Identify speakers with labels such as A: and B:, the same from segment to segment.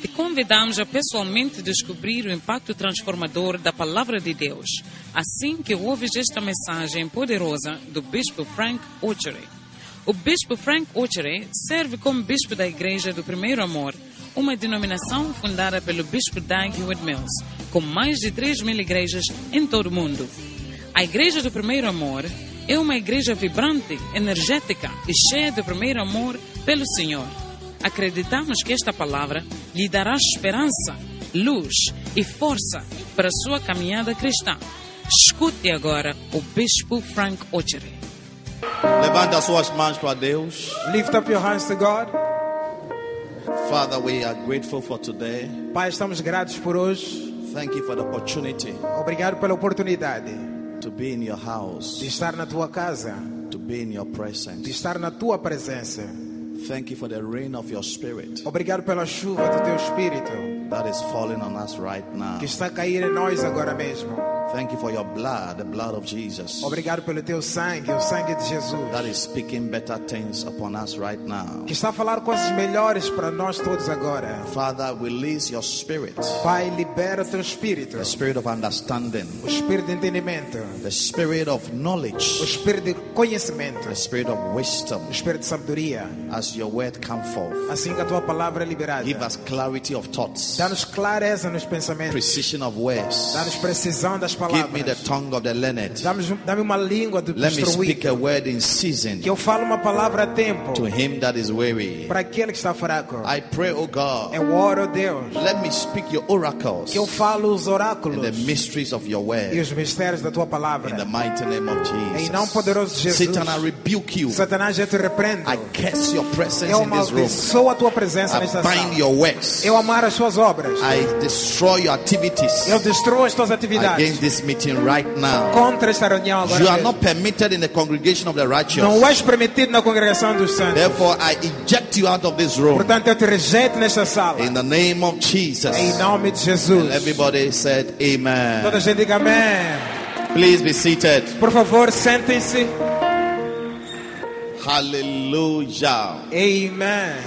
A: Te convidamos a pessoalmente descobrir o impacto transformador da Palavra de Deus, assim que ouves esta mensagem poderosa do Bispo Frank Ochery. O Bispo Frank Ochery serve como Bispo da Igreja do Primeiro Amor, uma denominação fundada pelo Bispo Doug Hewitt Mills, com mais de 3 mil igrejas em todo o mundo. A Igreja do Primeiro Amor é uma igreja vibrante, energética e cheia do primeiro amor pelo Senhor. Acreditamos que esta palavra lhe dará esperança, luz e força para a sua caminhada cristã. Escute agora o Bispo Frank Ochery.
B: Levanta as suas mãos para Deus.
C: Lift up your hands to God.
B: Father, we are grateful for today.
C: Pai, estamos gratos por hoje.
B: Thank you for the opportunity
C: Obrigado pela oportunidade
B: to be in your
C: de
B: house,
C: estar na tua casa,
B: to be in your
C: de
B: presence.
C: estar na tua presença.
B: Thank you for the rain of your spirit
C: Obrigado pela chuva do teu espírito
B: that is falling on us right now.
C: que está a cair em nós agora mesmo.
B: Thank you for your blood, the blood of Jesus,
C: Obrigado pelo teu sangue, o sangue de
B: that
C: Jesus,
B: is speaking better things upon us right now.
C: que está a falar coisas melhores para nós todos agora.
B: Father, release your spirit,
C: Pai, libera o teu espírito,
B: the spirit of understanding,
C: o espírito de entendimento,
B: the spirit of
C: o
B: knowledge,
C: espírito de conhecimento,
B: the spirit of wisdom,
C: o espírito de sabedoria.
B: as your word come forth.
C: Assim que a tua palavra é liberada,
B: Give us clarity of thoughts,
C: dá-nos clareza nos pensamentos.
B: precision of words.
C: Dá-nos precisão das
B: Give me the
C: palavras.
B: tongue of the learned.
C: Dá-nos- Dá-me uma língua do
B: Let me speak
C: instruído.
B: a word in season
C: Que eu falo uma palavra a tempo
B: to him that is weary.
C: para aquele que está fraco.
B: I pray, O God,
C: Eu oro, Deus.
B: let me speak your oracles
C: Que eu falo os oráculos
B: and the mysteries of your
C: e
B: word
C: os mistérios da tua
B: in the
C: palavra.
B: mighty name of
C: Em nome
B: Jesus.
C: poderoso de Jesus.
B: Satan, I rebuke you.
C: Satanás, eu te repreendo.
B: I curse your presence
C: Eu
B: in this room.
C: amaldiçoo a tua presença
B: I
C: nesta
B: bind
C: sala.
B: your works.
C: Eu amar as tuas obras.
B: I destroy your activities
C: Eu destruo as tuas atividades.
B: against this meeting right now.
C: Contra esta reunião
B: You
C: agora.
B: are
C: mesmo.
B: not permitted in the congregation of the
C: Não
B: righteous.
C: és permitido na congregação dos santos.
B: Therefore, I eject you out of this room.
C: Portanto, eu te rejeito nesta sala.
B: In the name of Jesus.
C: Em nome de
B: And
C: Jesus.
B: everybody said
C: Toda
B: amen.
C: gente diga amém.
B: Please be seated.
C: Por favor, sentem-se.
B: Hallelujah.
C: Amen.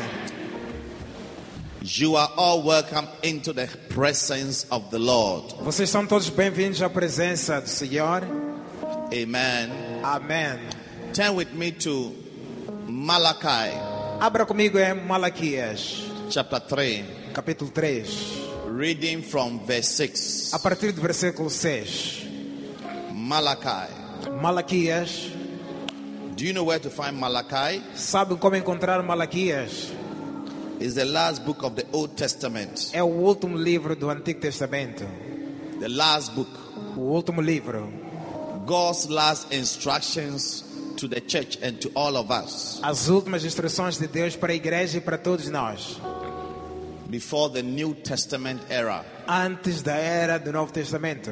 B: You are all welcome into the presence of the Lord.
C: Vocês são todos bem-vindos à presença do Senhor.
B: Amen.
C: Amém.
B: Turn with me to Malachi
C: Abra comigo em Malaquias,
B: chapter 3,
C: capítulo 3,
B: reading from verse 6.
C: a partir do versículo 6.
B: Malachi.
C: Malaquias,
B: Do you know where to find Malachi?
C: sabem como encontrar Malaquias?
B: It's the last book of the Old Testament.
C: É o último livro do Antigo Testamento.
B: The last book.
C: O último livro.
B: God's last instructions to the church and to all of us
C: As últimas instruções de Deus para a igreja e para todos nós.
B: before the New Testament era.
C: Antes da era do Novo Testamento.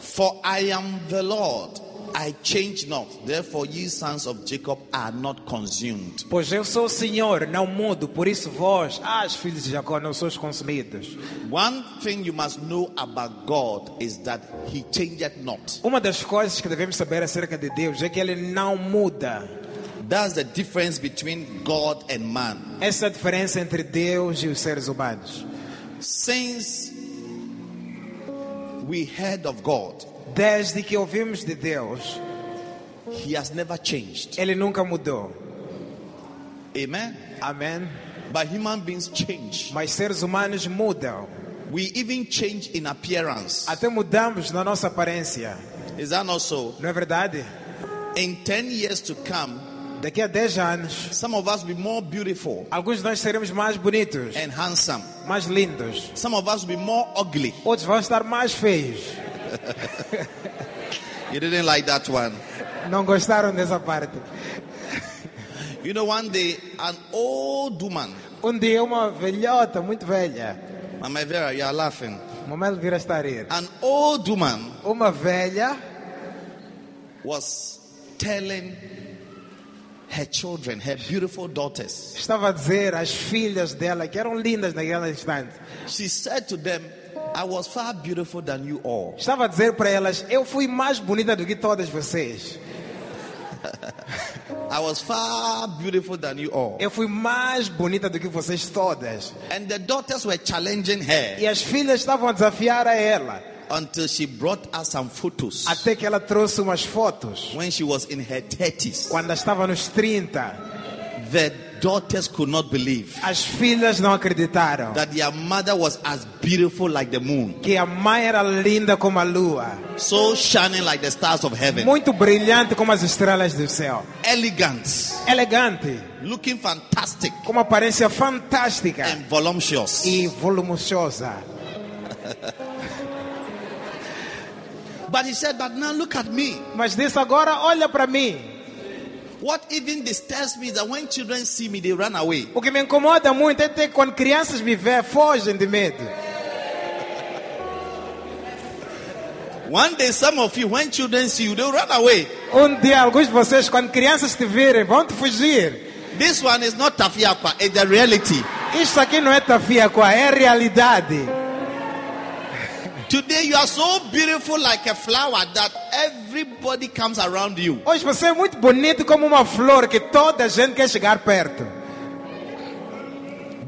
B: For I am the Lord, I change not. Therefore, ye sons of Jacob are not consumed.
C: Pois eu sou o Senhor, não mudo, por isso vós, as filhos de Jacó, não sois consumidos.
B: One thing you must know about God is that He changeth not.
C: Uma das coisas que devemos saber acerca de Deus é que ele não muda.
B: That's the difference between God and man.
C: Essa é a diferença entre Deus e os seres humanos.
B: Since we heard of God,
C: Desde que ouvimos de Deus,
B: He has never changed.
C: ele nunca mudou.
B: Amen.
C: Amém?
B: But human beings change.
C: Mas seres humanos mudam.
B: We even change in appearance.
C: Até mudamos na nossa aparência.
B: Is that not so?
C: Não é verdade?
B: In 10 years to come,
C: Daqui a 10 anos,
B: some of us will be more beautiful
C: alguns de nós seremos mais bonitos,
B: and handsome.
C: mais lindos.
B: Some of us will be more ugly.
C: Outros vão estar mais feios.
B: You didn't like that one.
C: Não gostaram dessa parte.
B: You know, one day, an old woman,
C: Um dia, uma velhota muito velha,
B: Mama Vera, you are laughing.
C: Mamãe Elvira está a rir.
B: An old woman
C: Uma velha
B: was telling her children, her beautiful daughters,
C: estava a dizer às filhas dela, que eram lindas naquele instante,
B: she said to them, I was far beautiful than you all.
C: estava a dizer para elas: Eu fui mais bonita do que todas vocês.
B: I was far beautiful than you all.
C: Eu fui mais bonita do que vocês todas.
B: And the daughters were challenging her
C: E as filhas estavam a desafiar a ela.
B: until she brought us some photos
C: Até que ela trouxe umas fotos.
B: when she was in her 30s.
C: Quando ela estava nos 30,
B: The daughters could not believe
C: as filhas não acreditaram
B: that their mother was as beautiful like the moon,
C: que a mãe era linda como a lua,
B: so shining like the stars of heaven,
C: muito brilhante como as estrelas do céu,
B: elegant,
C: elegante,
B: looking fantastic
C: com uma aparência fantástica
B: and voluptuous.
C: e voluminosa.
B: But he said, But now look at me.
C: Mas disse agora, olha para mim.
B: What even disturbs me is that when children see me, they run away.
C: O que me incomoda muito é até quando crianças me veem, fogem de medo.
B: One day, some of you, when children see you, they'll run away.
C: Um dia, alguns de vocês, quando crianças te virem, vão te fugir.
B: This one is not tafiapa, it's the reality.
C: Isso aqui não é tafiacoa, é realidade.
B: Today you are so beautiful like a flower that everybody comes around you.
C: Hoje você é muito bonito como uma flor que toda a gente quer chegar perto.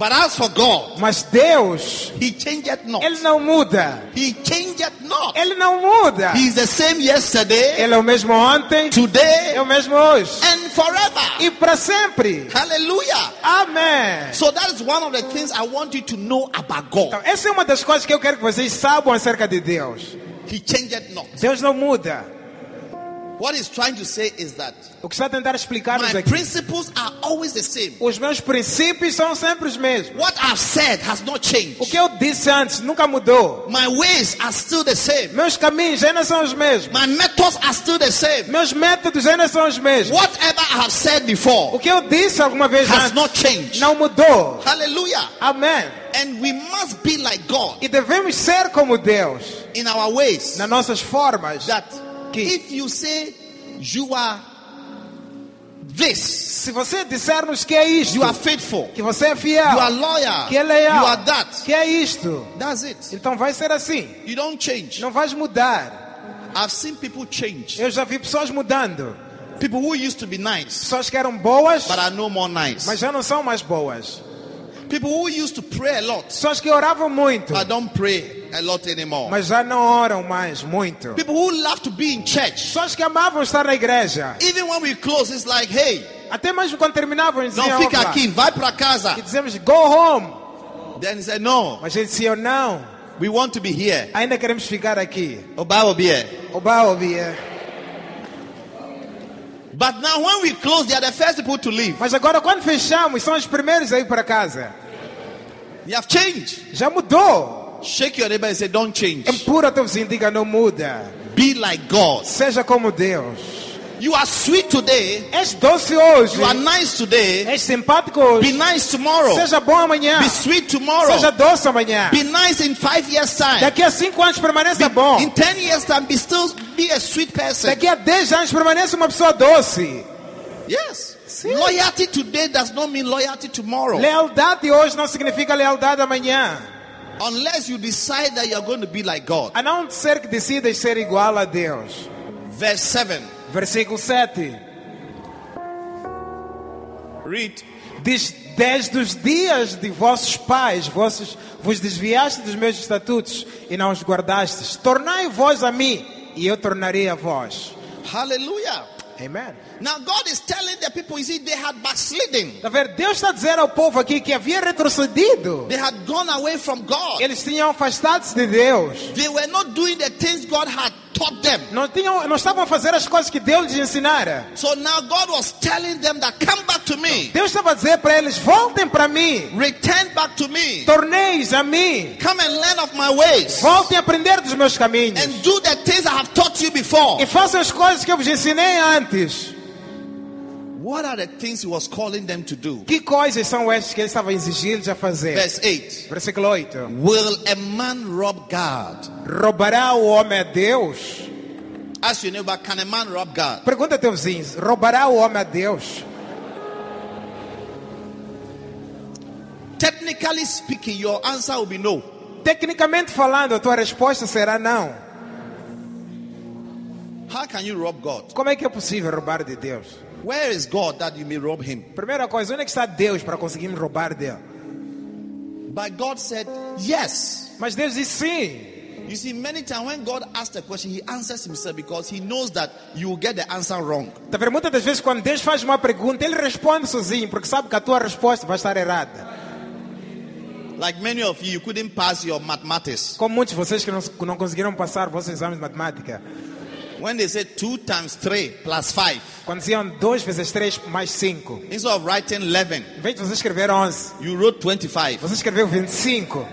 B: But as for God,
C: Mas Deus,
B: He changeth not.
C: Ele não muda.
B: He changeth not.
C: Ele não muda.
B: He is the same yesterday,
C: Ele é o mesmo ontem, é
B: today,
C: o mesmo hoje
B: and forever.
C: e para sempre.
B: Hallelujah.
C: Amém.
B: So that is one of the things I want you to know about God.
C: Então, essa é uma das coisas que eu quero que vocês saibam acerca de Deus.
B: He changeth not.
C: Deus não muda.
B: What He's trying to say is that
C: O que está a tentar explicar-nos
B: my
C: aqui?
B: principles are always the same.
C: Os meus princípios são sempre os mesmos.
B: What I've said has not
C: O
B: changed.
C: que eu disse antes nunca mudou.
B: My ways are still the same.
C: Meus caminhos ainda são os mesmos.
B: My methods are still the same.
C: Meus métodos ainda são os mesmos.
B: Whatever I have said
C: O
B: before
C: que eu disse alguma vez
B: has
C: antes
B: not changed.
C: não mudou.
B: Hallelujah.
C: Amém.
B: And we must be like God
C: E devemos ser como Deus
B: in our ways.
C: nas nossas formas.
B: That
C: Que
B: if you say you are this,
C: se você dissermos que é isto,
B: you are faithful,
C: que você é
B: you
C: fiel,
B: are loyal,
C: que
B: you
C: é leal,
B: are that,
C: que é isto,
B: that's it.
C: então vai ser assim.
B: You don't change.
C: Não vais mudar.
B: I've seen people change.
C: Eu já vi pessoas mudando.
B: People who used to be nice,
C: Pessoas que eram boas,
B: but are no more nice.
C: mas já não são mais boas.
B: People who used to pray a lot,
C: Pessoas que oravam muito,
B: but don't pray a lot anymore.
C: mas já não oram mais muito.
B: People who love to be in church.
C: Pessoas que amavam estar na igreja.
B: Even when we close, it's like, hey,
C: Até mesmo quando terminavam, eles
B: não
C: diziam,
B: fica
C: "Opa",
B: aqui, vai pra casa.
C: e dizemos, go home.
B: Then he said, no,
C: Mas eles diziam, não,
B: we want to be here.
C: ainda queremos ficar aqui.
B: Oba will be here.
C: Oba, obia.
B: But now when we close, they are the first people to leave.
C: Mas agora quando fechamos, são os primeiros a ir para casa.
B: You have changed.
C: Já mudou.
B: Shake your neighbor and say, don't change.
C: Empura teu vizinho, diga não muda.
B: Be like God.
C: Seja como Deus.
B: You are sweet today.
C: És doce hoje.
B: You are nice today.
C: És simpático
B: Be
C: hoje.
B: nice tomorrow.
C: Seja bom amanhã.
B: Be sweet tomorrow.
C: Seja doce amanhã.
B: Be nice in five years' time.
C: Daqui a cinco anos permaneça bom.
B: In ten years' time, be still be a sweet person.
C: Daqui a 10 anos permaneça uma pessoa doce.
B: Yes.
C: Sim.
B: Loyalty today does not mean loyalty tomorrow.
C: Lealdade hoje não significa lealdade amanhã.
B: Unless you decide that you're going to be like God.
C: A não ser que decidas ser igual a Deus.
B: Verse 7.
C: Versículo 7.
B: Read.
C: Diz: Desde os dias de vossos pais, vossos, vos desviaste dos meus estatutos e não os guardastes. Tornai vós a mim, e eu tornarei a vós.
B: Hallelujah.
C: Amém.
B: Now God is telling the people, you see, they had backslidden.
C: Tá vendo? Deus está a dizer ao povo aqui que havia retrocedido.
B: They had gone away from God.
C: Eles tinham afastado-se de Deus.
B: They were not doing the things God had taught them.
C: Não, tinham, não estavam a fazer as coisas que Deus lhes ensinara.
B: So now God was telling them that come back to me,
C: Deus estava a dizer para eles: voltem para mim,
B: return back to me,
C: torneis a mim,
B: come and learn of my ways,
C: voltem a aprender dos meus caminhos
B: and do the things I have taught you before.
C: e façam as coisas que eu vos ensinei antes.
B: What are the things He was calling them to do?
C: Que coisas são estas que ele estava a exigir-lhes a fazer?
B: Verse 8
C: Versículo 8:
B: Will a man rob God?
C: Roubará o homem a Deus?
B: Ask your neighbor, can a man rob God?
C: Pergunta a teu vizinho: roubará o homem a Deus?
B: Technically speaking, your answer will be no.
C: Tecnicamente falando, a tua resposta será não.
B: How can you rob God?
C: Como é que é possível roubar de Deus?
B: Where is God that you may rob him?
C: Primeira coisa, onde é que está Deus para conseguirmos roubar dele?
B: But God said, Yes.
C: Mas Deus disse sim.
B: You see, many times when God asks a question, he answers himself because he knows that you will get the answer wrong.
C: Tá vendo? Muitas das vezes quando Deus faz uma pergunta, ele responde sozinho, porque sabe que a tua resposta vai estar errada.
B: Like many of you, you couldn't pass your mathematics.
C: Como muitos de vocês que não, que não conseguiram passar vossos exames de matemática.
B: When they said 2 times 3 plus 5,
C: Quando diziam 2 vezes 3 mais 5.
B: instead of writing 11,
C: Em vez de vocês escrever 11,
B: you wrote 25.
C: você escreveu 25.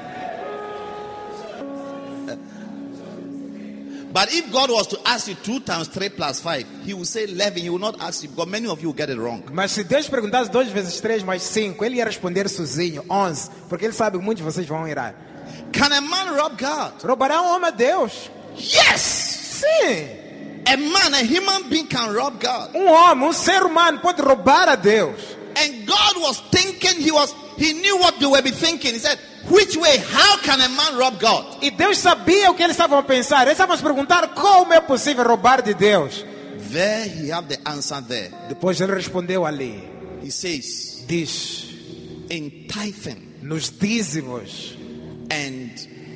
B: But if God was to ask you 2 times 3 plus 5, he will say 11. He will not ask you because many of you will get it wrong.
C: Mas se Deus perguntasse 2 vezes 3 mais 5, ele ia responder sozinho, 11. Porque ele sabe que muitos de vocês vão errar.
B: Can a man rob God?
C: Roubará um homem a Deus?
B: Yes!
C: Sim.
B: A man, a human being can rob God.
C: Um homem, um ser humano pode roubar a Deus.
B: And God was thinking, He was, He knew what they were be thinking. He said, Which way, how can a man rob God?
C: E Deus sabia o que eles estavam a pensar. Eles estavam a se perguntar como é possível roubar de Deus.
B: There he have the answer there.
C: Depois ele respondeu ali.
B: He says,
C: Diz,
B: in tithing
C: nos dízimos
B: and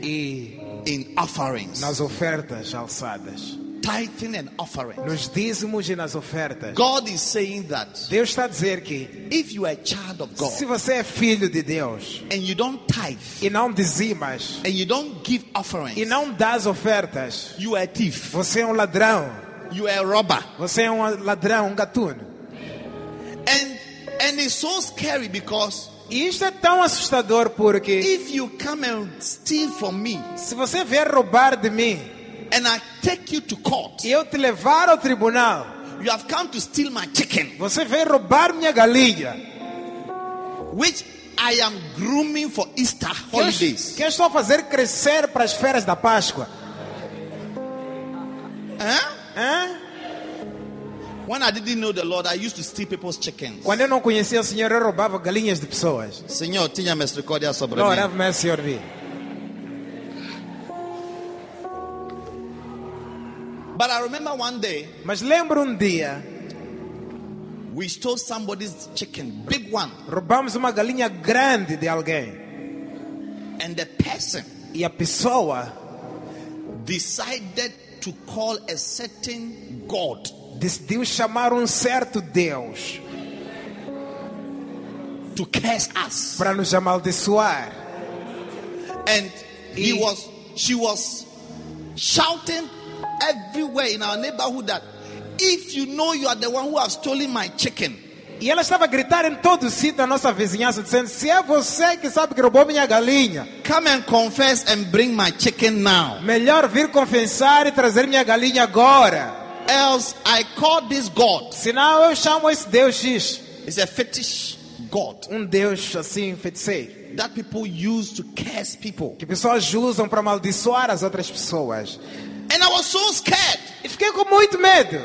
C: e
B: in offerings.
C: nas ofertas alçadas.
B: Tithing and offerings.
C: Nos dízimos e nas ofertas.
B: God is saying that
C: Deus está a dizer que
B: if you are a child of God
C: se você é filho de Deus
B: and you don't tithe
C: e não dizimas
B: and you don't give
C: e
B: offerings,
C: não dás ofertas,
B: you are a thief,
C: você é um ladrão.
B: you are a robber.
C: Você é um ladrão, um gatuno.
B: And and it's so scary because
C: E isto é tão assustador porque
B: if you come and steal from me
C: se você vier roubar de mim
B: and I take you to court,
C: e eu te levar ao tribunal,
B: You have come to steal my chicken,
C: você vem roubar minha galinha.
B: which I am grooming for Easter
C: Que eu,
B: holidays.
C: que eu estou a fazer crescer para as férias da Páscoa.
B: Huh?
C: Hã?
B: When I didn't know the Lord, I used to steal people's chickens.
C: Quando eu não conhecia o Senhor, eu roubava galinhas de pessoas.
B: Senhor, tinha misericórdia sobre
C: Glória
B: mim.
C: ao Senhor. vi.
B: But I remember one day
C: Mas lembro um dia,
B: we stole somebody's chicken, big one,
C: roubamos uma galinha grande de alguém.
B: and the person
C: E a pessoa
B: decided to call a certain God.
C: decidiu chamar um certo Deus
B: To curse us,
C: para nos amaldiçoar.
B: and he
C: He-
B: was, she was shouting everywhere in our neighborhood that if you know you are the one who has stolen my chicken,
C: E ela estava a gritar em todo o sítio da nossa vizinhança, dizendo: Se é você que sabe que roubou minha galinha,
B: Come and confess and bring my chicken now.
C: melhor vir confessar e trazer minha galinha agora.
B: Else I call this God.
C: Senão eu chamo esse Deus X,
B: It's a fetish God
C: um Deus assim, feiticeiro,
B: that people use to curse people.
C: que pessoas usam para amaldiçoar as outras pessoas.
B: And I was so scared
C: E fiquei com muito medo,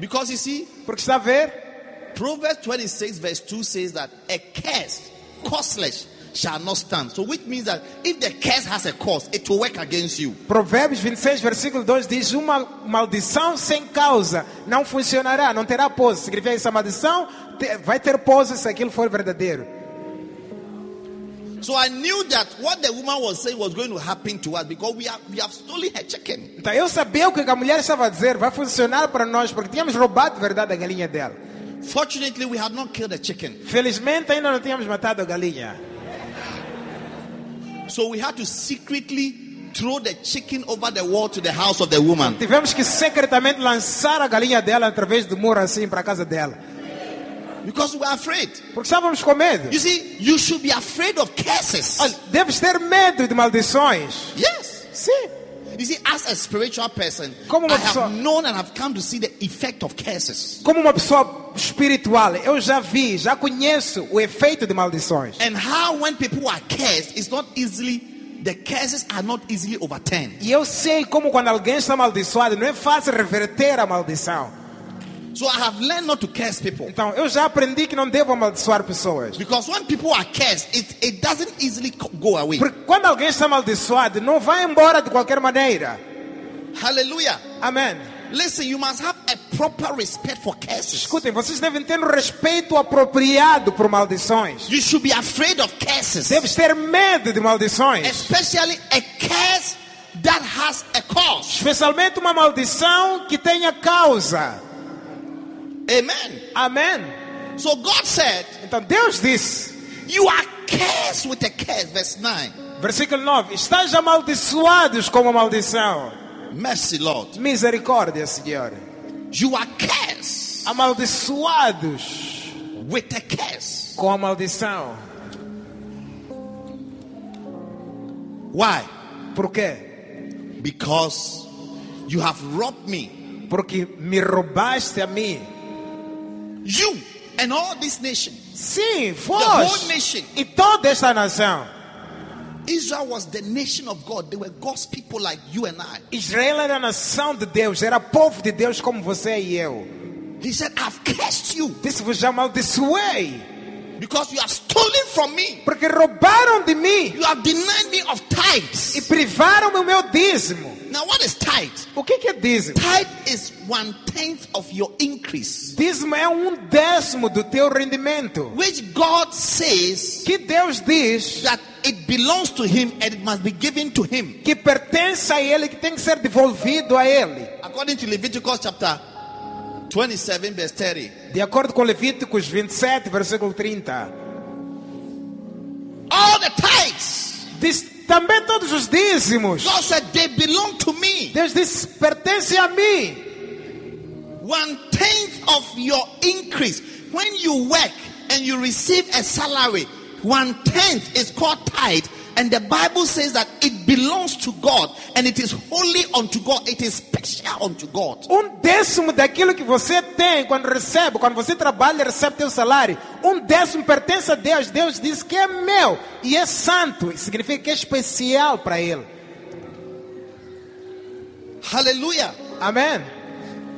B: because you see,
C: porque está a ver?
B: Proverbs 26, verse 2 says that a curse, causeless, shall not stand. So, which means that if the curse has a cause, it will work against you.
C: Provérbios 26, versículo 2 diz: Uma maldição sem causa não funcionará, não terá pouso. Significa que essa maldição te- vai ter pouso se aquilo for verdadeiro.
B: So, I knew that what the woman was saying was going to happen to us because we have, we have stolen her chicken.
C: Então eu sabia o que a mulher estava a dizer, vai funcionar para nós, porque tínhamos roubado de verdade a galinha dela.
B: Fortunately, we had not killed the chicken.
C: Felizmente ainda não tínhamos matado a galinha.
B: So we had to secretly throw the chicken over the wall to the house of the woman.
C: Tivemos que secretamente lançar a galinha dela através do muro assim para a casa dela.
B: Because we were afraid.
C: Porque estávamos com medo.
B: You see, you should be afraid of curses.
C: Olha, deves ter medo de maldições.
B: Yes.
C: Sim.
B: You see, as a spiritual person,
C: Como uma
B: I have
C: pessoa-
B: known and have come to see the effect of curses
C: Como uma pessoa espiritual, eu já vi, já conheço o efeito de maldições.
B: and how when people are cursed, it's not easily, the curses are not easily overturned.
C: E eu sei como quando alguém está amaldiçoado, não é fácil reverter a maldição.
B: So I have learned not to curse people.
C: Então, eu já aprendi que não devo amaldiçoar pessoas.
B: Because when people are cursed, it, it doesn't easily co- go away.
C: Porque quando alguém está amaldiçoado, não vai embora de qualquer maneira.
B: Hallelujah.
C: Amém.
B: Listen, you must have a proper respect for curses.
C: Escutem, vocês devem ter um respeito apropriado por maldições.
B: You should be afraid of curses,
C: Deves ter medo de maldições.
B: especially a curse that has a cause.
C: Especialmente uma maldição que tenha causa.
B: Amen.
C: Amém.
B: So God said,
C: Então Deus disse,
B: You are cursed with a curse. Verse 9.
C: versículo 9: Estás amaldiçoados com uma maldição.
B: Mercy, Lord.
C: Misericórdia, Senhor.
B: You are cursed
C: Amaldiçoados
B: with a curse.
C: com a maldição.
B: Why?
C: Por quê?
B: Because you have robbed me.
C: Porque me roubaste a mim.
B: You and all this nation.
C: Sim,
B: whole
C: vós
B: nation.
C: e toda esta nação.
B: Israel was the nation of God. They were God's people like you and I.
C: Israel era a nação de Deus, era povo de Deus como você e eu.
B: He said, I've cursed you
C: Disse-vos já amaldiçoei,
B: because you have stolen from me.
C: porque roubaram de mim
B: You have denied me of
C: e
B: tithes.
C: privaram o meu dízimo.
B: Now, what is tithe?
C: O que que é dízimo?
B: Tithe is one tenth of your increase,
C: Dízimo é um décimo do teu rendimento.
B: which God says
C: Que Deus diz
B: that it belongs to Him and it must be given to Him.
C: que pertence a Ele, que tem que ser devolvido a Ele.
B: According to Leviticus chapter 27, verse 30,
C: De acordo com Levíticos 27, versículo 30.
B: all the tithes,
C: Diz também todos os dízimos.
B: God said, they belong to me.
C: Deus disse, pertence a mim.
B: One tenth of your increase. When you work and you receive a salary, one tenth is called tithe. And the Bible says that it belongs to God and it is holy unto God. It is special unto God.
C: Um décimo daquilo que você tem quando recebe, quando você trabalha e recebe teu salário, um décimo pertence a Deus. Deus diz que é meu e é santo. Significa que é especial para Ele.
B: Hallelujah.
C: Amém?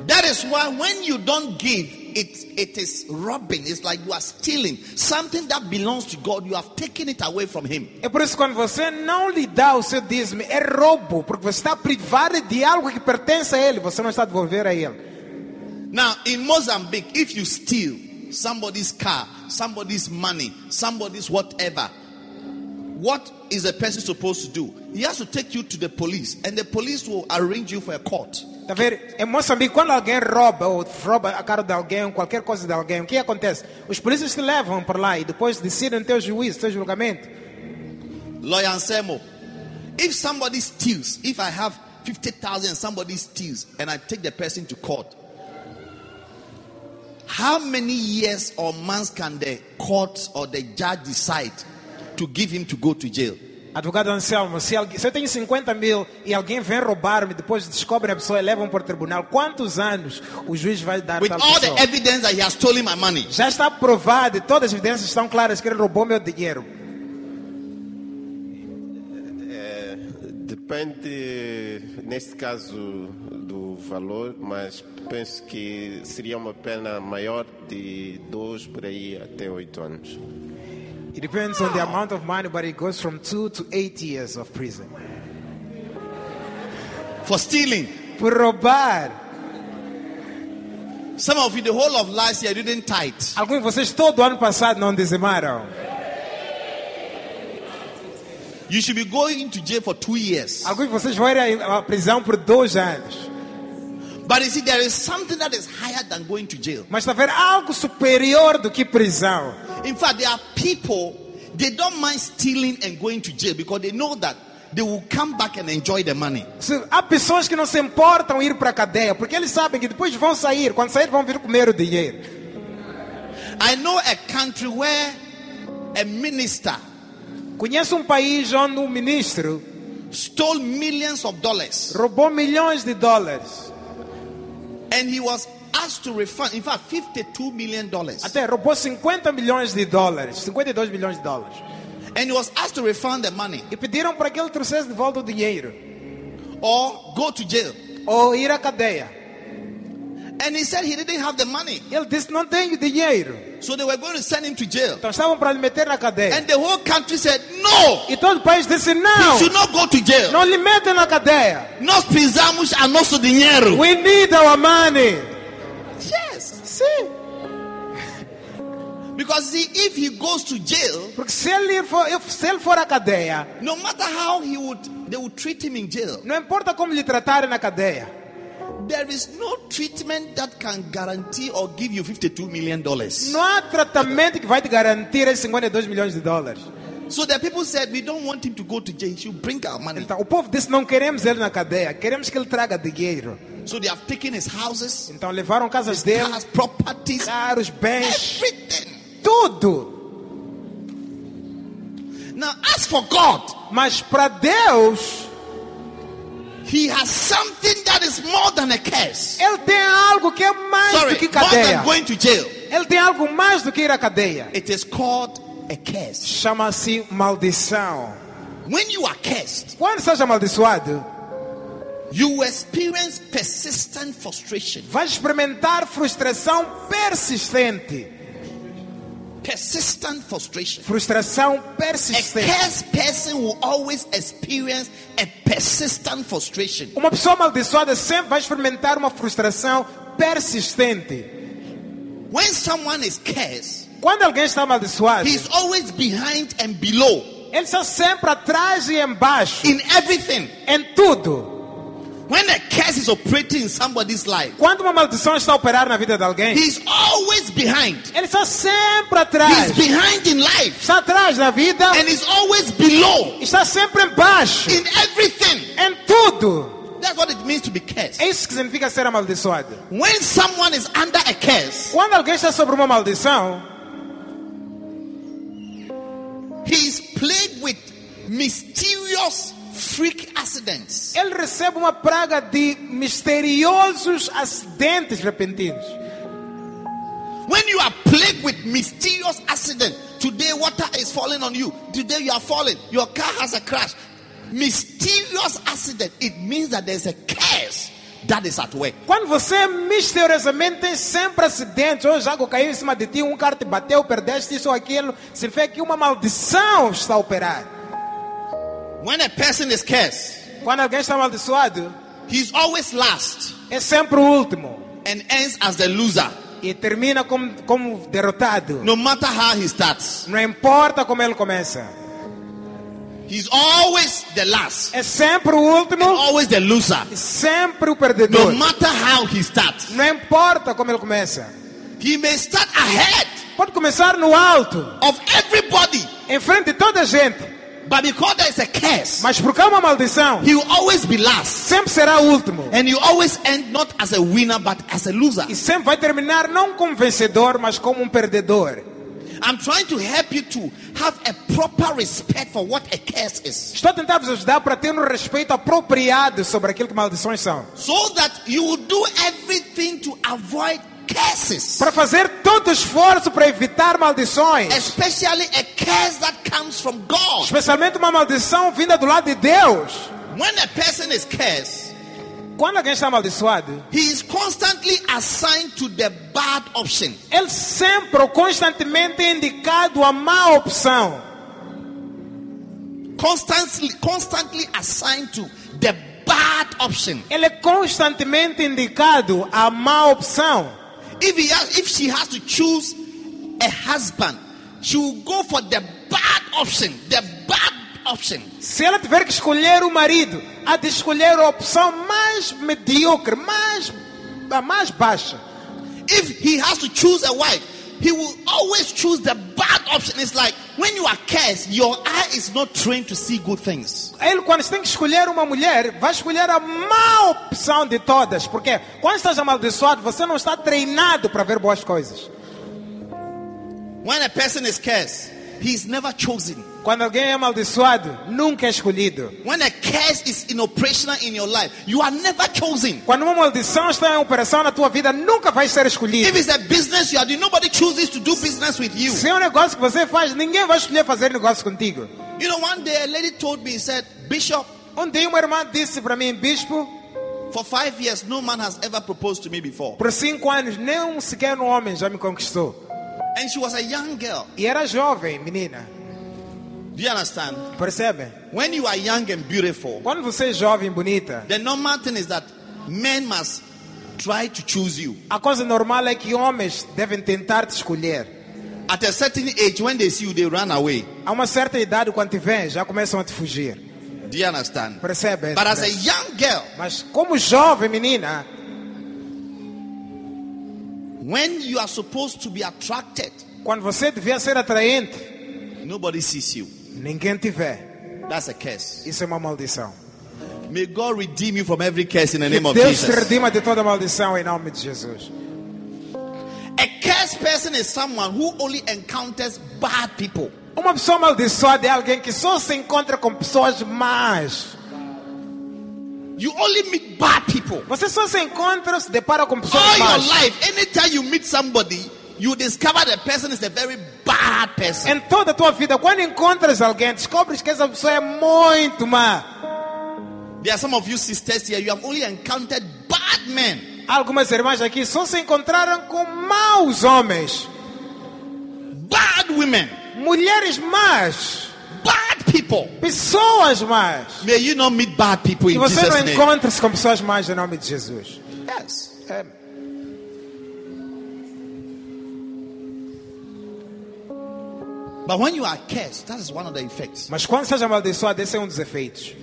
B: That is why when you don't give, it, it is robbing. It's like you are stealing something that belongs to God. You have taken it away from Him.
C: É por isso que quando você não lhe dá o seu dízimo, é roubo, porque você está privado de algo que pertence a Ele, você não está a devolver a Ele.
B: Now, in Mozambique, if you steal somebody's car, somebody's money, somebody's whatever, what is a person supposed to do? He has to take you to the police, and the police will arrange you for a court.
C: Tá vendo? Em Moçambique, quando alguém rouba ou rouba a cara de alguém, qualquer coisa de alguém, o que acontece? Os polícias te levam para lá e depois decidem o teu juízo, o teu julgamento.
B: Lawyer Anselmo, if somebody steals, if I have 50,000 and somebody steals, and I take the person to court, how many years or months can the court or the judge decide to give him to go to jail?
C: Advogado Anselmo, se, alguém, se eu tenho 50 mil e alguém vem roubar-me, depois descobrem a pessoa e levam para o tribunal, quantos anos o juiz vai dar
B: With
C: tal
B: all the
C: pessoa?
B: evidence that he has stolen my money.
C: Já está provado, e todas as evidências estão claras que ele roubou meu dinheiro.
D: Depende, neste caso, do valor, mas penso que seria uma pena maior de dois por aí até oito anos.
C: It depends on the amount of money, but it goes from two to eight years of prison.
B: for stealing.
C: Por roubar.
B: Some of you, the whole of last year, you didn't tithe.
C: Alguns de vocês todo ano passado não dizimaram.
B: You should be going to jail for two years.
C: Alguns de vocês vão ir à à prisão por dois anos.
B: But you see, there is something that is higher than going to jail.
C: Mas está a ver algo superior do que prisão.
B: In fact, there are people, they don't mind stealing and going to jail because they know that they will come back and enjoy the money.
C: Se- Há pessoas que não se importam ir para a cadeia, porque eles sabem que depois vão sair. Quando sair, vão vir comer o dinheiro.
B: I know a country where a minister
C: Conheço um país onde um ministro
B: stole millions of dollars
C: roubou milhões de dólares.
B: and he was asked to refund, in fact, 52 million dollars.
C: Até roubou 50 milhões de dólares. 52 milhões de dólares.
B: And he was asked to refund the money
C: E pediram para que ele trouxesse de volta o dinheiro.
B: or go to jail.
C: ou ir à cadeia.
B: And he said he didn't have the money.
C: Ele disse: Não tenho dinheiro.
B: So they were going to send him to jail.
C: Então estavam para lhe meter na cadeia.
B: And the whole country said, No,
C: E todo o país disse:
B: he
C: Não,
B: should not go to jail.
C: não lhe metem na cadeia.
B: Nós precisamos a nosso dinheiro.
C: We need our money. Sim.
B: Because see, if he goes to jail,
C: Porque se ele for, eu- se ele for à cadeia,
B: no matter how he would, they would treat him in jail.
C: não importa como lhe tratarem na cadeia,
B: There is no treatment that can guarantee or give you 52 million dollars.
C: não há tratamento que vai te garantir esses 52 milhões de dólares.
B: So the people said, we don't want him to go to jail. He should bring our money.
C: Então, o povo disse: não queremos ele na cadeia, queremos que ele traga dinheiro.
B: So they have taken his houses,
C: Então, levaram casas dele,
B: cars, properties,
C: caros, bens,
B: everything.
C: tudo.
B: Now, as for God,
C: Mas para Deus,
B: He has something that is more than a curse.
C: ele tem algo que é mais
B: Sorry,
C: do que
B: more
C: cadeia.
B: than going to jail.
C: Ele tem algo mais do que ir à cadeia.
B: It is called a curse.
C: Chama-se maldição.
B: When you are cursed,
C: Quando seja amaldiçoado,
B: you experience persistent frustration,
C: vai experimentar frustração persistente.
B: persistent frustration.
C: Frustração
B: A
C: persistente.
B: cursed person will always experience a persistent frustration.
C: Uma pessoa amaldiçoada sempre vai experimentar uma frustração persistente.
B: When someone is cursed,
C: Quando alguém está amaldiçoado,
B: he's always behind and below
C: ele está sempre atrás e embaixo.
B: in everything.
C: Em tudo.
B: When a curse is operating in somebody's life,
C: Quando uma maldição está a operar na vida de alguém,
B: he's always behind.
C: ele está sempre atrás.
B: He's behind in life.
C: Está atrás na vida,
B: and is always below
C: está sempre embaixo.
B: in everything.
C: Em tudo.
B: That's what it means to be cursed.
C: É isso que significa ser amaldiçoado.
B: When someone is under a curse,
C: Quando alguém está sobre uma maldição,
B: he is plagued with mysterious freak accidents.
C: ele recebe uma praga de misteriosos acidentes repentinos.
B: When you are plagued with mysterious accident, today water is falling on you. Today you are falling. Your car has a crash. Mysterious accident. It means that there's a curse that is at work.
C: Quando você misteriosamente tem sempre acidentes, hoje algo caiu em cima de ti, um carro te bateu, perdeste isso ou aquilo, significa que uma maldição está a operar.
B: When a person is cursed,
C: Quando alguém está amaldiçoado,
B: he's always last
C: é sempre o último
B: and ends as the loser,
C: e termina como, como derrotado.
B: no matter how he starts.
C: Não importa como ele começa,
B: He's always the last,
C: é sempre o último,
B: always the loser.
C: e sempre o
B: No
C: perdedor.
B: matter how he starts,
C: Não importa como ele começa.
B: he may start ahead
C: Pode começar no alto,
B: of everybody,
C: em frente de toda a gente,
B: but because there is a curse,
C: mas porque é uma maldição,
B: he will always be last,
C: sempre será o último.
B: and he always end not as a winner but as a loser.
C: E sempre vai terminar não como vencedor, mas como um perdedor.
B: I'm trying to help you to have a proper respect for what a curse is,
C: Estou a tentar vos ajudar para ter um respeito apropriado sobre aquilo que maldições são.
B: so that you will do everything to avoid curses,
C: Para fazer todo o esforço para evitar
B: É.
C: maldições.
B: especially a curse that comes from God.
C: Especialmente uma maldição vinda do lado de Deus.
B: When a person is cursed.
C: Quando alguém está amaldiçoado,
B: He is constantly assigned to the bad option.
C: ele sempre ou constantemente é indicado a má opção.
B: Constantly, constantly assigned to the bad option.
C: Ele é constantemente indicado a má opção.
B: If he has, if she has to choose a husband, she will go for the bad option. The bad option.
C: Se ela tiver que escolher o marido, há de escolher a opção mais medíocre, mais, a mais baixa.
B: If he has to choose a wife, he will always choose the bad option. It's like when you are cursed, your eye is not trained to see good things.
C: Ele, quando tem que escolher uma mulher, vai escolher a má opção de todas. Porque quando estás amaldiçoado, você não está treinado para ver boas coisas.
B: When a person is cursed, he is never chosen.
C: Quando alguém é amaldiçoado, nunca é escolhido.
B: When a curse is in operational in your life, you are never chosen.
C: Quando uma maldição está em operação na tua vida, nunca vai ser
B: If
C: escolhido.
B: it's a business you are doing, nobody chooses to do business with you.
C: Se é um negócio que você faz, ninguém vai escolher fazer negócio contigo.
B: You know, one day a lady told me, said, Bishop,
C: Um dia uma irmã disse para mim, bispo,
B: for five years no man has ever proposed to me before.
C: Por cinco anos, nem sequer um homem já me conquistou.
B: And she was a young girl.
C: E era jovem, menina.
B: Do you understand?
C: Percebe?
B: When you are young and beautiful,
C: Quando você é jovem, bonita,
B: the normal thing is that men must try to choose you.
C: A coisa normal é que homens devem tentar te escolher.
B: At a certain age, when they see you, they run away.
C: A uma certa idade, quando te vêm, já começam a te fugir.
B: Do you understand?
C: Percebe?
B: But as a young girl,
C: Mas como jovem menina,
B: when you are supposed to be attracted,
C: quando você devia ser atraente,
B: nobody sees you.
C: ninguém te vê.
B: That's a curse.
C: Isso é uma maldição.
B: May God redeem you from every curse in the
C: Que
B: name of
C: Deus te
B: Jesus.
C: redima de toda maldição em nome de Jesus.
B: A cursed person is someone who only encounters bad people.
C: Uma pessoa amaldiçoada é alguém que só se encontra com pessoas más.
B: You only meet bad people.
C: Você só se encontra, se depara com
B: All
C: pessoas
B: your
C: más.
B: life, anytime you meet somebody, you discover the person is a very bad person.
C: Em toda a tua vida, quando encontras alguém, descobres que essa pessoa é muito má.
B: There are some of you sisters here, you have only encountered bad men,
C: Algumas irmãs aqui só se encontraram com maus homens,
B: bad women,
C: mulheres más,
B: bad people.
C: pessoas más.
B: May you not meet bad people
C: E
B: in
C: você não
B: Jesus' name.
C: encontra-se com pessoas más em nome de Jesus.
B: Yes. um,
C: É,
B: But when you are cursed, that is one of the effects.
C: Mas quando seja amaldiçoado, esse é um dos efeitos.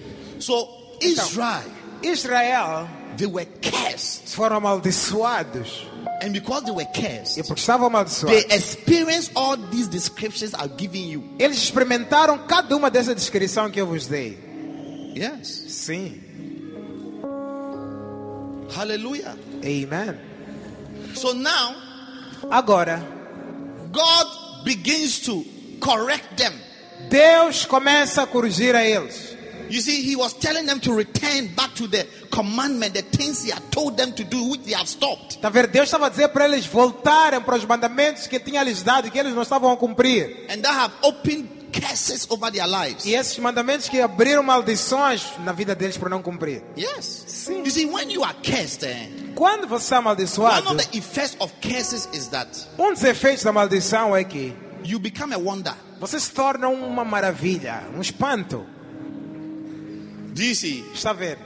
B: So Israel,
C: Israel
B: they were cursed.
C: foram amaldiçoados.
B: And because they were
C: E
B: cursed,
C: porque estavam
B: they
C: amaldiçoados,
B: experienced all these descriptions I've given you.
C: eles experimentaram cada uma dessa descrição que eu vos dei.
B: Yes.
C: Sim.
B: Hallelujah.
C: Amen.
B: So now
C: Agora,
B: God begins to correct them.
C: Deus começa a corrigir a eles.
B: You see, he was telling them to return back to the commandment, the things he had told them to do, which they have stopped.
C: Está Tá vendo? Deus estava a dizer para eles voltarem para os mandamentos que tinha lhes dado, que eles não estavam a cumprir.
B: And that have opened curses over their lives.
C: E esses mandamentos que abriram maldições na vida deles por não cumprir.
B: Yes.
C: See.
B: You see, when you are cursed, eh,
C: Quando você está
B: one
C: amaldiçoado,
B: of the effects of curses is that
C: um dos efeitos da maldição é que
B: you become a wonder.
C: Você se torna uma maravilha, um espanto.
B: Do you see?
C: Está a ver?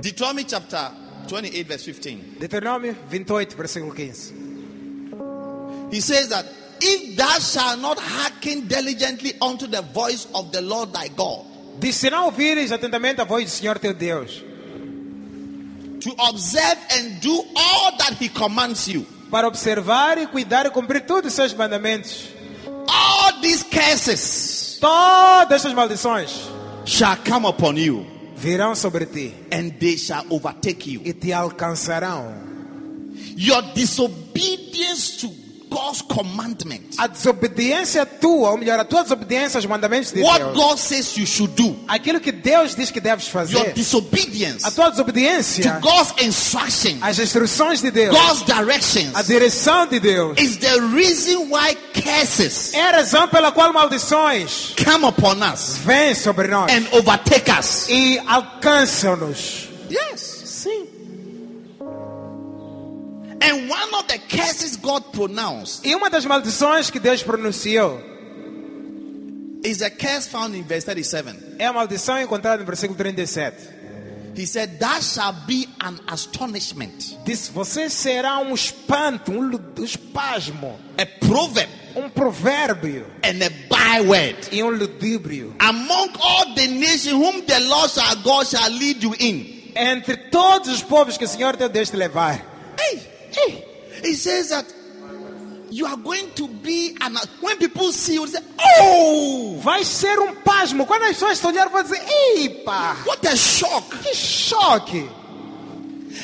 B: Deuteronomy chapter 28, verse 15.
C: Deuteronômio 28, versículo 15.
B: He says that if thou shalt not hearken diligently unto the voice of the Lord thy God,
C: Diz: Se não ouvires atentamente a voz do Senhor teu Deus,
B: to observe and do all that he commands you,
C: para observar e cuidar e cumprir todos os seus mandamentos,
B: all these curses
C: todas estas maldições
B: shall come upon you
C: virão sobre ti
B: and they shall overtake you.
C: e te alcançarão.
B: Your disobedience to God's commandment,
C: A desobediência é tua, ou melhor, a tua desobediência aos mandamentos de
B: what
C: Deus,
B: God says you should do,
C: aquilo que Deus diz que deves
B: your
C: fazer, a
B: disobedience
C: tua
B: to
C: desobediência
B: God's instruction,
C: às instruções de Deus,
B: God's
C: à
B: directions,
C: direção de Deus,
B: is the reason why curses
C: é a razão pela qual maldições
B: come upon us
C: vêm sobre nós
B: and overtake us.
C: e alcançam-nos.
B: Yes.
C: Sim.
B: And one of the curses God pronounced
C: E uma das maldições que Deus pronunciou
B: is a curse found in verse 37.
C: é a maldição encontrada no versículo 37.
B: He said, That shall be an astonishment,
C: Disse: Você será um espanto, um lu- um espasmo,
B: a proverb,
C: um provérbio
B: and a byword.
C: e um ludíbrio.
B: among all the nations whom the Lord our God shall lead you in.
C: Entre todos os povos que o Senhor teu Deus te levar.
B: Hey, hey. He says that you are going to be an when people see you, they say, Oh,
C: Vai ser um pasmo. Quando as pessoas te olharem, vão dizer: Epa,
B: what a shock!
C: que choque!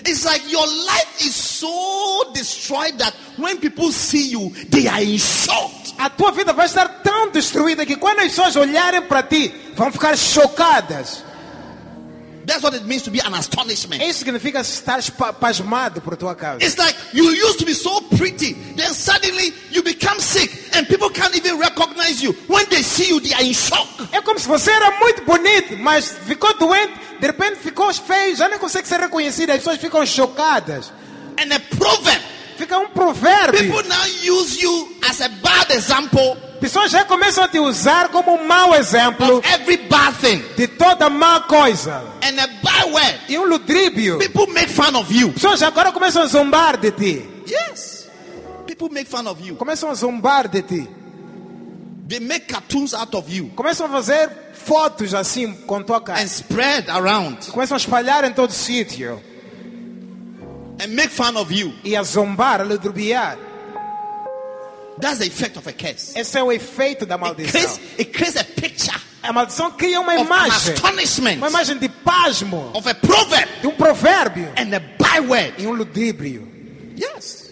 B: It's like your life is so destroyed that when people see you, they are in shock.
C: A tua vida vai estar tão destruída que quando as pessoas olharem para ti, vão ficar chocadas.
B: That's what it means to be an astonishment.
C: Isso significa estar espa- pasmado por tua causa.
B: It's like you used to be so pretty, then suddenly you become sick, and people can't even recognize you. When they see you, they are in shock.
C: É como se você era muito bonito, mas ficou doente, de repente ficou feio, já nem consegue ser reconhecido, as pessoas ficam chocadas.
B: And a proverb
C: Fica um provérbio.
B: People now use you as a bad example
C: Pessoas já começam a te usar como um mau exemplo
B: of every bad thing
C: de toda má coisa.
B: and a byword.
C: E um ludríbio.
B: People make fun of you.
C: Pessoas agora começam a zombar de ti.
B: Yes. People make fun of you.
C: Começam a zombar de ti.
B: They make cartoons out of you
C: Começam a fazer fotos assim com tua cara.
B: and spread around
C: Começam a espalhar em todo sítio.
B: and make fun of you.
C: E a zombar, a ludibriar.
B: That's the effect of a curse.
C: Esse é o efeito da
B: It
C: maldição.
B: creates, it creates a picture
C: A maldição cria uma
B: of an
C: imagem.
B: astonishment,
C: Uma imagem de pasmo.
B: of a proverb,
C: De um provérbio.
B: and a byword.
C: E um ludíbrio.
B: Yes.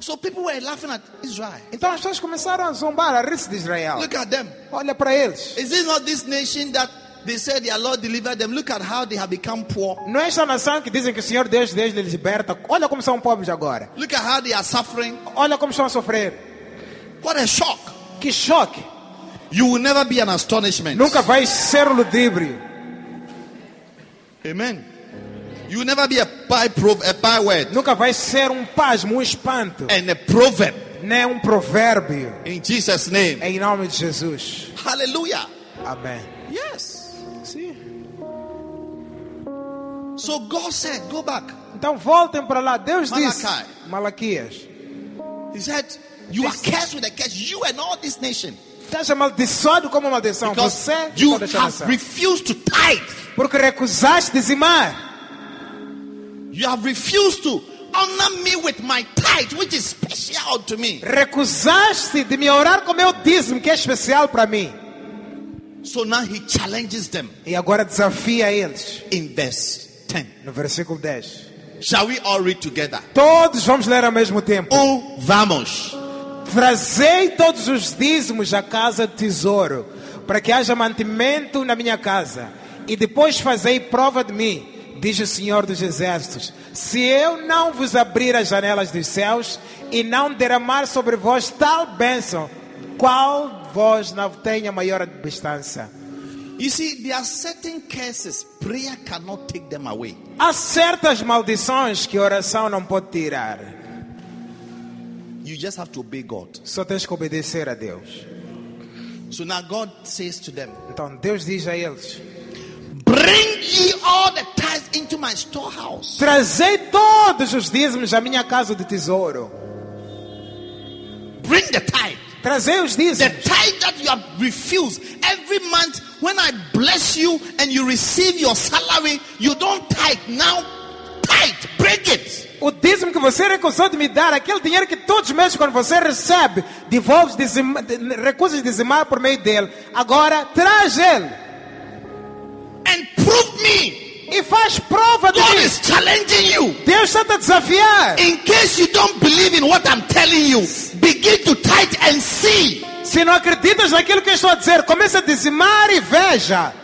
B: So people were laughing at Israel.
C: Então as pessoas começaram a zombar, a rir-se de Israel.
B: Look at them.
C: Olha para eles.
B: Is it not this nation that they said their Lord delivered them? Look at how they have become poor.
C: Não é esta nação que dizem que o Senhor Deus, Deus lhes liberta. Olha como são pobres agora.
B: Look at how they are suffering.
C: Olha como estão a sofrer.
B: What a shock.
C: Que choque.
B: You will never be an astonishment.
C: Nunca vais ser um ludíbrio.
B: Amen. You will never be a, by prov- a byword
C: Nunca vais ser um pasmo, um espanto.
B: and a proverb
C: Nem um provérbio.
B: in Jesus' name.
C: Em nome de Jesus.
B: Hallelujah.
C: Amém.
B: Yes.
C: Sim.
B: So God said, Go back.
C: Então voltem para lá. Deus disse.
B: Malachi.
C: Malaquias.
B: He said, You are cursed with a curse, you and all this nation.
C: Estás amaldiçoado como maldição.
B: Because
C: Você e
B: you
C: toda esta
B: have
C: nação.
B: refused to tithe.
C: Porque recusaste dizimar.
B: You have refused to honor me with my tithe, which is special unto me.
C: Recusaste de me orar como eu dízimo, que é especial para mim.
B: So now he challenges them
C: E agora desafia eles.
B: in verse 10.
C: No versículo 10.
B: Shall we all read together?
C: Todos vamos ler ao mesmo tempo.
B: Oh, vamos.
C: Trazei todos os dízimos à casa do tesouro, para que haja mantimento na minha casa. E depois fazei prova de mim, diz o Senhor dos Exércitos. Se eu não vos abrir as janelas dos céus e não derramar sobre vós tal bênção, qual vós não tenha maior abstância?
B: You see, there are certain curses prayer cannot take them away.
C: Há certas maldições que a oração não pode tirar.
B: You just have to obey God.
C: Só tens que obedecer a Deus.
B: So now God says to them,
C: Então Deus diz a eles:
B: Bring ye all the tithes into my storehouse.
C: Trazei todos os dízimos à minha casa de tesouro.
B: Bring the tithe.
C: Trazei os
B: The
C: dízimos.
B: tithe that you have refused every month when I bless you and you receive your salary, you don't tithe. Now tithe, break it.
C: O dízimo que você recusou de me dar, aquele dinheiro que todos os meses, quando você recebe, devolves, dizima, de- recusas dizimar por meio dele. Agora, traz ele
B: And prove me.
C: e faz prova de
B: God
C: mim.
B: is challenging you.
C: Deus está a desafiar.
B: In case you don't believe in what I'm telling you, begin to tithe and see
C: Se não acreditas naquilo que eu estou a dizer, começa a dizimar e veja.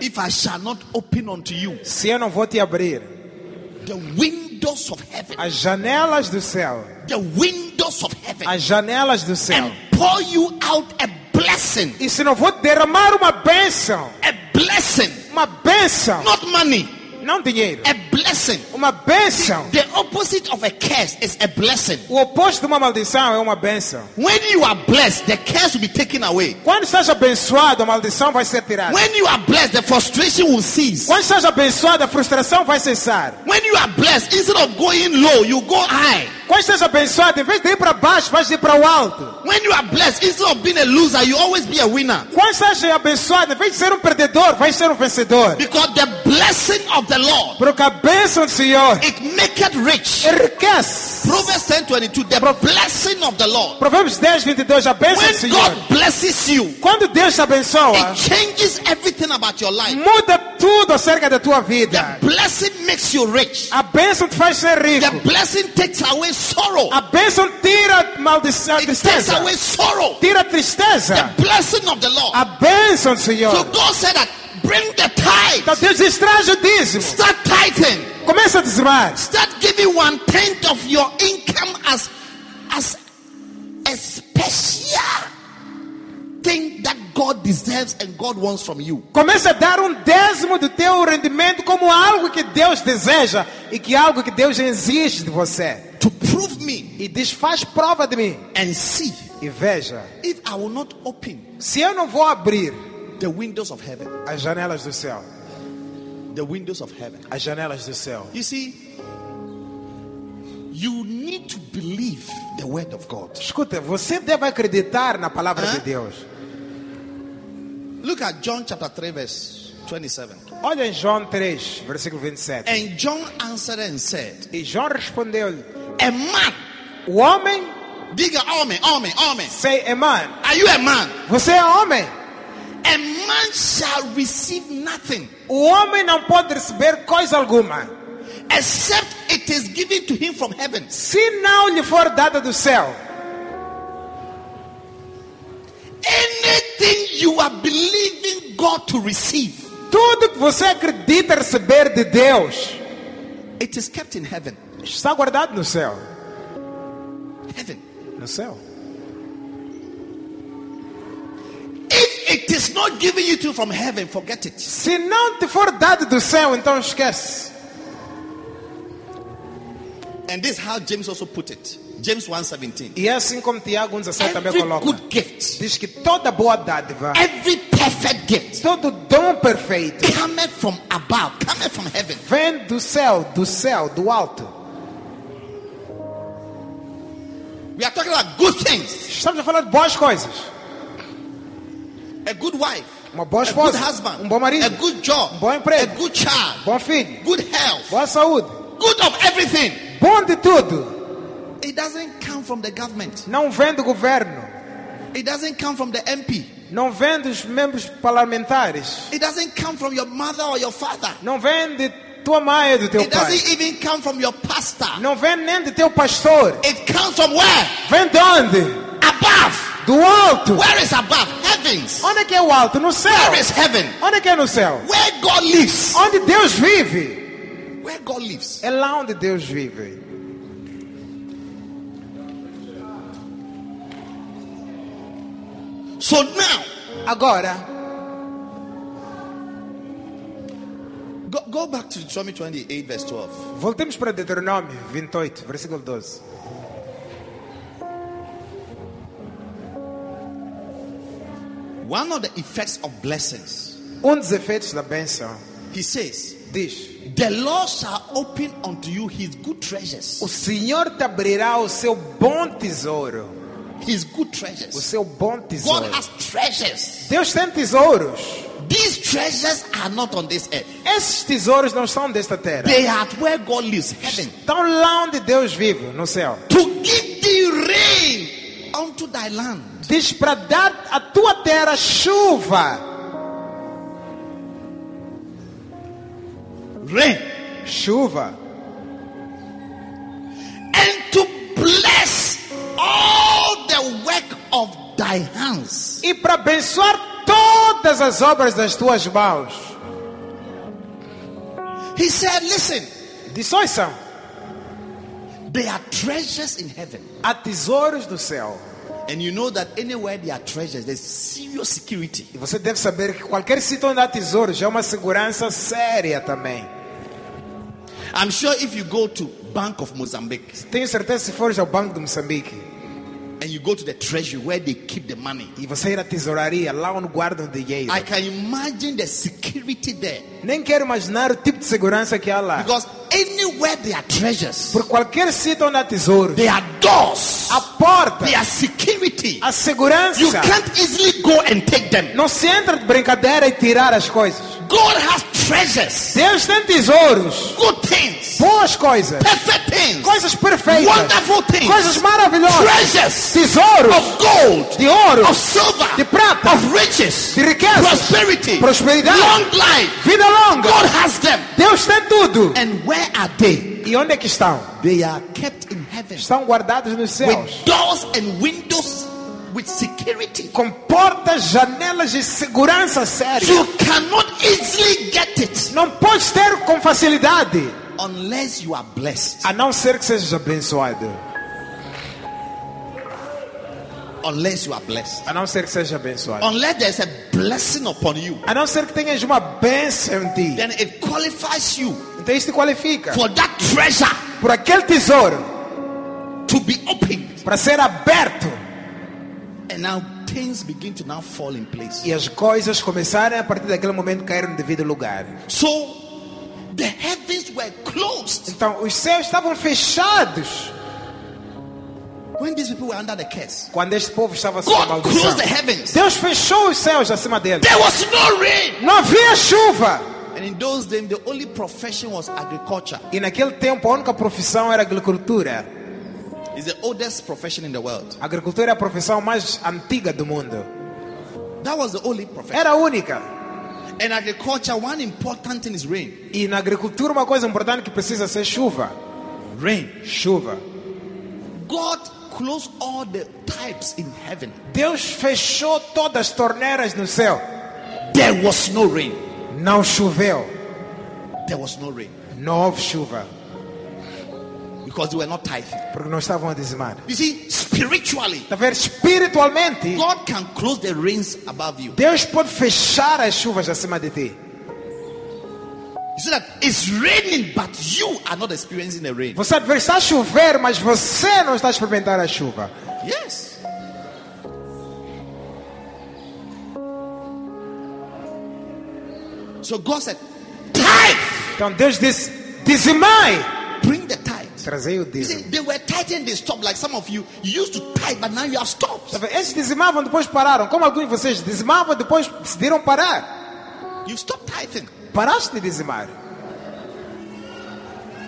B: if I shall not open unto you
C: Se eu não vou te abrir
B: the windows of heaven,
C: as janelas do céu,
B: the windows of heaven,
C: as janelas do céu.
B: and pour you out a blessing,
C: E se não vou derramar uma bênção,
B: a blessing,
C: uma bênção,
B: not money,
C: não dinheiro,
B: a blessing.
C: uma bênção.
B: The opposite of a curse is a blessing.
C: O oposto de uma maldição é uma bênção.
B: When you are blessed, the curse will be taken away.
C: Quando estás abençoado, a maldição vai ser tirada.
B: When you are blessed, the frustration will cease.
C: Quando estás abençoado, a frustração vai cessar.
B: When you are blessed, instead of going low, you go high.
C: Quando estás abençoado, em vez de ir para baixo, vais ir para o alto.
B: When you are blessed, instead of being a loser, you always be a winner.
C: Quando estás abençoado, em vez de ser um perdedor, vais ser um vencedor.
B: Because the blessing of the Lord,
C: Porque a bênção do Senhor
B: it maketh rich.
C: enriquece.
B: Proverbs 10 22, the blessing of the Lord.
C: Provérbios 10, 22, a bênção do
B: When
C: Senhor.
B: God blesses you,
C: Quando Deus te abençoa,
B: it changes everything about your life.
C: muda tudo acerca da tua vida.
B: The blessing makes you rich.
C: A bênção te faz ser
B: The
C: rico.
B: blessing takes away sorrow.
C: A bênção tira a maldição, a
B: It takes
C: tristeza.
B: away sorrow.
C: Tira a
B: The
C: tristeza.
B: blessing of the Lord.
C: A bênção do
B: So
C: Senhor.
B: God said that bring the
C: Então
B: tithe.
C: Deus diz, traz o dízimo.
B: Start tithing.
C: Começa a dizimar.
B: Start giving one tenth of your income as as a special thing that God deserves and God wants from you.
C: Começa a dar um décimo do teu rendimento como algo que Deus deseja e que algo que Deus exige de você.
B: To prove me
C: E diz, faz prova de mim
B: and see
C: E veja,
B: If I will not open
C: se eu não vou abrir
B: the windows of heaven,
C: as janelas do céu,
B: the windows of heaven.
C: as janelas do céu,
B: You see, you need to believe the word of God.
C: escuta, você deve acreditar na palavra
B: Hã?
C: de Deus.
B: Look at John chapter 3, verse 27.
C: Olha em João 3, versículo 27.
B: And John answered and said,
C: E João respondeu-lhe:
B: A man,
C: O homem,
B: diga homem, homem, homem.
C: sei, é man.
B: Are you a man?
C: Você é homem.
B: A man shall receive nothing
C: O homem não pode receber coisa alguma,
B: except it is given to him from heaven.
C: se não lhe for dada do céu.
B: Anything you are believing God to receive,
C: Tudo que você acredita receber de Deus
B: it is kept in heaven.
C: está guardado no céu.
B: Heaven.
C: No céu.
B: If it is not given you to from heaven, forget it.
C: Se não te for dado do céu, então esquece.
B: And this is how James also put it. James 1:17.
C: E é assim como Tiago 1,17 também
B: Every
C: coloca.
B: good gift,
C: Diz que toda boa dádiva,
B: every perfect gift
C: todo dom perfeito,
B: cometh from above, cometh from heaven.
C: vem do céu, do céu, do alto.
B: We are talking about good things.
C: Estamos a falar de boas coisas.
B: A good wife,
C: Uma boa
B: a good
C: esposa,
B: husband,
C: um bom marido,
B: a good job,
C: um bom emprego.
B: a good child,
C: bom filho,
B: good health,
C: boa saúde,
B: good of everything.
C: bom de tudo.
B: It doesn't come from the government.
C: Não vem do governo,
B: It doesn't come from the MP.
C: não vem dos membros parlamentares,
B: It doesn't come from your mother or your father.
C: não vem de tua mãe ou do teu
B: It
C: pai,
B: doesn't even come from your pastor.
C: não vem nem de teu pastor.
B: It comes from where?
C: Vem de onde?
B: Above.
C: Do alto.
B: Where is above? Heavens.
C: Onde é que é o alto? No céu.
B: Where is heaven?
C: Onde é que é no céu?
B: Where God lives.
C: Onde Deus vive.
B: Where God lives.
C: É lá onde Deus vive.
B: So now,
C: Agora,
B: go, go back to Deuteronomy 28, verse 12.
C: voltemos para Deuteronômio 28, versículo 12.
B: One of the effects of blessings,
C: Um dos efeitos da bênção
B: he says,
C: diz:
B: The Lord shall open unto you his good treasures.
C: O Senhor te abrirá o seu bom tesouro.
B: His good
C: O
B: treasures.
C: seu bom
B: God
C: tesouro.
B: has treasures.
C: Deus tem tesouros.
B: These treasures are not on this earth.
C: Esses tesouros não são desta terra.
B: They are where God lives, heaven.
C: Estão lá onde Deus vive, no céu.
B: To give thee rain unto thy land.
C: Diz para dar à tua terra chuva.
B: Rain.
C: Chuva.
B: and to bless all the work of thy hands.
C: E para abençoar todas as obras das tuas mãos.
B: He said, Listen,
C: Diz, ouçam.
B: there are treasures in heaven.
C: Há tesouros do céu.
B: And you know that anywhere there are treasures, there's serious security.
C: E você deve saber que qualquer sítio onde há tesouros é uma segurança séria também.
B: I'm sure if you go to Bank of Mozambique
C: Tenho certeza se fores ao Banco de Moçambique
B: and you go to the treasury where they keep the money,
C: e você ir à tesouraria, lá onde guardam dinheiro.
B: I can imagine the security there.
C: Nem quero imaginar o tipo de segurança que há lá.
B: Because anywhere there are treasures,
C: Por qualquer sítio onde há tesouros,
B: there are doors,
C: a porta,
B: there are security.
C: a
B: You
C: segurança.
B: can't easily go and take them.
C: Não se entra de brincadeira e tirar as coisas.
B: God has treasures,
C: Deus tem tesouros,
B: good things.
C: boas coisas,
B: perfect things,
C: coisas perfeitas,
B: wonderful things,
C: coisas maravilhosas,
B: treasures of
C: tesouros
B: gold,
C: de ouro,
B: of silver,
C: de prata,
B: of riches,
C: de riquezas,
B: prosperity,
C: prosperidade.
B: long life.
C: vida longa.
B: God has them.
C: Deus tem tudo.
B: And where are they?
C: E onde é que estão?
B: They are kept in heaven
C: Estão guardados nos céus.
B: with doors and windows with security.
C: Com portas, janelas de segurança séria.
B: You cannot easily get it
C: Não podes ter com facilidade.
B: unless you are blessed,
C: A não ser que sejas abençoado.
B: unless you are blessed.
C: A não ser que sejas abençoado.
B: Unless there's a blessing upon you,
C: A não ser que tenhas uma bênção em ti.
B: then it qualifies you
C: Então isso te qualifica.
B: for that treasure
C: Por aquele tesouro.
B: to be opened.
C: Para ser aberto.
B: And now things begin to now fall in place.
C: E as coisas começaram a partir daquele momento cair no devido lugar.
B: So the heavens were closed
C: Então, os céus estavam fechados
B: when these people were under the curse.
C: quando este povo estava sob a
B: God
C: maldição.
B: closed the heavens.
C: Deus fechou os céus acima deles.
B: There was no rain.
C: Não havia chuva.
B: And in those days, the only profession was agriculture.
C: E naquele tempo a única profissão era agricultura.
B: It's the oldest profession in the world.
C: A agricultura é a profissão mais antiga do mundo.
B: That was the only profession.
C: Era a única.
B: And agriculture, one important thing is rain.
C: E na agricultura uma coisa importante que precisa ser chuva.
B: Rain.
C: Chuva.
B: God closed all the types in heaven.
C: Deus fechou todas as torneiras no céu.
B: There was no rain.
C: Não choveu.
B: There was no rain
C: Não houve chuva.
B: because they were not tithing.
C: Porque não estavam a dizimar.
B: You see, spiritually,
C: Está a ver? Espiritualmente,
B: God can close the rains above you.
C: Deus pode fechar as chuvas acima de ti.
B: You see that it's raining, but you are not experiencing the rain.
C: Você adversário está a chover, mas você não está a experimentar a chuva.
B: Yes. So God said, tithe,
C: Então Deus disse: dizimai.
B: bring the tithe.
C: Trazei o
B: You
C: dízimo.
B: see, they were tithing, they stopped. Like some of you, you used to tithe, but now you have stopped.
C: Esses dizimavam, depois pararam. Como alguns de vocês dizimavam, depois decidiram parar.
B: You stopped tithing.
C: Paraste de dizimar.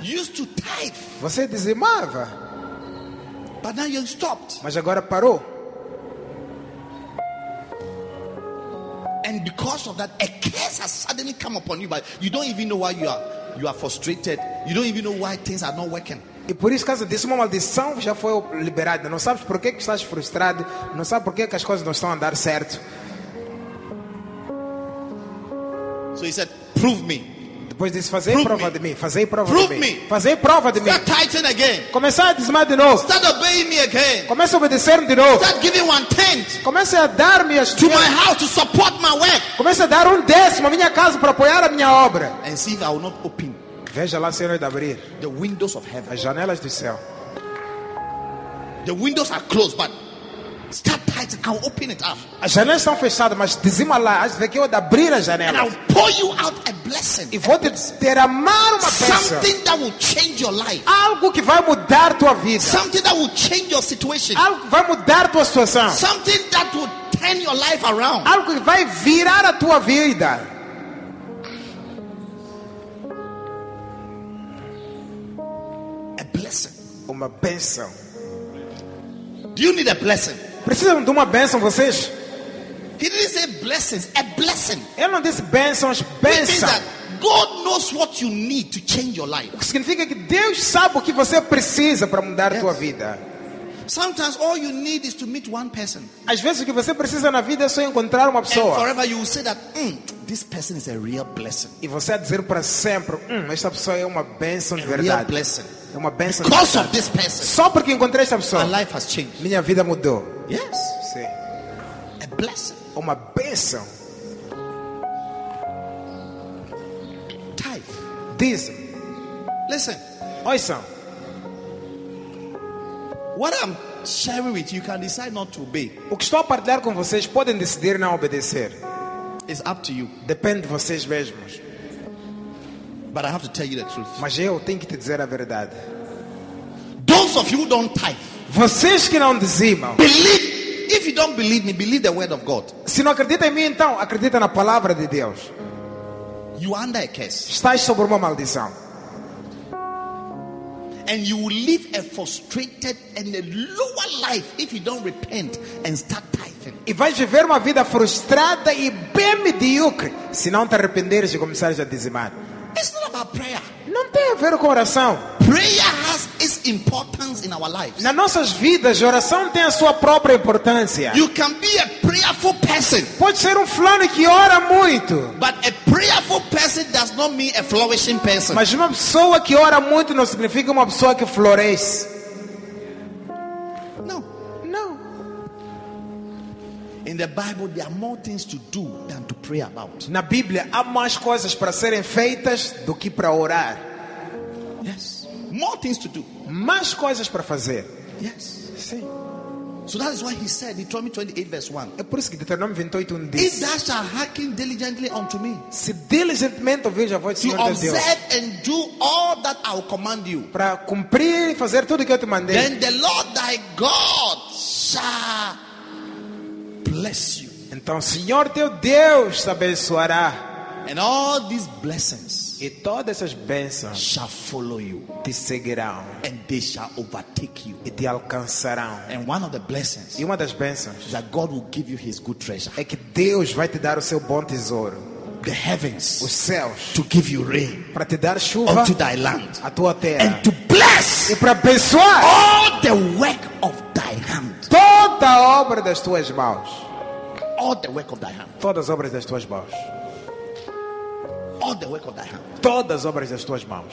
B: You used to tithe,
C: Você dizimava,
B: but now you stopped.
C: mas agora parou.
B: And because of that, a curse has suddenly come upon you, but you don't even know why you are. You are frustrated. You don't even know why things are not working.
C: E por isso, caso disso, uma maldição já foi liberada. Não sabes por que, que estás frustrado. Não sabes por que, que as coisas não estão a andar certo.
B: So he said, prove me.
C: Depois disse, fazei
B: Prove
C: prova
B: me.
C: de mim. Fazei prova
B: Prove
C: de mim.
B: me.
C: Fazei prova de mim.
B: Start tithing again.
C: Começar a dizimar de novo.
B: Start obeying me again.
C: Começa a obedecer de novo.
B: Start giving one tenth
C: Comece a dar-me as
B: to my house to support my work.
C: Comece a dar um décimo à minha casa para apoiar a minha obra.
B: And see if I will not open
C: Veja lá, Senhor, de abrir É,
B: the windows of heaven.
C: as janelas do céu.
B: The windows are closed, but start tithing. I'll open it up.
C: As janelas estão fechadas, mas dizima lá, às vezes que eu de abrir a
B: And
C: janela
B: I'll pour you out a blessing.
C: e vou te derramar uma bênção.
B: Something that will change your life.
C: Algo que vai mudar tua vida.
B: Something that will change your situation.
C: Algo que vai mudar tua situação.
B: Something that will turn your life around.
C: Algo que vai virar a tua vida.
B: A blessing.
C: Uma bênção.
B: Do you need a blessing?
C: Precisam de uma bênção vocês?
B: He didn't say blessings, a blessing.
C: Eu não disse bênçãos,
B: Which means
C: bênção.
B: that God knows what you need to change your life.
C: O que significa que Deus sabe o que você precisa para mudar a tua
B: Yes.
C: vida.
B: Sometimes all you need is to meet one person.
C: Às vezes o que você precisa na vida é só encontrar uma
B: And
C: pessoa.
B: forever you will say that "Mm, this person is a real blessing.
C: E você a dizer para sempre, hum, esta pessoa é uma bênção de
B: A real
C: verdade.
B: blessing.
C: É uma bênção de
B: Because of
C: verdade.
B: this person,
C: Só porque encontrei esta
B: my
C: pessoa,
B: life has changed.
C: minha vida mudou.
B: Yes,
C: Sim. É
B: a blessing.
C: Uma bênção.
B: Tithe.
C: Dízimo.
B: Listen,
C: Ouçam,
B: what I'm sharing with you, you can decide not to obey.
C: o que estou a partilhar com vocês podem decidir não obedecer.
B: It's up to you.
C: Depende de vocês mesmos.
B: But I have to tell you the truth.
C: Mas eu tenho que te dizer a verdade.
B: Those of you who don't tithe,
C: Vocês que não dizimam,
B: believe. If you don't believe me, believe the word of God.
C: se não acreditam em mim, então acredita na palavra de Deus.
B: You are under a curse,
C: Estás sob uma maldição.
B: and you will live a frustrated and a lower life if you don't repent and start tithing.
C: E vais viver uma vida frustrada e bem medíocre se não te arrependeres e começares a dizimar.
B: It's not about prayer.
C: Não tem a ver com oração.
B: Prayer has its importance in our lives.
C: Nas nossas vidas, a oração tem a sua própria importância.
B: You can be a prayerful person,
C: Pode ser um fulano que ora muito,
B: but a prayerful person does not mean a flourishing person.
C: mas uma pessoa que ora muito não significa uma pessoa que floresce.
B: No.
C: Não.
B: In the Bible, there are more things to do than to pray about.
C: Na Bíblia há mais coisas para serem feitas do que para orar.
B: Yes. More things to do.
C: Mais coisas para fazer.
B: Yes.
C: Sim.
B: So that is why he said, Deuteronomy 28, verse 1.
C: É por isso que Deuteronômio 21 diz:
B: If thou shalt hearken diligently unto me,
C: Se diligentemente ouvires a voz do
B: to
C: Senhor teu Deus,
B: observe and do all that I will command you,
C: para cumprir e fazer tudo o que eu te mandei,
B: then the Lord thy God shall bless you.
C: então o Senhor teu Deus te abençoará.
B: And all these blessings
C: E todas essas bênçãos
B: shall follow you,
C: te seguirão
B: and they shall overtake you.
C: e te alcançarão.
B: And one of the blessings
C: E uma das bênçãos
B: is that God will give you his good treasure,
C: é que Deus vai te dar o seu bom tesouro,
B: the heavens,
C: os céus,
B: to give you rain
C: para te dar chuva
B: unto thy land,
C: à tua terra
B: and to bless
C: e para abençoar
B: all the work of thy hand.
C: toda a obra das tuas mãos.
B: All the work of thy hand.
C: Todas as obras das tuas mãos.
B: All the work of thy hand.
C: Todas as obras das tuas mãos.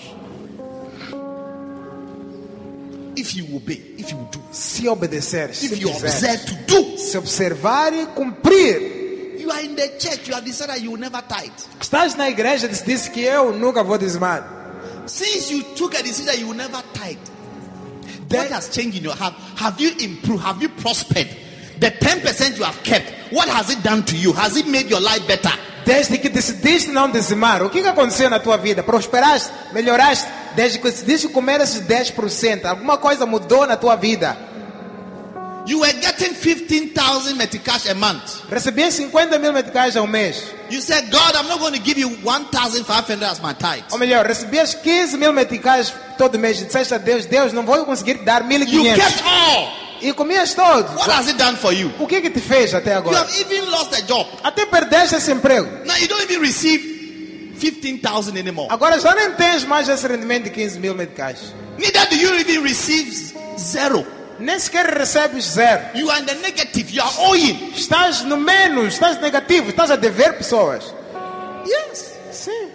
B: If you obey, if you do,
C: Se obedeceres, se,
B: if you
C: fizeres,
B: observe to do,
C: se observar e cumprir.
B: you are in the church, you have decided you will never tithe.
C: Estás na igreja e disse que eu nunca vou dizimar.
B: Since you took a decision that you will never tithe,
C: Then-
B: what has changed in your heart? Have you improved? Have you prospered? The 10% you have kept, what has it done to you? Has it made your life better?
C: Desde que decidiste não dizimar, o que que aconteceu na tua vida? Prosperaste? Melhoraste? Desde que decidiste comer esses 10%, alguma coisa mudou na tua vida?
B: You were getting 15,000 metikash a month.
C: Recebias 50 mil meticais ao mês.
B: You said, God, I'm not going to give you 1,500 as my tithe.
C: Ou melhor, recebias 15 mil meticais todo mês. E disseste a Deus, Deus, não vou conseguir te dar
B: You
C: 1.500.
B: kept all.
C: E comias todos.
B: What has it done for you?
C: O que que te fez até
B: You
C: agora?
B: have even lost a job.
C: Até perdeste esse emprego.
B: Now you don't even receive 15,000 anymore.
C: Agora já nem tens mais esse rendimento de 15 mil meticais.
B: Neither do you even receive zero.
C: Nem sequer recebes zero.
B: You are in the negative. You are owing.
C: Estás no menos, estás negativo, estás a dever pessoas.
B: Yes.
C: Sim.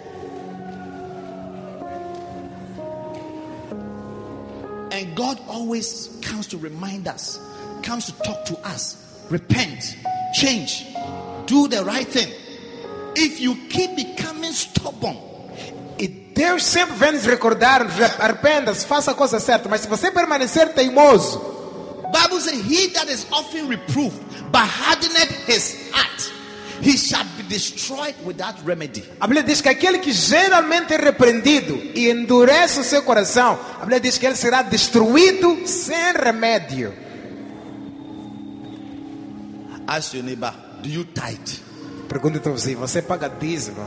B: And God always comes to remind us, comes to talk to us. Repent, change, do the right thing. If you keep becoming stubborn,
C: E Deus sempre vem nos recordar, arrependa-se, faça a coisa certa. Mas se você permanecer teimoso,
B: Bible says, He that is often reproved but hardeneth his heart, he shall be destroyed without remedy.
C: a Bíblia diz que aquele que geralmente é repreendido e endurece o seu coração, a Bíblia diz que ele será destruído sem remédio.
B: Ask your neighbor, do you tithe?
C: Pergunta ao vizinho, então você paga dízimo?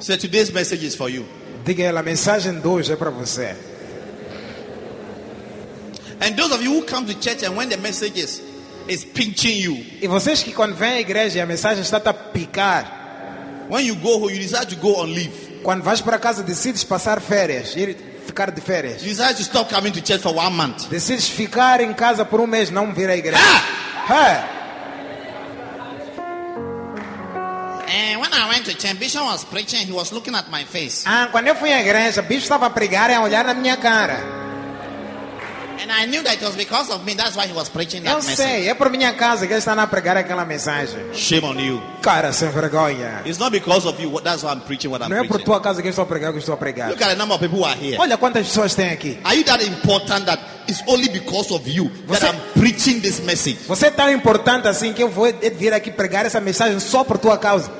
B: So today's message is for you.
C: Diga a ela, a mensagem de hoje é para você.
B: And those of you who come to church and when the message is, is pinching you,
C: E vocês que quando vêm à igreja e a mensagem está a picar,
B: when you go home, you decide to go on leave.
C: quando vais para casa decides passar férias, ir ficar de férias.
B: You decide to stop coming to church for one month. Ah!
C: Decides ficar em casa por um mês, não vir à igreja. É.
B: And when I went to church, Bishop was preaching, he was looking at my face.
C: Ah, quando eu fui à igreja, o bicho estava a pregar e a olhar na minha cara.
B: And I knew that it was because of me, that's why he was preaching that
C: Eu
B: message.
C: sei, é por minha casa que ele está a pregar aquela mensagem.
B: Shame on you.
C: Cara, sem vergonha.
B: It's not because of you, what- that's why I'm preaching what I'm
C: Não é por
B: preaching.
C: tua casa que eu estou a pregar que eu estou a pregar.
B: Look at the number of people who are here.
C: Olha quantas pessoas tem aqui.
B: Are you that important that it's only because of you that
C: Você-
B: I'm preaching this message?
C: Você é tão importante assim que eu vou vir aqui pregar essa mensagem só por tua causa.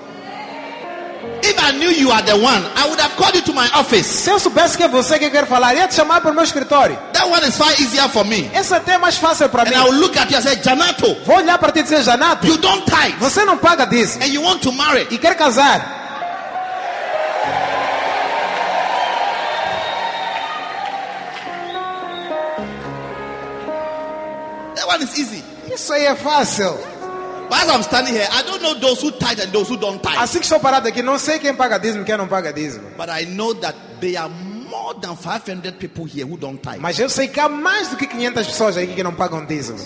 B: If I knew you are the one, I would have called you to my office.
C: Se eu soubesse que é você que eu quero falar, ia te chamar para o meu escritório.
B: That one is far easier for me.
C: Essa até é mais fácil para
B: And I
C: mim.
B: will look at you and say, Janato,
C: Vou olhar para ti e dizer, Janato,
B: you don't tithe
C: você não paga disso.
B: and you want to marry.
C: E quer casar.
B: That one is easy.
C: Isso aí é fácil.
B: But as I'm standing here, I don't know those who tithe and those who don't tithe.
C: Assim que estou parado aqui, não sei quem paga dízimo e quem não paga dízimo.
B: But I know that there are more than 500 people here who don't tithe.
C: Mas eu sei que há mais do que 500 pessoas aqui que não pagam dízimo.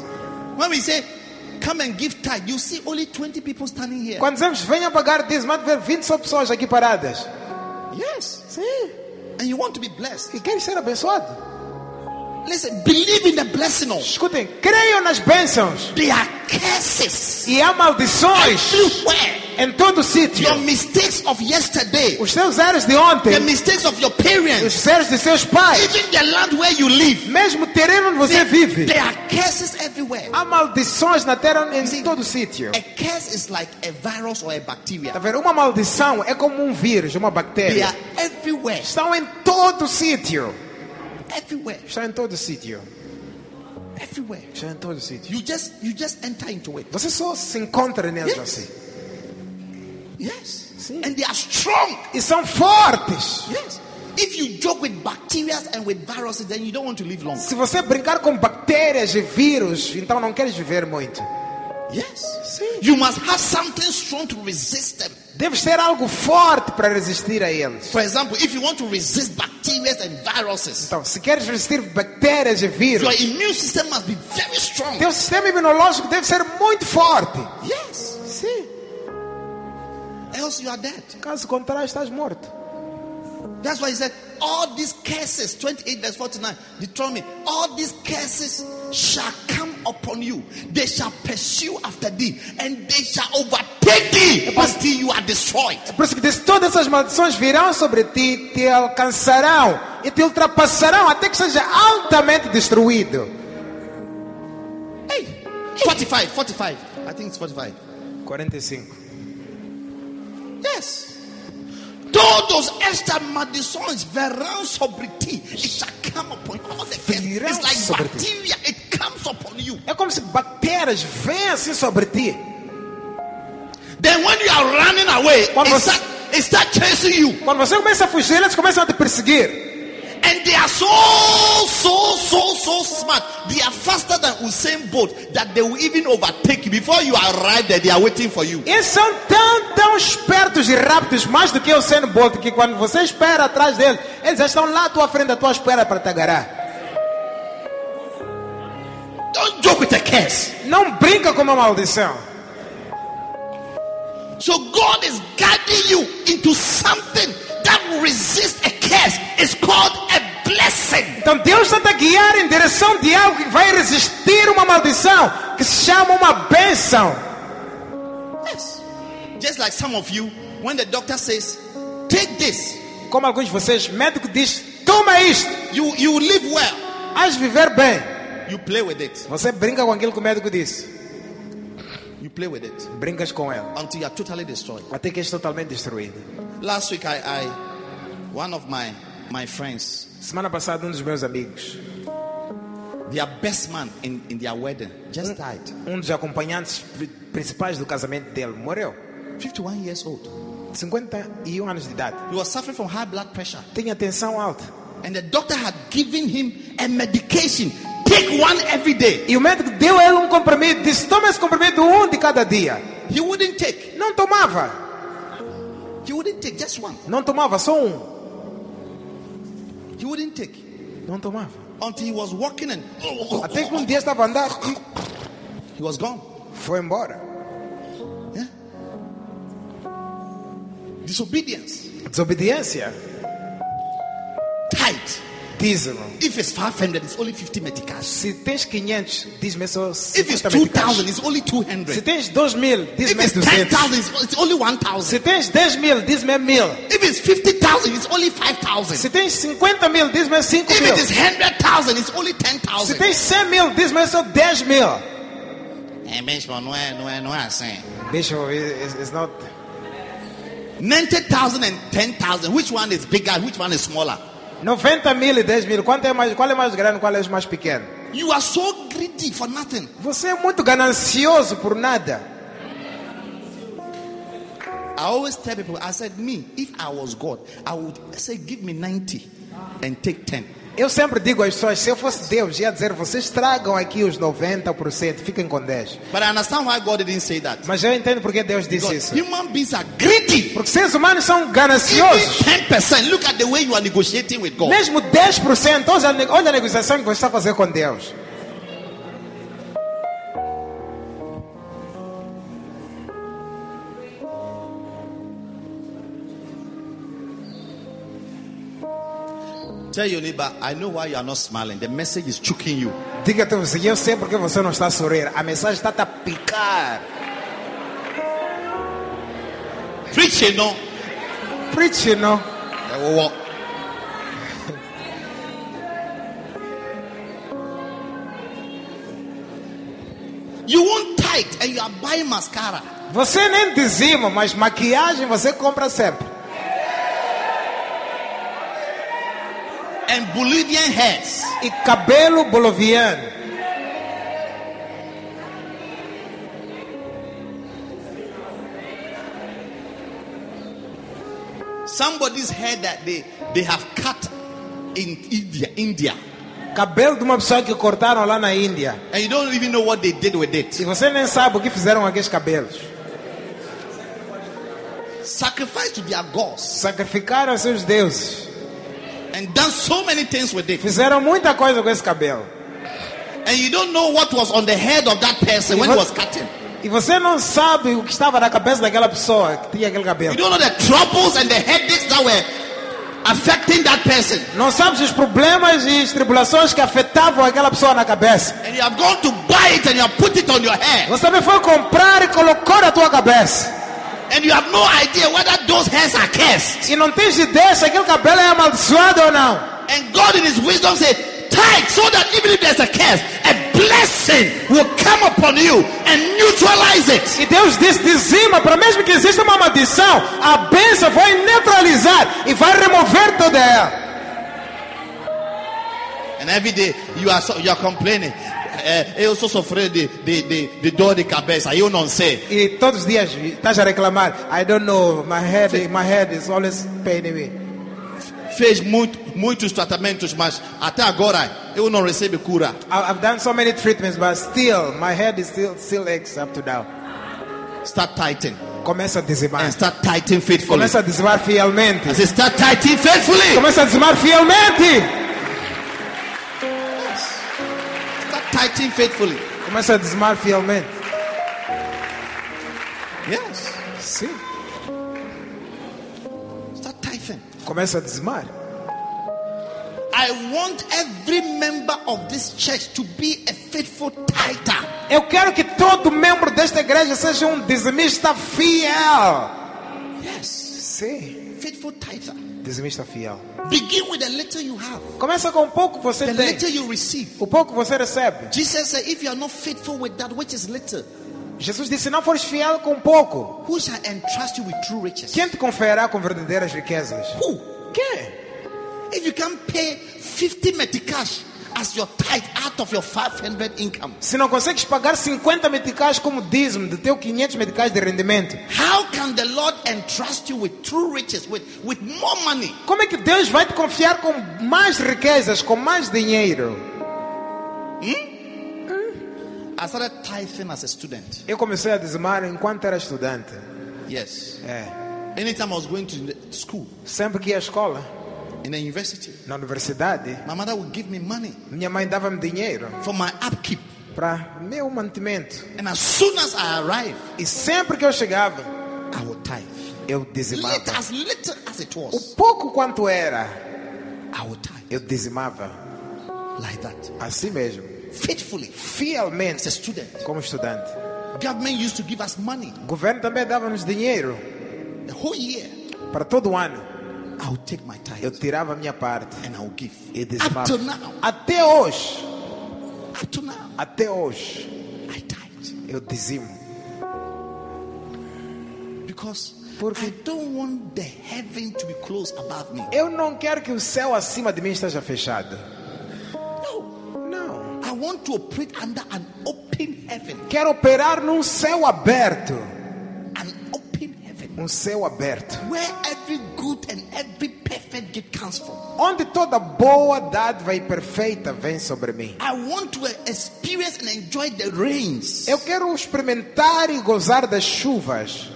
B: When we say, come and give tithe, you see only 20 people standing here.
C: Quando dizemos venham pagar dízimo, há de ver 20 só pessoas aqui paradas.
B: Yes.
C: Sim.
B: And you want to be blessed.
C: E queres ser abençoado?
B: Listen, believe in the blessing. Of.
C: Escutem, creiam nas bênçãos.
B: There are curses
C: E há maldições
B: everywhere.
C: em todo sítio.
B: Your mistakes of yesterday,
C: Os seus erros de
B: the
C: ontem,
B: mistakes of your
C: os
B: parents,
C: erros de seus pais,
B: even the land where you live.
C: mesmo o terreno onde você vive.
B: There are curses everywhere.
C: Há maldições na terra em todo sítio.
B: A curse is like a virus or a
C: Tá
B: bacteria.
C: vendo? Uma maldição é como um vírus, uma
B: They
C: bactéria.
B: are everywhere.
C: Estão em todo sítio.
B: Everywhere.
C: Estão em todo sítio.
B: Everywhere.
C: Estão em todo sítio.
B: You just you just enter into it.
C: Você só se encontra neles assim.
B: Yes.
C: See?
B: And they are strong.
C: E são fortes.
B: Yes. If you joke with bacteria and with viruses, then you don't want to live long.
C: Se você brincar com bactérias e vírus, então não queres viver muito.
B: Yes.
C: See?
B: You must have something strong to resist them.
C: Deves ter algo forte para resistir a eles.
B: For example, if you want to resist bacteria and viruses,
C: Então, se queres resistir bactérias e
B: your
C: vírus,
B: immune system must be very strong.
C: teu sistema imunológico deve ser muito forte.
B: Yes.
C: Sim.
B: Else you are dead.
C: Caso contrário, estás morto.
B: That's why he said, All these curses, 28 verse 49, Deuteronomy, all these curses shall come upon you. They shall pursue after thee, and they shall overtake thee until you are destroyed.
C: Por isso que diz, todas essas maldições virão sobre ti, te alcançarão e te ultrapassarão até que seja altamente destruído.
B: Hey, 45, 45. I think it's 45.
C: 45.
B: Yes. Todos estas maldições verão sobre ti. It shall come upon you. All the curses.
C: Virão
B: It's like
C: sobre ti.
B: bacteria. It comes upon you.
C: É como se bactérias vencem sobre ti.
B: Then when you are running away,
C: What
B: it
C: was-
B: start, it start chasing you.
C: Quando você começa a fugir, eles começam a te perseguir.
B: And they are so, so, so, so smart. They are faster than Usain Bolt that they will even overtake you. Before you arrive there, they are waiting for you.
C: Eles são tão, tão espertos e rápidos, mais do que o Sen Bolt, que quando você espera atrás deles, eles já estão lá à tua frente, à tua espera para te agarrar.
B: Don't joke with a curse.
C: Não brinca com uma maldição.
B: So God is guiding you into something that will resist a curse. It's called a blessing.
C: Então Deus está a guiar em direção de algo que vai resistir uma maldição, que se chama uma bênção.
B: Yes. Just like some of you, when the doctor says, take this,
C: Como alguns de vocês, médico diz: toma isto,
B: you, you will live well.
C: has viver bem.
B: You play with it.
C: Você brinca com aquilo que o médico disse,
B: You play with it
C: brincas com ele,
B: until you are totally destroyed.
C: até que és é totalmente destruído.
B: Last week, I, I one of my, my friends,
C: Semana passada, um dos meus amigos,
B: Their best man in, in their wedding just died.
C: um dos acompanhantes pri- principais do casamento dele, morreu,
B: 51 years old.
C: 51 anos de idade.
B: He was suffering from high blood pressure.
C: Tinha tensão alta.
B: And the doctor had given him a medication. Take one every day.
C: E o médico deu a ele um comprimido, disse: toma esse comprimido um de cada dia.
B: He wouldn't take.
C: Não tomava,
B: He wouldn't take just one.
C: não tomava, só um.
B: He wouldn't take.
C: Não tomava.
B: Until he was walking and
C: Até que um dia estava a andar e
B: he was gone.
C: foi embora.
B: Yeah. Disobedience.
C: Desobediência.
B: Tight.
C: Dízimo.
B: If it's 500, it's only 50 meticals.
C: Se tens 500, diz-me só
B: If it's
C: 50
B: 2,000,
C: meticais.
B: it's only
C: Se
B: 200.
C: tens 2 mil,
B: If
C: diz-me
B: it's
C: 200.
B: 10,000, it's it's only
C: Se
B: 1,000.
C: tens 10 mil, diz-me mil.
B: If it's 50,000, it's only 5,000.
C: Se tens 50 mil, diz-me 5
B: If it is
C: mil.
B: hundred thousand, it's only ten
C: Se
B: thousand.
C: tens 100 mil, diz-me só 10 mil.
B: Bicho, não é, não é, não é assim.
C: Bicho, it's, it's not...
B: Ninety thousand and ten thousand. Which one is bigger? Which one is smaller?
C: 90 mil e 10 mil. Quanto é mais, qual é mais grande, qual é mais pequeno?
B: You are so greedy for nothing.
C: Você é muito ganancioso por nada.
B: I always tell people. I said, me, if I was God, I would say, give me ninety and take ten.
C: Eu sempre digo às pessoas, se eu fosse Deus, ia dizer, vocês tragam aqui os 90%, fiquem com 10.
B: But I understand why God didn't say that.
C: Mas eu entendo porque Deus disse
B: Because
C: isso.
B: human beings are greedy.
C: Porque seres humanos são
B: Even
C: gananciosos.
B: ten percent. Look at the way you are negotiating with God.
C: Mesmo 10%, olha a ne- olha a negociação que você está a fazer com Deus.
B: Tell your neighbor, I know why you are not smiling. The message is choking you.
C: Diga te vizinho, eu sei porque você não está a sorrir. A mensagem está a picar.
B: preaching no
C: Preaching, no?
B: ɛwowɔ you won't tight and you are buying mascara
C: Você nem dizima, mas maquiagem você compra sempre.
B: and bolivian hairs
C: E cabelo boliviano.
B: somebody's hair that they they have cut in india india
C: Cabelo de uma pessoa que cortaram lá na Índia.
B: and you don't even know what they did with it
C: E você nem sabe o que fizeram com aqueles cabelos.
B: sacrifice to their gods
C: Sacrificaram seus deuses.
B: and done so many things with it
C: Fizeram muita coisa com esse cabelo.
B: and you don't know what was on the head of that person when he was cutting
C: E você não sabe o que estava na cabeça daquela pessoa que tinha aquele
B: you
C: cabelo.
B: don't know the troubles and the headaches that were affecting that person
C: Não sabes os problemas e as tribulações que afetavam aquela pessoa na cabeça.
B: and you have gone to buy it and you have put it on your hair
C: Você também foi comprar e colocou na tua cabeça.
B: and you have no idea whether those hairs are cursed
C: E não tens ideia se aquele cabelo é amaldiçoado ou não.
B: and god in his wisdom said tight so that even if there's a curse a blessing will come upon you and neutralize it
C: E Deus disse, dizima, para mesmo que exista uma maldição, a bênção vai neutralizar e vai remover toda ela.
B: and every day you are so, you are complaining eh, eu sou sofrendo de, de, de, de dor de cabeça eu não sei
C: E todos os dias estás a reclamar. I don't know, my head, my head is always paining me.
B: fez muito, muitos tratamentos mas até agora eu não recebo cura
C: I- I've done so many treatments, but still, my head is still, still aches up to now.
B: start tightening
C: Começa a dizimar.
B: and start tightening faithfully
C: Começa a dizimar fielmente.
B: I say start tightening faithfully
C: Assim. Começa a dizimar fielmente.
B: Start tithing faithfully.
C: Começa a dizimar fielmente.
B: Yes.
C: Sim.
B: Start tithing.
C: Começa a dizimar.
B: I want every member of this church to be a faithful tither.
C: Eu quero que todo membro desta igreja seja um dizimista fiel.
B: Yes.
C: Sim.
B: Faithful tither.
C: Dizimista fiel.
B: Begin with the little you have,
C: Começa com o pouco que você
B: the
C: tem.
B: little you receive.
C: O pouco que você recebe.
B: Jesus said, If you are not faithful with that which is little,
C: Jesus disse: se não fores fiel com pouco,
B: who shall entrust you with true riches?
C: quem te confiará com verdadeiras riquezas?
B: Who?
C: Quem?
B: If you can pay 50 metikash as your tithe out of your 500 income,
C: Se não consegues pagar 50 meticais como dízimo do teu 500 meticais de rendimento,
B: how can the Lord entrust you with true riches, with, with more money?
C: como é que Deus vai te confiar com mais riquezas, com mais dinheiro?
B: I started tithing as a student.
C: Eu comecei a dizimar enquanto era estudante.
B: Yes.
C: É,
B: Anytime I was going to the school,
C: sempre que ia à escola,
B: in the university,
C: na universidade,
B: my mother would give me money
C: minha mãe dava-me dinheiro
B: for my upkeep.
C: para meu mantimento.
B: And as soon as I arrive,
C: E sempre que eu chegava,
B: I would tithe.
C: eu dizimava.
B: Little, as little as it was,
C: O pouco quanto era,
B: I would tithe.
C: eu dizimava.
B: Like that.
C: Assim mesmo.
B: Faithfully. As
C: Fielmente,
B: a student.
C: como estudante.
B: Government used to give us money
C: O governo também dava-nos dinheiro
B: the whole year.
C: para todo o ano.
B: I would take my tithe
C: Eu tirava a minha parte
B: and I would give.
C: e
B: Up
C: dizimava.
B: to now.
C: Até hoje,
B: Up to now.
C: até hoje,
B: I tithe.
C: eu dizimo.
B: Because
C: Porque-
B: I don't want the heaven to be closed above me.
C: Eu não quero que o céu acima de mim esteja fechado.
B: No.
C: Não.
B: I want to operate under an open heaven.
C: Quero operar num céu aberto.
B: An open heaven.
C: Um céu aberto.
B: where every good and every perfect gift comes from.
C: Onde toda boa dádiva e perfeita vem sobre mim.
B: I want to experience and enjoy the rains,
C: Eu quero experimentar e gozar das chuvas.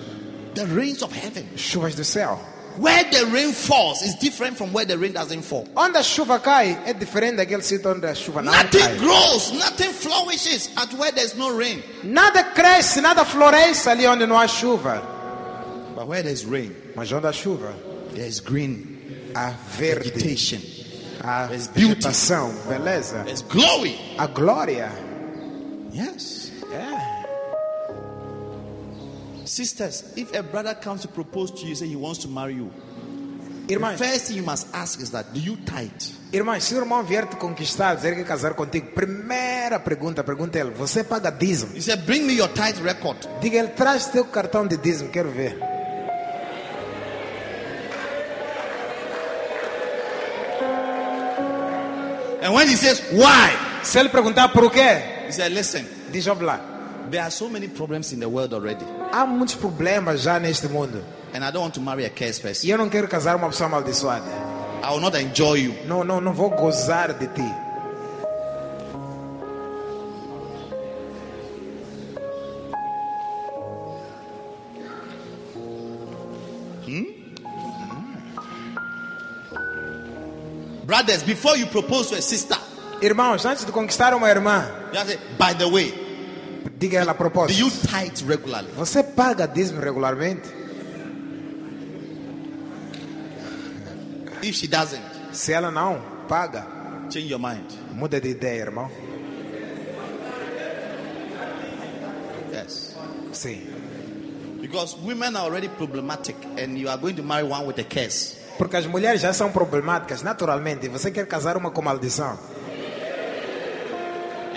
B: the rains of heaven.
C: Chuvas do céu.
B: Where the rain falls is different from where the rain doesn't fall.
C: Onde a chuva cai é diferente daquele sítio onde a chuva não
B: Nothing
C: cai.
B: grows, nothing flourishes at where there's no rain.
C: Nada cresce, nada floresce ali onde não há chuva.
B: But where there's rain,
C: Mas onde há chuva,
B: there's green,
C: há verde,
B: vegetation,
C: há
B: There's beauty.
C: vegetação, beleza,
B: there's glory.
C: a glória.
B: Yes.
C: É.
B: Sisters, if a brother comes to propose to you, say he wants to marry you, the
C: Irmãs,
B: first thing you must ask is that, do you tithe?
C: irmãs, se o irmão vier te conquistar, dizer que quer casar contigo, primeira pergunta, pergunta a ele: Você paga dízimo?
B: You say, bring me your tithe record.
C: Diga ele: Traz teu cartão de dízimo, quero ver.
B: And when he says, why?
C: Se ele perguntar por quê,
B: He said, listen,
C: diz: Vamos lá.
B: there are so many problems in the world already,
C: Há muitos problemas já neste mundo.
B: and I don't want to marry a cursed
C: E
B: person.
C: eu não quero casar uma pessoa amaldiçoada.
B: I will not enjoy you.
C: Não, não, não vou gozar de ti.
B: Brothers, before you propose to a sister,
C: Irmãos, antes de conquistar uma irmã,
B: you have to say, by the way,
C: diga ela a
B: do you
C: propósito:
B: tithe regularly?
C: Você paga dízimo regularmente?
B: If she doesn't,
C: Se ela não paga,
B: change your mind.
C: muda de ideia, irmão.
B: Yes.
C: Sim.
B: Because women are already problematic, and you are going to marry one with a curse.
C: Porque as mulheres já são problemáticas, naturalmente. E você quer casar uma com maldição.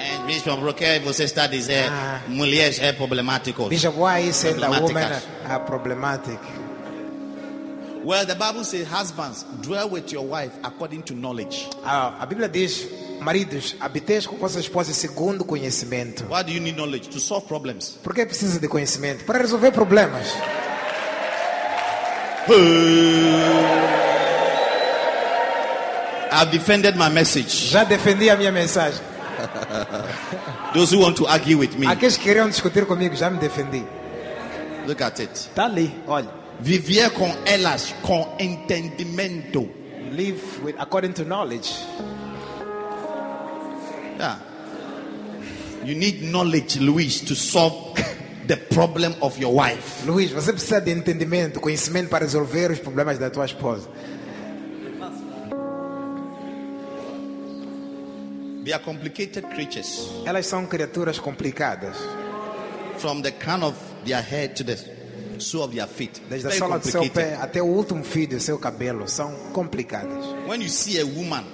B: And Bishop Broquet, você está dizendo,
C: Ah.
B: mulheres é problemático.
C: Bishop, why is it a woman
B: Problemáticas.
C: are problematic?
B: Well, the Bible says, husbands, dwell with your wife according to knowledge.
C: Ah, a Bíblia diz, maridos, habiteis com vossa esposa segundo o conhecimento.
B: Why do you need knowledge? To solve problems.
C: Por que precisa de conhecimento? Para resolver problemas.
B: I've defended my message.
C: Já defendi a minha mensagem.
B: Those who want to argue with me,
C: Aqueles que queriam discutir comigo, já me defendi.
B: look at it.
C: Está ali, olha.
B: Vivier com elas, com entendimento.
C: Live with, according to knowledge.
B: Yeah. You need knowledge, Luis, to solve the problem of your wife.
C: Luiz, você precisa de entendimento, conhecimento para resolver os problemas da tua esposa.
B: They are complicated creatures.
C: Elas são criaturas complicadas.
B: From the crown of their head to the sole of their feet.
C: Desde a
B: Very
C: sola do seu
B: complicated.
C: pé até o último fio do seu cabelo são complicadas.
B: When you see a woman,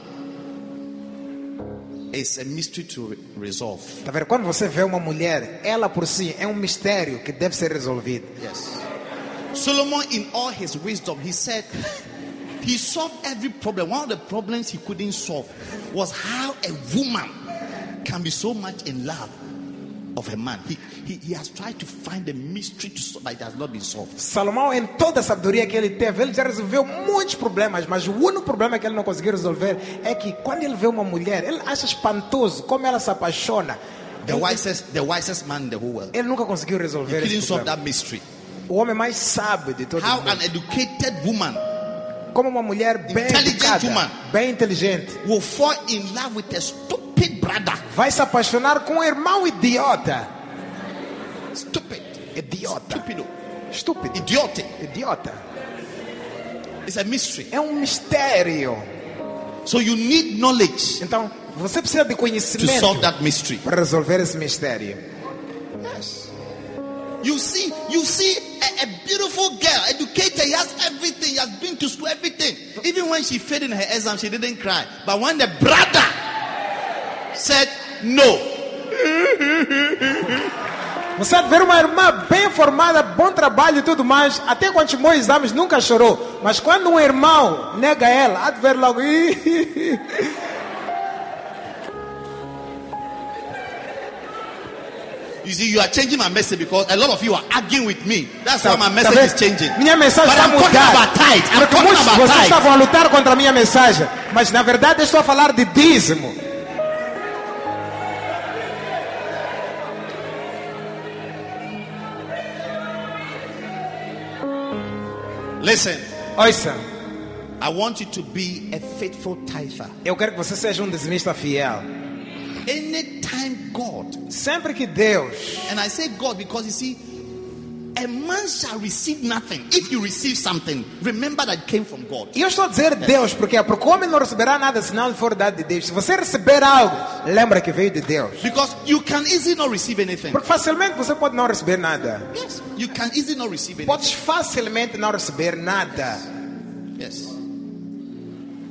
B: it's a mystery to re- resolve.
C: Tá vendo? Quando você vê uma mulher, ela por si é um mistério que deve ser resolvido.
B: Yes. Solomon, in all his wisdom, he said he solved every problem. One of the problems he couldn't solve was how a woman can be so much in love of a man. He, he, he has tried to find a mystery to solve, but it has not been solved.
C: Salomão, em toda a sabedoria que ele teve, ele já resolveu muitos problemas, mas o único problema que ele não conseguiu resolver é que quando ele vê uma mulher, ele acha espantoso como ela se apaixona.
B: The wisest, the wisest man in the whole world.
C: Ele nunca conseguiu
B: He
C: resolver
B: couldn't
C: esse
B: solve
C: problema.
B: that mystery.
C: O homem mais sábio de todos
B: How
C: os
B: an
C: mundos.
B: educated woman
C: Como uma mulher bem
B: Intelligent
C: educada,
B: woman.
C: bem inteligente,
B: will fall in love with a stupid brother.
C: vai se apaixonar com um irmão idiota.
B: Stupid.
C: Idiota.
B: Stupido.
C: Estúpido.
B: Idiotic.
C: Idiota.
B: It's a mystery.
C: É um mistério.
B: So you need knowledge
C: Então, você precisa de
B: to solve
C: conhecimento
B: that mystery.
C: para resolver esse mistério.
B: Yes. You see, you see a, a beautiful girl, educated, he has everything, he has been to school, everything. Even when she failed in her exam, she didn't cry. But when the brother said no,
C: Você deve ver uma irmã bem formada, bom trabalho e tudo mais, até quando chamou exames nunca chorou. Mas quando um irmão nega ela, há de ver logo. "Ih,
B: you see, you are changing my message because a lot of you are arguing with me. That's
C: Tá-
B: why my message
C: tá vendo?
B: is changing.
C: Minha mensagem
B: but
C: está
B: I'm talking
C: mudada.
B: about tithe. I'm
C: Porque muitos de
B: talking
C: vocês
B: about tithe.
C: estavam a lutar contra a minha mensagem. Mas na verdade eu estou a falar de dízimo.
B: Listen,
C: Ouça,
B: I want you to be a faithful tither.
C: eu quero que você seja um dizimista fiel.
B: Anytime God
C: Sempre que Deus,
B: And I say God because you see, A man shall receive nothing. If you receive something, remember that it came from God.
C: E eu estou a dizer Deus, porque é porque o homem não receberá nada se não for dado de Deus. Se você receber algo, lembra que veio de Deus.
B: Because you can easily not receive anything.
C: Porque facilmente você pode não receber nada.
B: Yes. You can easily not receive anything.
C: Podes facilmente não receber nada.
B: Yes.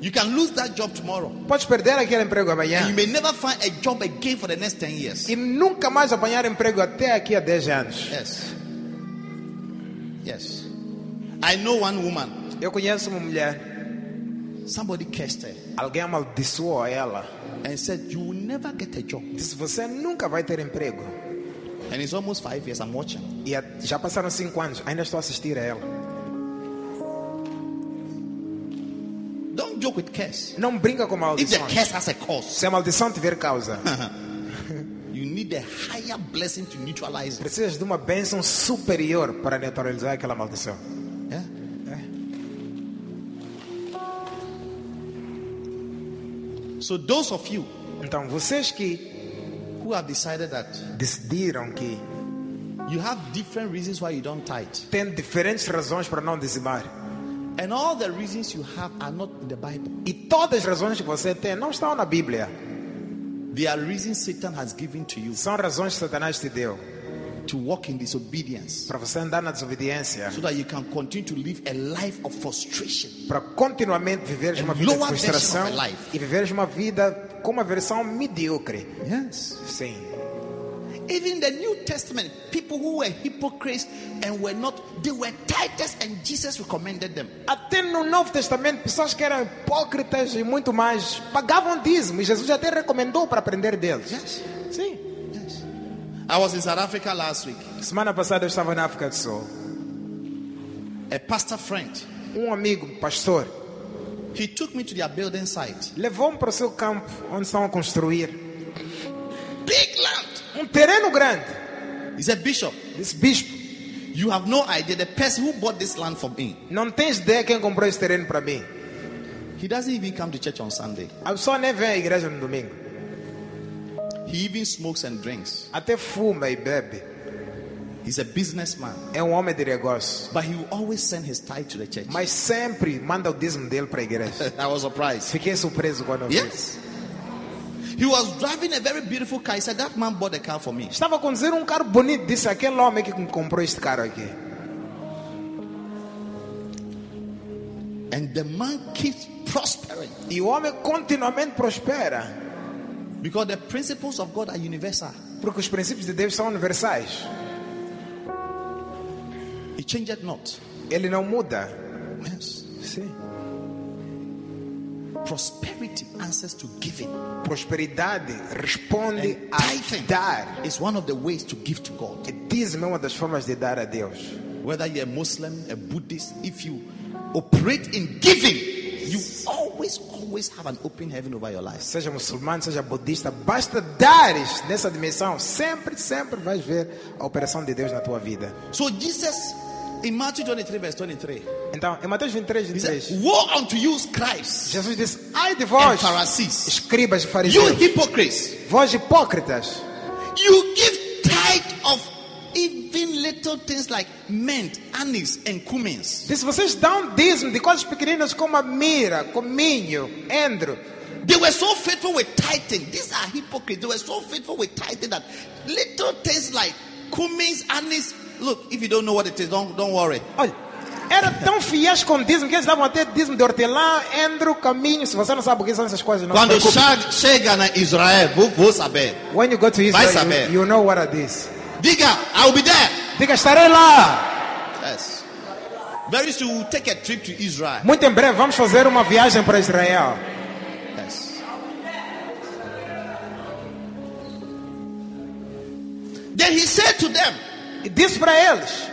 B: You can lose that job tomorrow.
C: Podes perder aquele emprego
B: And you
C: amanhã
B: may never find a job again for the next 10 years.
C: e nunca mais apanhar emprego até aqui a 10 anos.
B: Yes. Yes. I know one woman.
C: Eu conheço uma mulher,
B: Somebody cursed her
C: alguém amaldiçoou ela.
B: and said, You will never get a job.
C: Disse: Você nunca vai ter emprego.
B: And it's almost five years. I'm watching.
C: E a- já passaram 5 anos, ainda estou a assistir a ela.
B: Don't joke with curse.
C: Não brinca com
B: If the
C: maldição.
B: curse has a cause,
C: Se a maldição tiver causa,
B: you need a higher blessing to neutralize it.
C: precisas de uma bênção superior para neutralizar aquela maldição.
B: Yeah? So, those of you
C: Então, vocês que
B: who have decided that
C: decidiram que
B: you have different reasons why you don't tithe,
C: têm diferentes razões para não dizimar,
B: and all the reasons you have are not in the Bible,
C: e todas as razões que você tem não estão na Bíblia,
B: they are reasons Satan has given to you
C: são razões que Satanás te deu
B: to walk in disobedience
C: para você andar na desobediência,
B: so that you can continue to live a life of frustration.
C: para continuamente viveres uma vida de
B: Lower version of
C: frustração
B: a life.
C: e viveres uma vida com uma versão medíocre.
B: Yes.
C: Sim.
B: Even the New Testament, people who were hypocrites and were not, they were titles and Jesus recommended them.
C: Até no Novo Testamento, pessoas que eram hipócritas e muito mais pagavam dízimo. E Jesus até recomendou para aprender deles.
B: Yes.
C: Sim.
B: Yes. I was in South Africa last week.
C: Semana passada eu estava na África do Sul.
B: A pastor friend,
C: Um amigo, pastor,
B: he took me to their building site.
C: levou-me para o seu campo onde estão a construir
B: Big land.
C: um terreno grande.
B: He said, Bishop,
C: Disse, bispo,
B: you have no idea the person who bought this land for me.
C: não tens ideia quem comprou esse terreno para mim.
B: He doesn't even come to church on Sunday.
C: A pessoa nem vem à igreja no domingo.
B: He even smokes and drinks.
C: Até fuma e bebe.
B: He's a businessman.
C: É um homem de negócio.
B: But he will always send his tithe to the church.
C: Mas sempre manda o dízimo dele para a igreja.
B: I was surprised.
C: Fiquei surpreso quando eu vi.
B: Yes. He was driving a very beautiful car. He said, That man bought the car for me.
C: Estava a conduzir um carro bonito. Disse aquele homem que me comprou este carro aqui.
B: And the man keeps prospering
C: E o homem continuamente prospera.
B: because the principles of God are universal.
C: Porque os princípios de Deus são universais.
B: He changed not.
C: Ele não muda.
B: Yes.
C: Sim.
B: Prosperity answers to giving.
C: Prosperidade responde
B: And
C: a
B: tithing
C: dar.
B: is one of the ways to give to God.
C: E dízimo é uma das formas de dar a Deus.
B: Whether you're a Muslim, a Buddhist, if you operate in giving, you always, always have an open heaven over your life.
C: Seja muçulmano, seja budista, basta dares nessa dimensão. Sempre, sempre vais ver a operação de Deus na tua vida.
B: So Jesus in Matthew 23, verse 23,
C: Então, em Mateus 23,
B: he
C: 23,
B: said, Woe unto you, scribes
C: Jesus disse: Ai de
B: and
C: vós,
B: Pharisees,
C: escribas e
B: you
C: fariseus,
B: hypocrites.
C: vós hipócritas.
B: You give tithe of even little things like mint, anise, and cumins.
C: Disse: Vocês dão um dízimo de coisas pequeninas como a mira, cominho, endro.
B: They were so faithful with tithing. These are hypocrites. They were so faithful with tithing that little things like cumins, anise. Look, if you don't know what it is, don't don't worry.
C: Olha, era tão fiéis com dízimo que eles davam até dízimo de hortelã, endro, caminho. Se você não sabe o que são essas coisas, não se
B: Quando
C: preocupe.
B: chega- chega na uh, Israel, vou, vou saber.
C: When you go to
B: Vai
C: Israel,
B: saber.
C: you, you know what it is.
B: Diga, I will be there.
C: Diga: Estarei lá.
B: Yes. Very soon we'll take a trip to Israel.
C: Muito em breve vamos fazer uma viagem para Israel.
B: Yes. Then he said to them,
C: E disse para eles: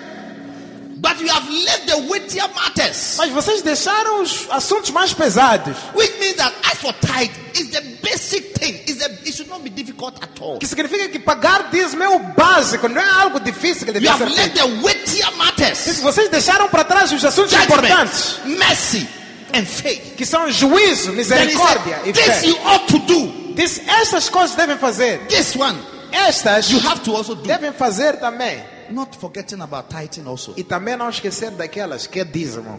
B: But you have left the weightier matters.
C: Mas vocês deixaram os assuntos mais pesados.
B: Which means that as for tithe is the basic thing. It's the, it should not be difficult at all.
C: Que significa que pagar dízimo é o básico, não é algo difícil que
B: You
C: deve
B: have
C: ser
B: left
C: feito.
B: the weightier matters.
C: Vocês deixaram para trás os assuntos importantes,
B: Judgment, mercy, and faith.
C: que são juízo,
B: Then he
C: misericórdia
B: said,
C: e
B: This
C: fé.
B: you ought to do.
C: Diz, estas coisas devem fazer.
B: This one
C: Estas
B: You have to also do,
C: devem fazer também.
B: not forgetting about tithing also.
C: E também não esquecer daquelas que é dízimo.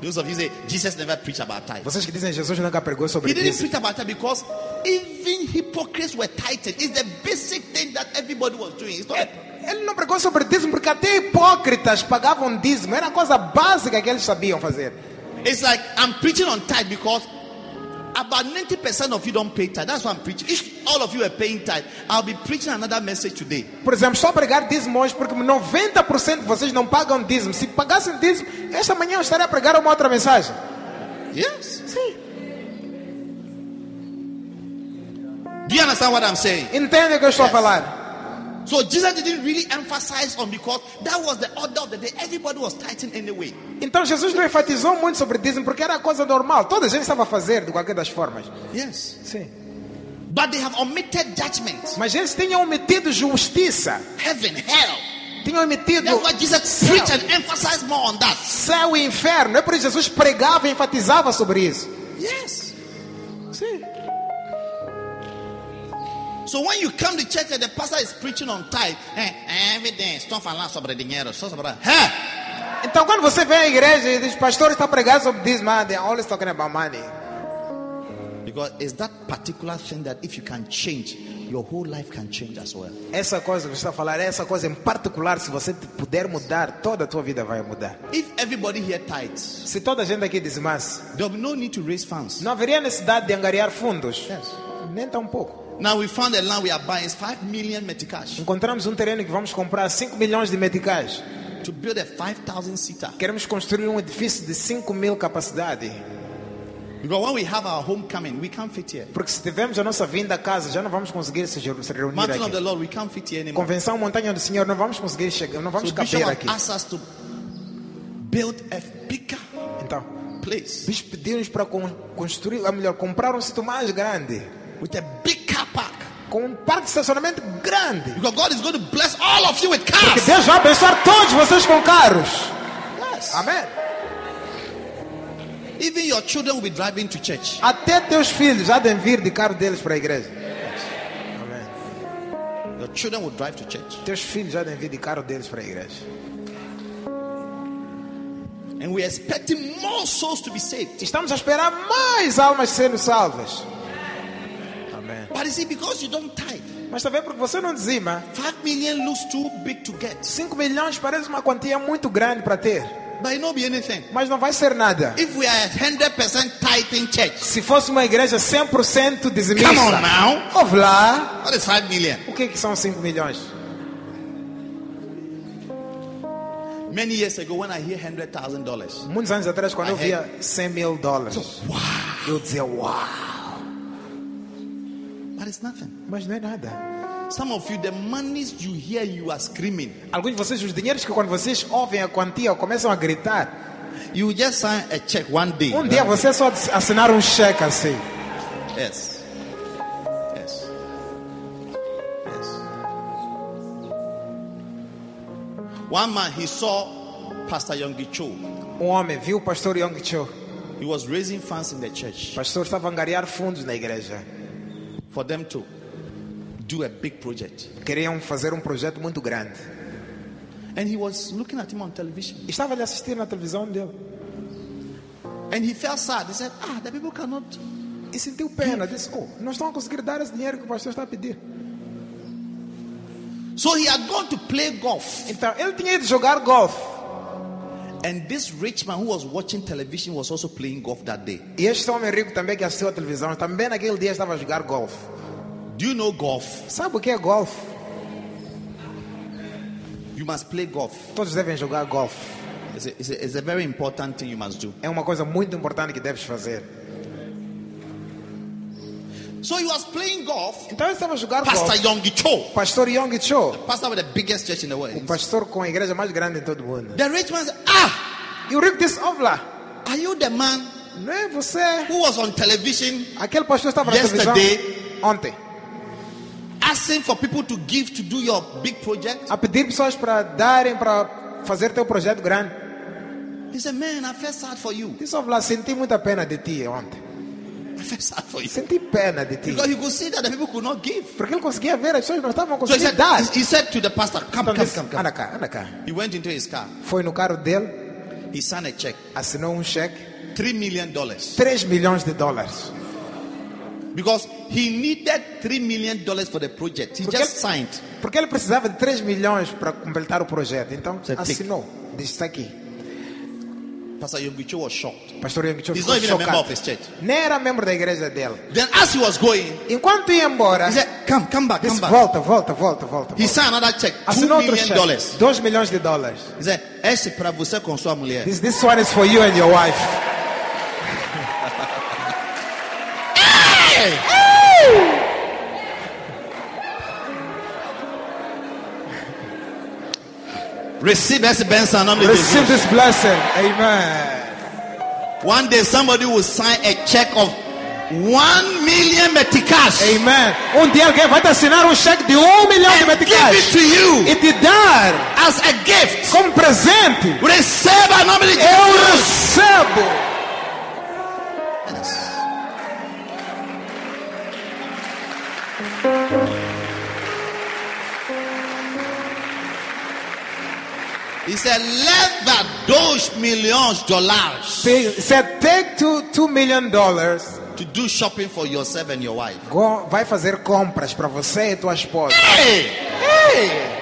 B: Those of you say Jesus never preached about tithe.
C: Vocês que dizem Jesus nunca pregou sobre
B: He didn't
C: dízimo.
B: preach about tithe because even hypocrites were tithing. It's the basic thing that everybody was doing. It's
C: Eh,
B: not a-
C: Ele não pregou sobre dízimo porque até hipócritas pagavam dízimo. Era a coisa básica que eles sabiam fazer.
B: It's like I'm preaching on tithe because about 90% of you don't pay tithe. That's why I'm preaching. If all of you are paying tithe, I'll be preaching another message today.
C: Por exemplo, só pregar dízimo hoje porque 90% de vocês não pagam dízimo. Se pagassem dízimo, esta manhã eu estaria a pregar uma outra mensagem.
B: Yes.
C: Sim.
B: Do you understand what I'm saying?
C: Entende o que eu estou a falar?
B: So Jesus didn't really emphasize on because that was the order of the day. Everybody was tithing anyway.
C: Então Jesus não enfatizou muito sobre dízimo porque era coisa normal. Toda a gente estava a fazer de qualquer das formas.
B: Yes.
C: Sim.
B: But they have omitted judgment,
C: Mas eles tinham omitido justiça.
B: heaven, hell.
C: Tinham omitido
B: That's why Jesus preached and emphasized more on that.
C: céu e inferno. É por isso que Jesus pregava e enfatizava sobre isso.
B: Yes.
C: Sim.
B: So when you come to church and the pastor is preaching on tithe, eh, everything, estou falando sobre dinheiro, estou sobre... Hey!
C: Então quando você vem à igreja e diz, pastor está pregando sobre dízimo, ah, they always talking about money.
B: Because it's that particular thing that if you can change, your whole life can change as well.
C: Essa coisa que você está a falar, essa coisa em particular, se você puder mudar, toda a tua vida vai mudar.
B: If everybody here tithes,
C: Se toda a gente aqui dizimasse,
B: there'll be no need to raise funds.
C: não haveria necessidade de angariar fundos.
B: Yes.
C: Nem tão pouco.
B: Now we found the land we are buying is 5 million meticash
C: Encontramos um terreno que vamos comprar 5 milhões de meticais.
B: to build a 5,000 seater.
C: Queremos construir um edifício de 5 mil capacidade.
B: Because when we have our homecoming, we can't fit here.
C: Porque se tivermos a nossa vinda a casa, já não vamos conseguir se ge- se reunir
B: Mountain of the
C: aqui.
B: Lord, we can't fit here anymore.
C: Convenção Montanha do Senhor, não vamos conseguir chegar, não vamos
B: So Bishop
C: caber
B: has
C: aqui.
B: asked us to build a bigger
C: Então,
B: place
C: Bispo pediu-nos para con- construir, ou melhor, comprar um sítio mais grande.
B: with a big car park.
C: Com um parque de estacionamento grande.
B: Because God is going to bless all of you with
C: Que
B: cars.
C: Deus vai abençoar todos vocês com carros.
B: Yes.
C: Amém.
B: Even your children will be driving to church.
C: Até teus filhos há de vir de carro deles para a igreja. Amém.
B: Your children will drive to church.
C: Teus filhos há de vir de carro deles para a igreja.
B: And we're expecting more souls to be saved.
C: Estamos a esperar mais almas sendo salvas. Amém.
B: But you see, because you don't tithe,
C: Mas também porque você não dizima,
B: five million looks too big to get.
C: 5 milhões parece uma quantia muito grande para ter.
B: But it not be anything.
C: Mas não vai ser nada.
B: If we are a hundred percent tithing church,
C: Se fosse uma igreja 100% dizimista.
B: Come on now.
C: Ouve lá.
B: what is five million?
C: O que, que são 5 milhões?
B: Many years ago, when I hear hundred thousand dollars,
C: Muitos anos atrás, quando eu via 100 mil dólares, eu dizia, uau.
B: but it's nothing.
C: Mas não é nada.
B: Some of you, the monies you hear, you are screaming.
C: Alguns de vocês, os dinheiros que quando vocês ouvem a quantia, começam a gritar.
B: You just sign a check one day.
C: Um dia você só assinar um cheque assim.
B: Yes. Yes. Yes. One man, he saw Pastor Yonggi Cho.
C: Um homem viu o pastor Yong Cho.
B: He was raising funds in the
C: O
B: church
C: pastor estava a angariar fundos na igreja.
B: for them to do a big project.
C: Queriam fazer um projeto muito grande.
B: And he was looking at him on television.
C: Estava ali assistir na televisão dele.
B: And he felt sad. He said, Ah, the people cannot.
C: E sentiu pena. Disse, oh, não estão a conseguir dar esse dinheiro que o pastor está a pedir.
B: So he had gone to play golf.
C: Então, ele tinha ido jogar golfe.
B: And this rich man who was watching television was also playing golf that day.
C: E este homem rico também que assistiu à televisão, também naquele dia estava a jogar golfe.
B: Do you know golf?
C: Sabe o que é golfe?
B: You must play golf.
C: Todos devem jogar golfe.
B: It's a, it's a- it's a very important thing you must do.
C: É uma coisa muito importante que deves fazer.
B: So he was playing golf.
C: Então, ele estava a jogar golfe.
B: Pastor Yonggi Cho,
C: Pastor Yong Cho,
B: pastor with the biggest church in the world.
C: o pastor com a igreja mais grande em todo o mundo.
B: The rich man said, Ah,
C: E o rico disse: Ouve lá,
B: are you the man
C: não é você?
B: who was on television
C: Aquele pastor estava na televisão
B: Yesterday.
C: ontem
B: asking for people to give to do your big project?
C: a pedir pessoas para darem para fazer teu projeto grande.
B: He said, Man, I feel sad for you.
C: Disse: Ouve lá, senti muita pena de ti ontem.
B: I felt sad for you.
C: Senti pena de ti.
B: Because you could see that the people could not give.
C: Porque ele conseguia ver, as pessoas não estavam
B: So he
C: conseguindo
B: said,
C: dar.
B: he said to the pastor, come,
C: Então
B: come,
C: disse,
B: come, come.
C: anda cá, anda cá.
B: He went into his car.
C: Foi no carro dele,
B: He signed a check.
C: assinou um cheque,
B: Three million dollars.
C: 3 milhões de dólares.
B: Because he needed three million dollars for the project. He
C: Porque-
B: just signed.
C: Porque ele precisava de 3 milhões para completar o projeto. Então
B: Você
C: assinou. Diz, está aqui.
B: Pastor Yombicho was shocked.
C: Pastor Yang Cho
B: He's
C: ficou
B: not even a member
C: chocado.
B: of his church.
C: Nem era membro da igreja dele.
B: Then as he was going,
C: Enquanto ia embora,
B: he said, come, come back, come
C: disse,
B: back.
C: volta, volta, volta, volta.
B: He
C: volta.
B: signed another check. Two
C: Assinou outro
B: million dollars.
C: cheque, 2 milhões de dólares.
B: He said, "Eh, esse para você com sua mulher.
C: This, this one is for you and your wife.
B: Receive esse benção em nome de
C: Receive
B: Jesus.
C: this blessing. Amen.
B: One day somebody will sign a check of one million meticas
C: Amen. Um dia alguém vai te assinar um cheque de um milhão de
B: and give it
C: meticais
B: to you
C: e te dar
B: as a gift.
C: como presente.
B: Receba em nome de
C: Eu
B: Jesus.
C: recebo.
B: He said, leva dois milhões de dólares
C: He said, é take two, two million dollars.
B: to do shopping for yourself and your wife.
C: Go- Vai fazer compras para você e tua esposa.
B: Ei! Ei!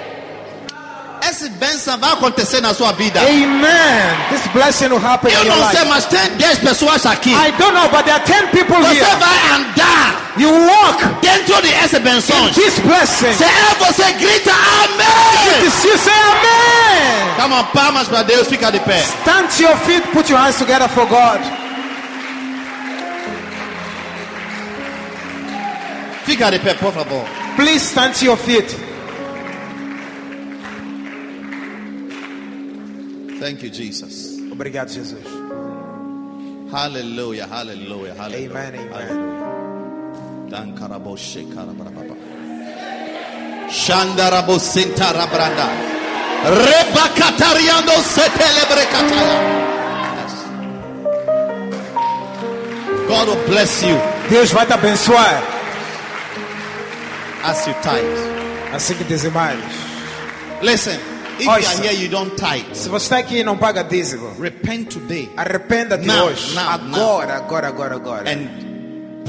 B: Esse benção vai acontecer na sua vida.
C: Amen. This blessing will happen
B: Eu
C: in your
B: não sei,
C: life.
B: mas tem 10 pessoas aqui.
C: I don't know, but there are 10 people
B: Você
C: here.
B: vai andar
C: You walk
B: dentro de essa benção.
C: in this
B: Se
C: blessing.
B: é você, grita amém.
C: This you say amen.
B: Come on, palmas para Deus, fica de pé.
C: Stand to your feet, put your hands together for God.
B: Fica de pé, por favor.
C: Please stand to your feet.
B: Thank you, Jesus.
C: Obrigado, Jesus.
B: Hallelujah, hallelujah, hallelujah.
C: Amen, amen.
B: Hallelujah. Dan karaboshe karabrababa. Shandarabo sinta rabranda. Rebakatariando setelebre kataya. Yes. God will bless you
C: Deus vai te abençoar.
B: as you tithe.
C: Assim que dizimais.
B: Listen, if
C: Awesome.
B: you are here, you don't tithe.
C: Se você está aqui e não paga dízimo,
B: Repent today
C: arrependa-te
B: Now,
C: hoje.
B: now,
C: agora, agora, agora, agora.
B: É and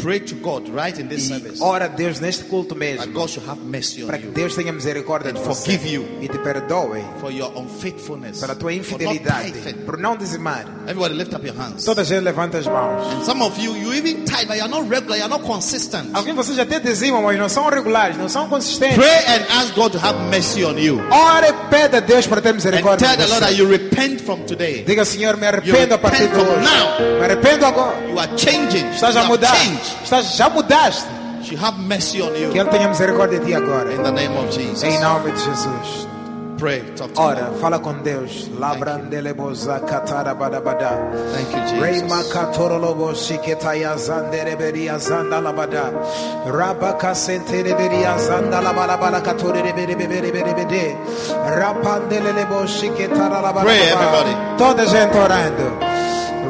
B: pray to God right in this service.
C: Ora a Deus neste culto
B: That
C: mesmo.
B: God should have mercy
C: Para
B: on
C: que
B: you
C: Deus tenha misericórdia de
B: and
C: você.
B: forgive you
C: E te perdoe
B: for your unfaithfulness.
C: pela
B: for
C: tua
B: not
C: infidelidade.
B: tithing.
C: Por não dizimar.
B: Everybody lift up your hands.
C: Toda gente levanta as mãos.
B: Some of you, you even tithe, but you're not regular, you're not consistent.
C: Alguns de vocês até dizimam, mas não são regulares, não são consistentes.
B: Pray and ask God to have mercy on you.
C: Ora e pede a Deus para ter
B: And
C: misericórdia.
B: tell
C: de
B: the Lord
C: você.
B: that you repent from today.
C: Diga, Senhor, me
B: You
C: arrependo a partir
B: repent
C: de
B: from
C: hoje.
B: now.
C: Me arrependo agora.
B: You are changing.
C: Estás a
B: You have
C: mudar.
B: changed.
C: Estás, já mudaste.
B: She have mercy on
C: Que
B: you.
C: Ele tenha misericórdia de ti agora.
B: In the name of Jesus.
C: Em nome de Jesus.
B: Pray. Talk to
C: Ora,
B: God.
C: fala com Deus. Labrandele boza katara badabada.
B: Thank you,
C: Reima
B: Jesus.
C: katorolobo shiketaya zandereberia zandalabada. Rabaka sentereberia zandalabalabala katorereberebereberebede. Rapandelelebo shiketaralabalabala.
B: Pray, everybody.
C: Toda gente orando.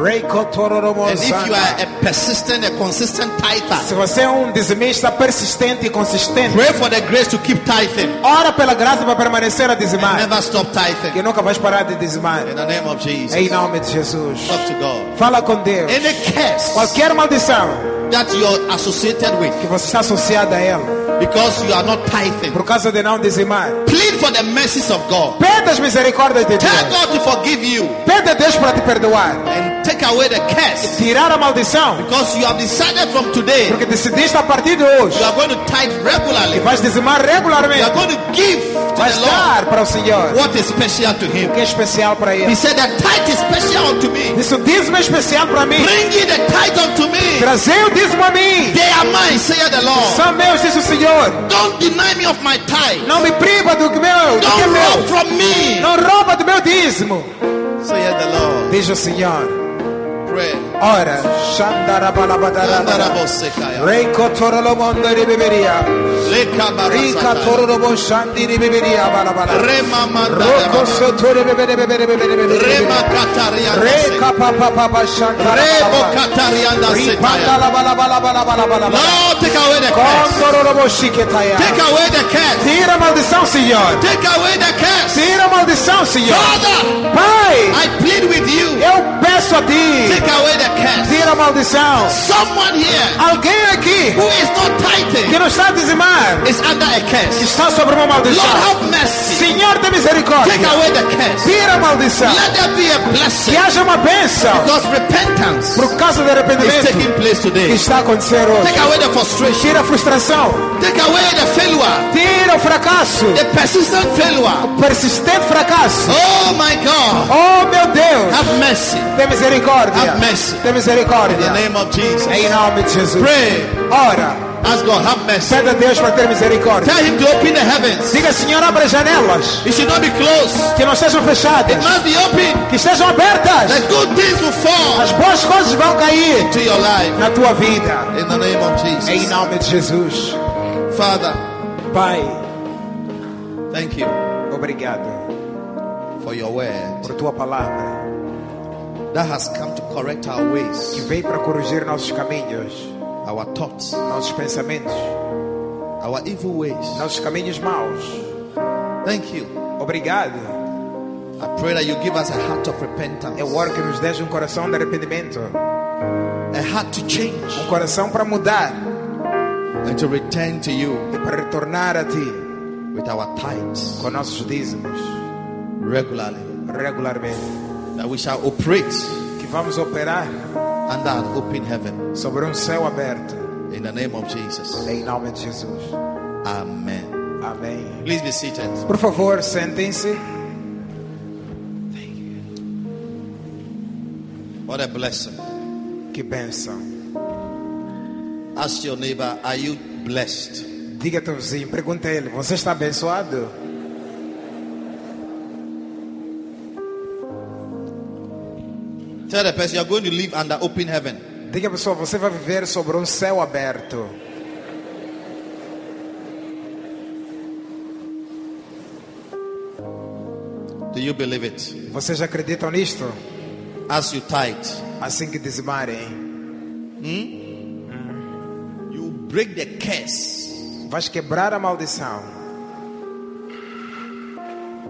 C: Reiko tororobo
B: And if you
C: zanda.
B: are a persistent, a consistent
C: Se
B: tither,
C: você é um dizimista persistente e consistente,
B: pray for the grace to keep tithing.
C: ora pela graça para permanecer a dizimar.
B: Never stop
C: Que
B: tithing.
C: nunca vais parar de dizimar.
B: In the name of
C: Em
B: Jesus.
C: nome de Jesus.
B: Talk to God.
C: Fala com Deus.
B: Any curse
C: Qualquer maldição
B: that you're associated with
C: que você está associada a ela,
B: because you are not tithing,
C: por causa de não dizimar,
B: plead for the mercies of God.
C: pede as misericórdias de
B: Tell
C: Deus.
B: God to forgive you
C: Pede a Deus para te perdoar.
B: and take away the curse
C: Tirar a maldição.
B: because you have decided from today
C: Porque decidiste a partir de
B: you
C: hoje
B: are going to tithe
C: que
B: regularly.
C: vais dizimar
B: You are
C: regularmente.
B: going to give to
C: Vais
B: the Lord
C: dar para o Senhor
B: what is special to
C: o
B: Him.
C: que é especial para
B: He
C: Ele.
B: said, The tithe is special unto me.
C: Isso o dízimo é especial para mim.
B: Bring ye the tithe unto me.
C: Trazei o dízimo a mim.
B: They are mine, saith the Lord.
C: São meus, diz o Senhor.
B: Don't deny me of my tithe.
C: Não me priva do que meu, do que é
B: Don't rob
C: meu.
B: from me,
C: Não rouba do meu dízimo.
B: saith the Lord.
C: Diz o Senhor.
B: Pray.
C: Ora, Shandarabalabadarabara.
B: Andarabosekaya.
C: Reiko Torolomondori Beberia. Rika
B: Lekabarasataya.
C: Torolomoshandiri Beberia Balabala. Roko
B: Remamandarabosekaya.
C: Sotore Bebere Bebere Bebere Bebere. Reka
B: Remakatariandasekaya.
C: Papa Papa Shandarabala.
B: Rebokatariandasekaya.
C: Ripandalabalabalabalabala.
B: Lord, take away the curse.
C: Condororoboshiketaya.
B: Take away the curse.
C: Tira a maldição, Senhor.
B: Take away the curse.
C: Tira a maldição, Senhor.
B: Father,
C: Pai,
B: I plead with you.
C: eu peço a
B: Take
C: ti.
B: away the curse.
C: Tira a maldição.
B: Someone here
C: Alguém aqui
B: who is not
C: que
B: tithing
C: não está a dizimar
B: is under a curse.
C: está sobre uma
B: Lord,
C: maldição.
B: have mercy.
C: Senhor, tem
B: Take
C: misericórdia.
B: away the curse.
C: Tira a maldição.
B: Let there be a
C: Que
B: blessing
C: haja uma bênção
B: because repentance
C: por causa do
B: is taking
C: arrependimento
B: place
C: que
B: today.
C: está a acontecer hoje.
B: Take away the frustration.
C: Tira a frustração.
B: Take away the failure.
C: Tira o fracasso.
B: The persistent failure.
C: Persistente fracasso.
B: Oh my God.
C: Oh, meu Deus.
B: Have mercy.
C: Tem misericórdia.
B: Have mercy.
C: Tem
B: In
C: misericórdia.
B: the name of Jesus.
C: Em nome de Jesus.
B: Pray.
C: Ora,
B: Ask God, have mercy.
C: pede a Deus para ter misericórdia.
B: Tell him to open the heavens.
C: Diga, Senhor, abra as janelas
B: It should not be closed.
C: que não sejam fechadas,
B: It must be open.
C: que estejam
B: The
C: abertas.
B: good things will fall
C: As boas coisas vão cair
B: to your life.
C: na tua vida.
B: In the name of
C: Em
B: Jesus.
C: nome de Jesus.
B: Father,
C: Pai,
B: thank you
C: obrigado
B: for your word
C: por tua palavra
B: that has come to correct our
C: que
B: ways,
C: veio para corrigir nossos caminhos,
B: our thoughts,
C: nossos pensamentos,
B: our evil ways.
C: nossos caminhos maus.
B: Thank you.
C: Obrigado.
B: I pray that you give us a heart of repentance,
C: Eu É oro que nos des um coração de arrependimento,
B: a heart to change,
C: um coração para mudar
B: and to return to you
C: e para retornar a ti
B: with our tithes
C: com nossos dízimos
B: regularly,
C: regularmente.
B: that we shall operate
C: Que vamos operar
B: under an open heaven.
C: sobre um céu aberto.
B: In the name of Jesus.
C: Em nome de Jesus.
B: Amen.
C: Amém.
B: Please be seated.
C: Por favor, sentem-se.
B: What a blessing.
C: Que bênção.
B: Ask your neighbor, are you blessed?
C: Diga a teu vizinho, pergunta a ele: Você está abençoado?
B: Tell the person, you're going to live under open heaven.
C: Diga à pessoa: Você vai viver sobre um céu aberto.
B: Do you believe it?
C: Vocês acreditam nisto?
B: As you tithe,
C: Assim que dizimarem,
B: you break the curse
C: vais quebrar a maldição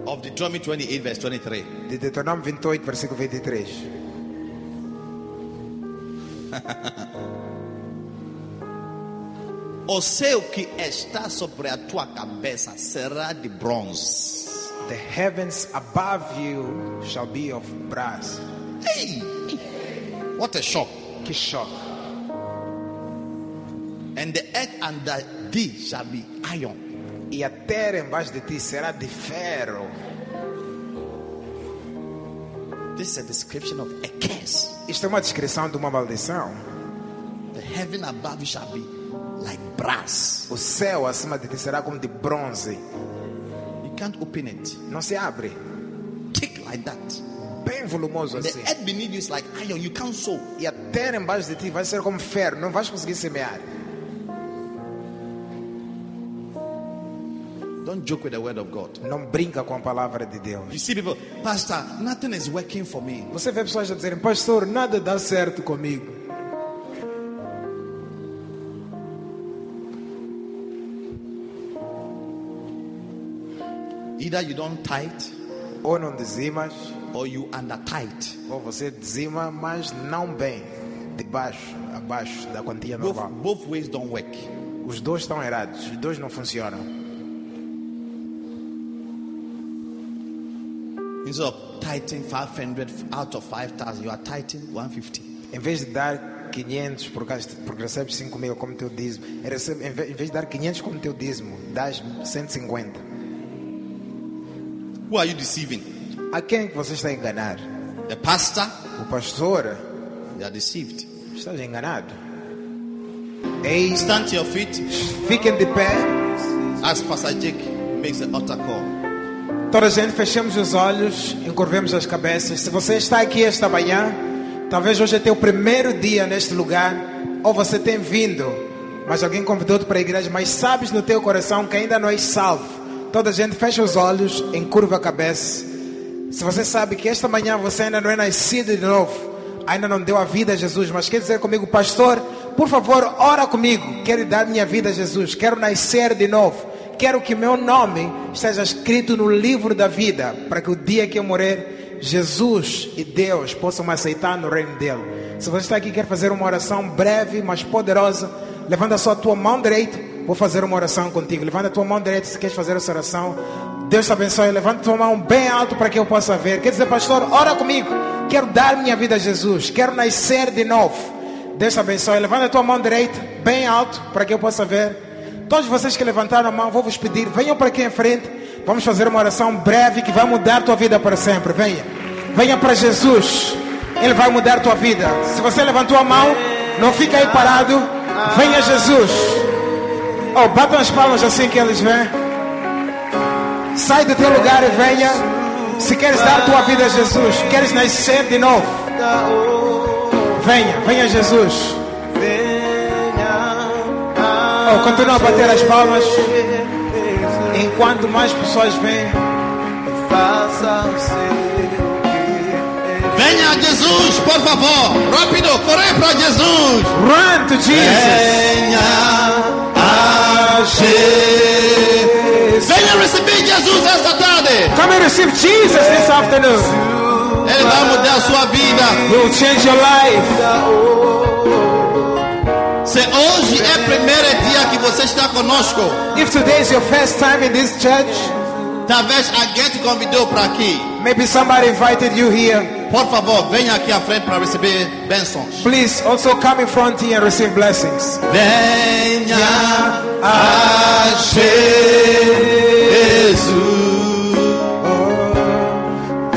B: of Deuteronomy 28, verse 23.
C: de Deuteronômio 28, versículo 23.
B: O seu que está sobre a tua cabeça será de bronze.
C: The heavens above you shall be of brass.
B: Hey! What a shock.
C: Que choque!
B: And the earth under thee shall be iron.
C: E a terra embaixo de ti será de ferro.
B: This is a description of a curse.
C: Isto é uma descrição de uma maldição.
B: The heaven above you shall be like brass.
C: O céu acima de ti será como de bronze.
B: You can't open it.
C: Não se abre.
B: Thick like that.
C: Bem volumoso assim.
B: The earth beneath you is like iron. You can't sow.
C: E a terra embaixo de ti vai ser como ferro. Não vais conseguir semear.
B: Don't joke with the word of God.
C: Não brinca com a palavra de
B: You
C: Deus.
B: see people, Pastor, nothing is working for me.
C: Você vê pessoas a dizerem, pastor, nada dá certo comigo.
B: Either you don't tithe
C: Ou não dizimas,
B: or you under tithe.
C: ou você dizima, mas não bem. De baixo, abaixo da quantia
B: Both,
C: normal.
B: both ways don't work.
C: Os dois estão errados, os dois não funcionam.
B: Instead of tithing 500 out of 5,000, you are tithing 150.
C: Em vez de dar 500 porque, has- porque recebes 5 mil como teu dízimo, é recebe- em ve- em vez de dar 500 como teu dízimo, dás 150.
B: Who are you deceiving?
C: A quem é que você está a enganar?
B: The pastor?
C: O pastor
B: You are deceived.
C: está enganado. Ei,
B: Stand to your feet
C: fiquem de pé.
B: as Pastor Jake makes the altar call.
C: Toda a gente, fechemos os olhos, encurvemos as cabeças. Se você está aqui esta manhã, Talvez hoje é teu primeiro dia neste lugar, ou você tem vindo, mas alguém convidou-te para a igreja, mas sabes no teu coração que ainda não és salvo. Toda a gente fecha os olhos, encurva a cabeça. Se você sabe que esta manhã você ainda não é nascido de novo, ainda não deu a vida a Jesus, mas quer dizer comigo, pastor, por favor, ora comigo. Quero dar minha vida a Jesus, quero nascer de novo. Quero que meu nome esteja escrito no livro da vida, para que o dia que eu morrer, Jesus e Deus possam me aceitar no reino dele. Se você está aqui e quer fazer uma oração breve, mas poderosa, levanta só a tua mão direita, vou fazer uma oração contigo. Levanta a tua mão direita se queres fazer essa oração. Deus te abençoe. Levanta a tua mão bem alto para que eu possa ver. Quer dizer, pastor, ora comigo. Quero dar minha vida a Jesus. Quero nascer de novo. Deus te abençoe. Levanta a tua mão direita, bem alto, para que eu possa ver. Todos vocês que levantaram a mão, vou vos pedir, venham para aqui em frente. Vamos fazer uma oração breve que vai mudar a tua vida para sempre. Venha. Venha para Jesus. Ele vai mudar a tua vida. Se você levantou a mão, não fica aí parado. Venha Jesus. Oh, batam as palmas assim que eles vêm. Sai do teu lugar e venha. Se queres dar tua vida a Jesus, queres nascer de novo. Venha, venha Jesus. Oh, continua a bater as palmas. Enquanto mais pessoas vêm.
B: Venha Jesus, por favor. Rápido, corre para Jesus.
C: Run to Jesus.
B: Venha a Jesus. Venha receber Jesus esta tarde.
C: Come and receive Jesus this afternoon.
B: Ele vai mudar a sua vida.
C: Will change your life.
B: Se hoje é o primeiro dia que você está conosco,
C: If today is your first time in this church,
B: talvez alguém te convidou para aqui.
C: maybe somebody invited you here.
B: Por favor, venha aqui à frente para receber bênçãos.
C: Please also come in front here and receive blessings.
B: Venha a Jesus.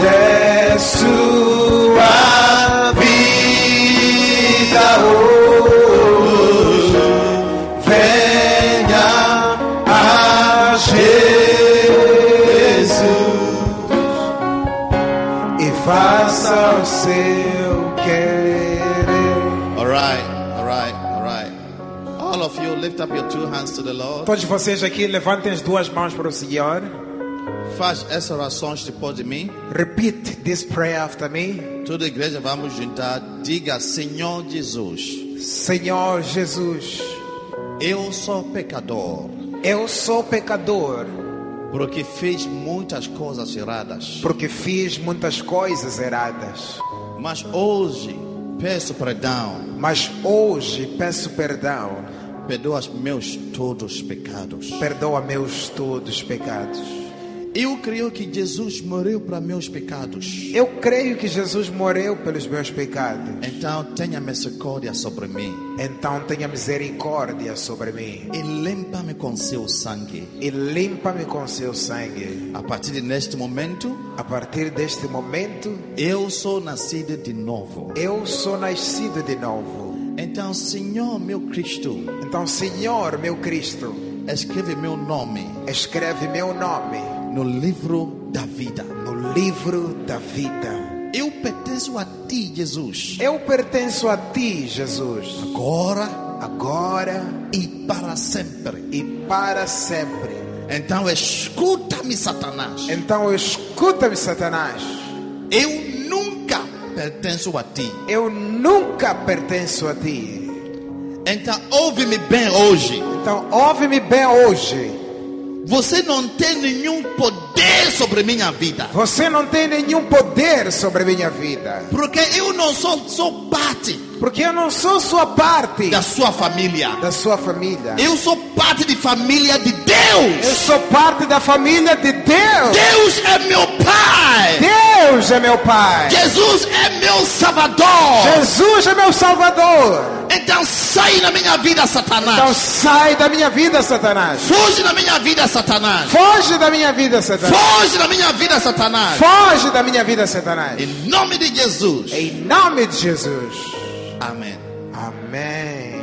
C: É sua vida
B: Venha a
C: e faça o seu querer.
B: All right, all right, all right. All of you lift up your two hands to the Lord.
C: Todos vocês aqui levantem as duas mãos para o Senhor.
B: Faz essa oração depois de mim.
C: Repeat this prayer after me.
B: Toda a igreja vamos juntar. Diga, Senhor Jesus,
C: Senhor Jesus,
B: eu sou pecador,
C: eu sou pecador
B: porque fiz muitas coisas erradas.
C: porque fiz muitas coisas erradas.
B: Mas hoje peço perdão.
C: Mas hoje peço perdão.
B: Perdoa os meus todos os pecados.
C: Perdoa meus todos os pecados.
B: Eu creio que Jesus morreu para meus pecados.
C: Eu creio que Jesus morreu pelos meus pecados.
B: Então tenha misericórdia sobre mim
C: Então tenha misericórdia sobre mim
B: e limpa-me com seu sangue.
C: e limpa-me com seu sangue.
B: A partir de neste momento,
C: A partir deste momento,
B: eu sou nascido de novo.
C: eu sou nascido de novo.
B: Então, Senhor meu Cristo,
C: Então, Senhor meu Cristo,
B: escreve meu nome
C: escreve meu nome
B: no livro da vida.
C: no livro da vida.
B: Eu pertenço a ti, Jesus,
C: Eu pertenço a ti, Jesus,
B: agora
C: agora
B: e para sempre.
C: e para sempre.
B: Então, escuta-me, Satanás.
C: Então, escuta-me, Satanás.
B: Eu nunca pertenço a ti.
C: Eu nunca pertenço a ti.
B: Então, ouve-me bem hoje.
C: Então, ouve-me bem hoje.
B: Você não tem nenhum poder sobre minha vida.
C: Você não tem nenhum poder sobre a minha vida.
B: Porque eu não sou, sou parte
C: Porque eu não sou sua parte
B: da sua família.
C: da sua família.
B: Eu sou parte de família de
C: Eu
B: Deus.
C: sou parte da família de Deus.
B: Deus é meu Pai.
C: Deus é meu Pai.
B: Jesus é meu Salvador.
C: Jesus é meu Salvador.
B: Então sai da minha vida,
C: Então
B: Satanás.
C: sai da minha vida, Satanás.
B: Foge da minha vida, Satanás.
C: Foge da minha vida, Satanás.
B: Foge da minha vida, Satanás.
C: Foge da minha vida, Satanás.
B: Em nome de Jesus.
C: Em nome de Jesus.
B: Amém.
C: Amém.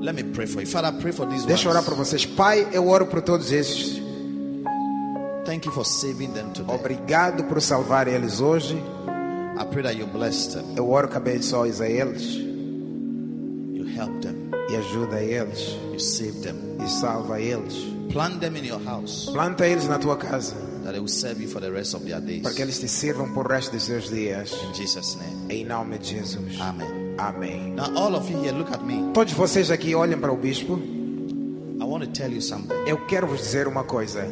B: Let me pray for you. Father, I pray for these
C: Deixa eu orar
B: ones.
C: para vocês. Pai, eu oro por todos esses.
B: Thank you for saving them today.
C: Obrigado por salvar eles hoje.
B: I pray that you bless them,
C: Eu oro que abençoes a eles
B: you help them,
C: e ajuda eles
B: you save them.
C: e salva eles.
B: Plant them in your house
C: Planta eles na tua casa
B: that they will serve you for the rest of their
C: para que
B: days.
C: eles te sirvam por resto dos seus dias.
B: In Jesus' name.
C: Em nome de Jesus.
B: Amen.
C: Amém.
B: Now, all of you here, look at me.
C: Todos vocês aqui olhem para o bispo.
B: I want to tell you something.
C: Eu quero vos dizer uma coisa.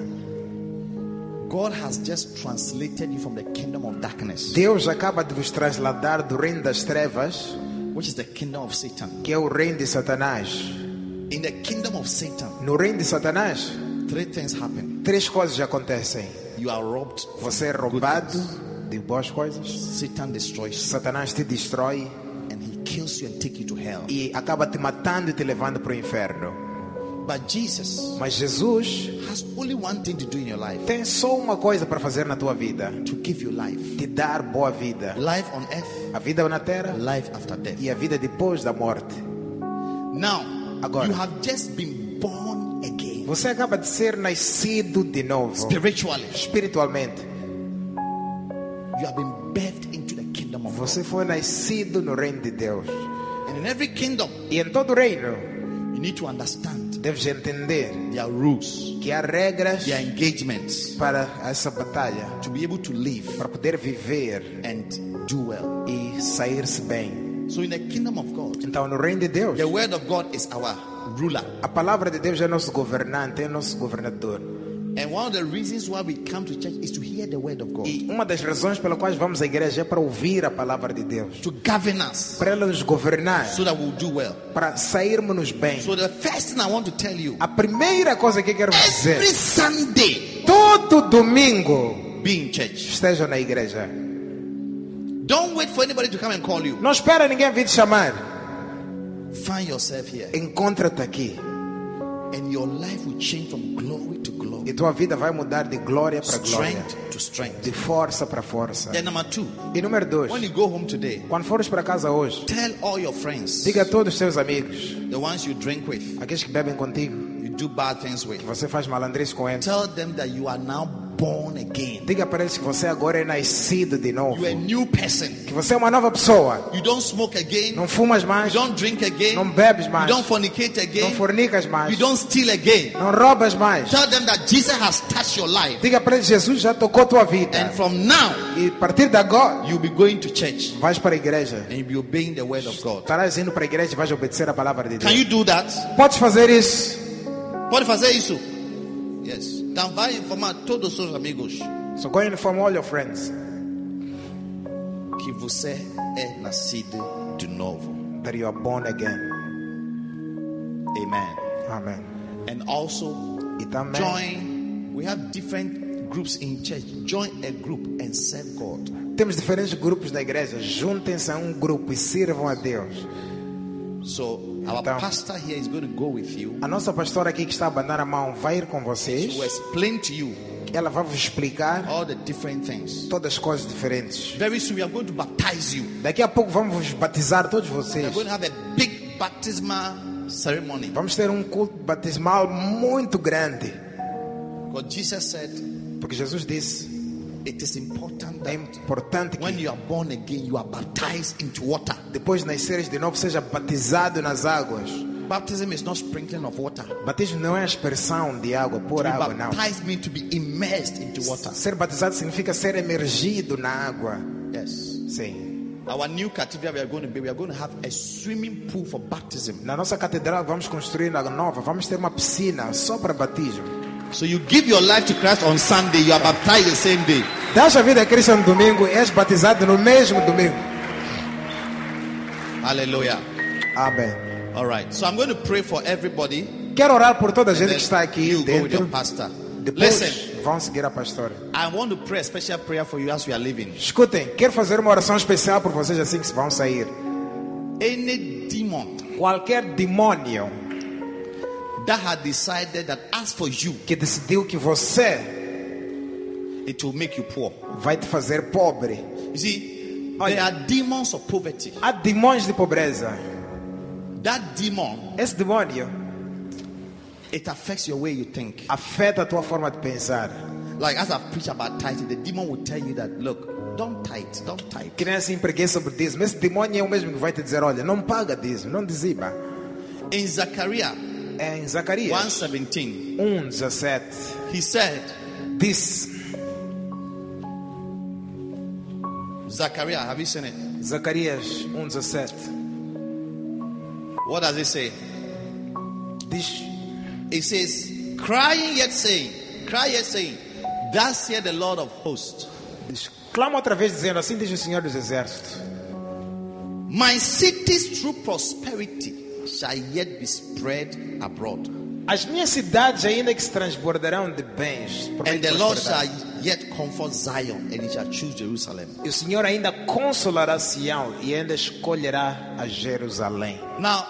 B: God has just translated you from the kingdom of darkness,
C: Deus acaba de vos trasladar do reino das trevas,
B: which is the kingdom of Satan.
C: que é o reino de Satanás.
B: In the kingdom of Satan,
C: No reino de Satanás,
B: three things happen.
C: três coisas acontecem.
B: You are robbed.
C: Você é roubado de boas coisas.
B: Satan destroys
C: Satanás te destrói
B: and he kills you and take you to hell.
C: e acaba te matando e te levando para o inferno.
B: But Jesus
C: Mas Jesus
B: has only one thing to do in your life
C: tem só uma coisa para fazer na tua vida:
B: to give you life.
C: te dar boa vida.
B: Life on earth,
C: A vida na terra
B: life after death.
C: e a vida depois da morte.
B: Now,
C: Agora.
B: you have just been born again
C: Você acaba de ser nascido de novo,
B: spiritually.
C: espiritualmente.
B: You have been birthed into the kingdom of God.
C: Você foi nascido no reino de Deus.
B: And in every kingdom,
C: E em todo reino,
B: you need to understand
C: deves entender
B: their rules.
C: que há regras
B: their engagements
C: para essa batalha,
B: to be able to live
C: para poder viver
B: and do well.
C: e sair-se bem.
B: So, in the kingdom of God,
C: Então, no reino de Deus,
B: the word of God is our ruler.
C: a palavra de Deus é nosso governante, é nosso governador.
B: And one of the reasons why we come to church is to hear the word of God,
C: E uma das razões pela quais vamos à igreja é para ouvir a palavra de Deus,
B: to govern us
C: para ela nos governar,
B: so that we'll do well.
C: para sairmos bem.
B: So, the first thing I want to tell you
C: A primeira coisa que eu quero
B: every
C: dizer:
B: Sunday,
C: todo domingo
B: be in church.
C: esteja na igreja.
B: Don't wait for anybody to come and call you.
C: Não espera ninguém vir te chamar.
B: Find yourself here,
C: Encontra-te aqui.
B: and your life will change from glory to
C: E
B: glory,
C: tua vida vai mudar de glória para glória,
B: strength to
C: de
B: strength.
C: força para força.
B: Then, number two,
C: E número dois,
B: when you go home today,
C: quando fores para casa hoje,
B: tell all your friends,
C: diga a todos os teus amigos,
B: the ones you drink with,
C: aqueles que bebem contigo,
B: you do bad things
C: que
B: with.
C: você faz malandrice com eles,
B: Tell them that you are now born again.
C: diga para eles que você agora é nascido de novo,
B: You're a new person.
C: que você é uma nova pessoa,
B: You don't smoke again.
C: não fumas
B: You
C: mais,
B: don't drink again.
C: Não bebes mais.
B: You don't fornicate
C: não
B: again.
C: fornicas
B: You
C: mais,
B: don't steal again.
C: não roubas mais.
B: Tell them that Jesus has touched your life.
C: Diga para eles, Jesus já tocou tua vida
B: And from now,
C: e a partir de agora
B: you'll be going to church
C: vais para a igreja.
B: and you'll be obeying the word of God.
C: Estarás indo para a igreja e vais obedecer a palavra de
B: Can
C: Deus.
B: you do that?
C: Podes fazer isso?
B: Pode fazer isso? Yes. Então vai informar todos os seus amigos
C: So go and inform all your friends
B: que você é nascido de novo.
C: that you are born again.
B: Amen.
C: Amém.
B: And also
C: E também
B: Join. We have different groups in church. Join a group and serve God.
C: temos diferentes grupos na igreja. Juntem-se a um grupo e sirvam a Deus.
B: So our
C: Então.
B: pastor here is going to go with you.
C: A nossa pastora aqui que está a abanar a mão vai ir com
B: She will
C: vocês.
B: explain to you
C: Ela vai vos explicar
B: all the different things.
C: todas as coisas diferentes.
B: Very soon we are going to baptize you.
C: Daqui a pouco vamos vos batizar todos
B: We
C: vocês.
B: are going to have a big baptismal ceremony.
C: Vamos ter um culto batismal muito grande.
B: Because Jesus said
C: Porque Jesus disse:
B: it is important
C: é
B: that
C: importante
B: when
C: que
B: you are born again, you are baptized into water.
C: depois de nasceres de novo seja batizado nas águas.
B: Baptism is not sprinkling of water.
C: Batismo não é a expressão de água,
B: To
C: por
B: be
C: água, não.
B: baptized means to be immersed into water.
C: Ser batizado significa ser emergido na água.
B: Yes.
C: Sim.
B: Our new cathedral we are going to be, we are going to have a swimming pool for baptism.
C: Na nossa catedral vamos construir a nova, vamos ter uma piscina só para batismo.
B: So you give your life to Christ on Sunday, you are baptized the same day.
C: Dás a vida a Cristo no domingo, és batizado no mesmo domingo.
B: Hallelujah.
C: Amém.
B: All right. So I'm going to pray for everybody.
C: Quero orar por toda a gente que está
B: Then
C: aqui
B: you go with your
C: dentro.
B: pastor.
C: Depois
B: Listen,
C: vão seguir a pastora.
B: I want to pray a special prayer for you as we are leaving.
C: Escutem, quero fazer uma oração especial por vocês assim que vão sair.
B: Any demon
C: Qualquer demônio
B: that had decided that as for you,
C: que decidiu que você
B: it will make you poor.
C: vai te fazer pobre.
B: You see,
C: Oh,
B: there
C: yeah.
B: are demons of poverty.
C: Há demônios de pobreza.
B: That demon,
C: Esse demônio
B: it affects your way you think.
C: afeta a tua forma de pensar.
B: Like as I've preached about tithing, the demon will tell you that look, don't tithe, don't tithe.
C: Que nem assim preguei sobre dízimo. Esse demônio é o mesmo que vai te dizer: olha, não paga dízimo, não dizima.
B: In Zechariah
C: É em Zacarias
B: 117,
C: 1,17
B: he said,
C: diz:
B: Zechariah, have you seen it?
C: Zacarias 1,17
B: What does it say?
C: diz:
B: It says, crying yet saying, cry yet saying, thus saith the Lord of hosts,
C: diz clama outra vez, dizendo: assim diz o Senhor dos Exércitos.
B: my cities through prosperity shall yet be spread abroad,
C: As minhas cidades ainda que se transbordarão de bens. por meio
B: and
C: de
B: the Lord shall
C: prosperidade.
B: yet comfort Zion, and he shall choose Jerusalem.
C: E o Senhor ainda consolará Sião e ainda escolherá a Jerusalém.
B: Now,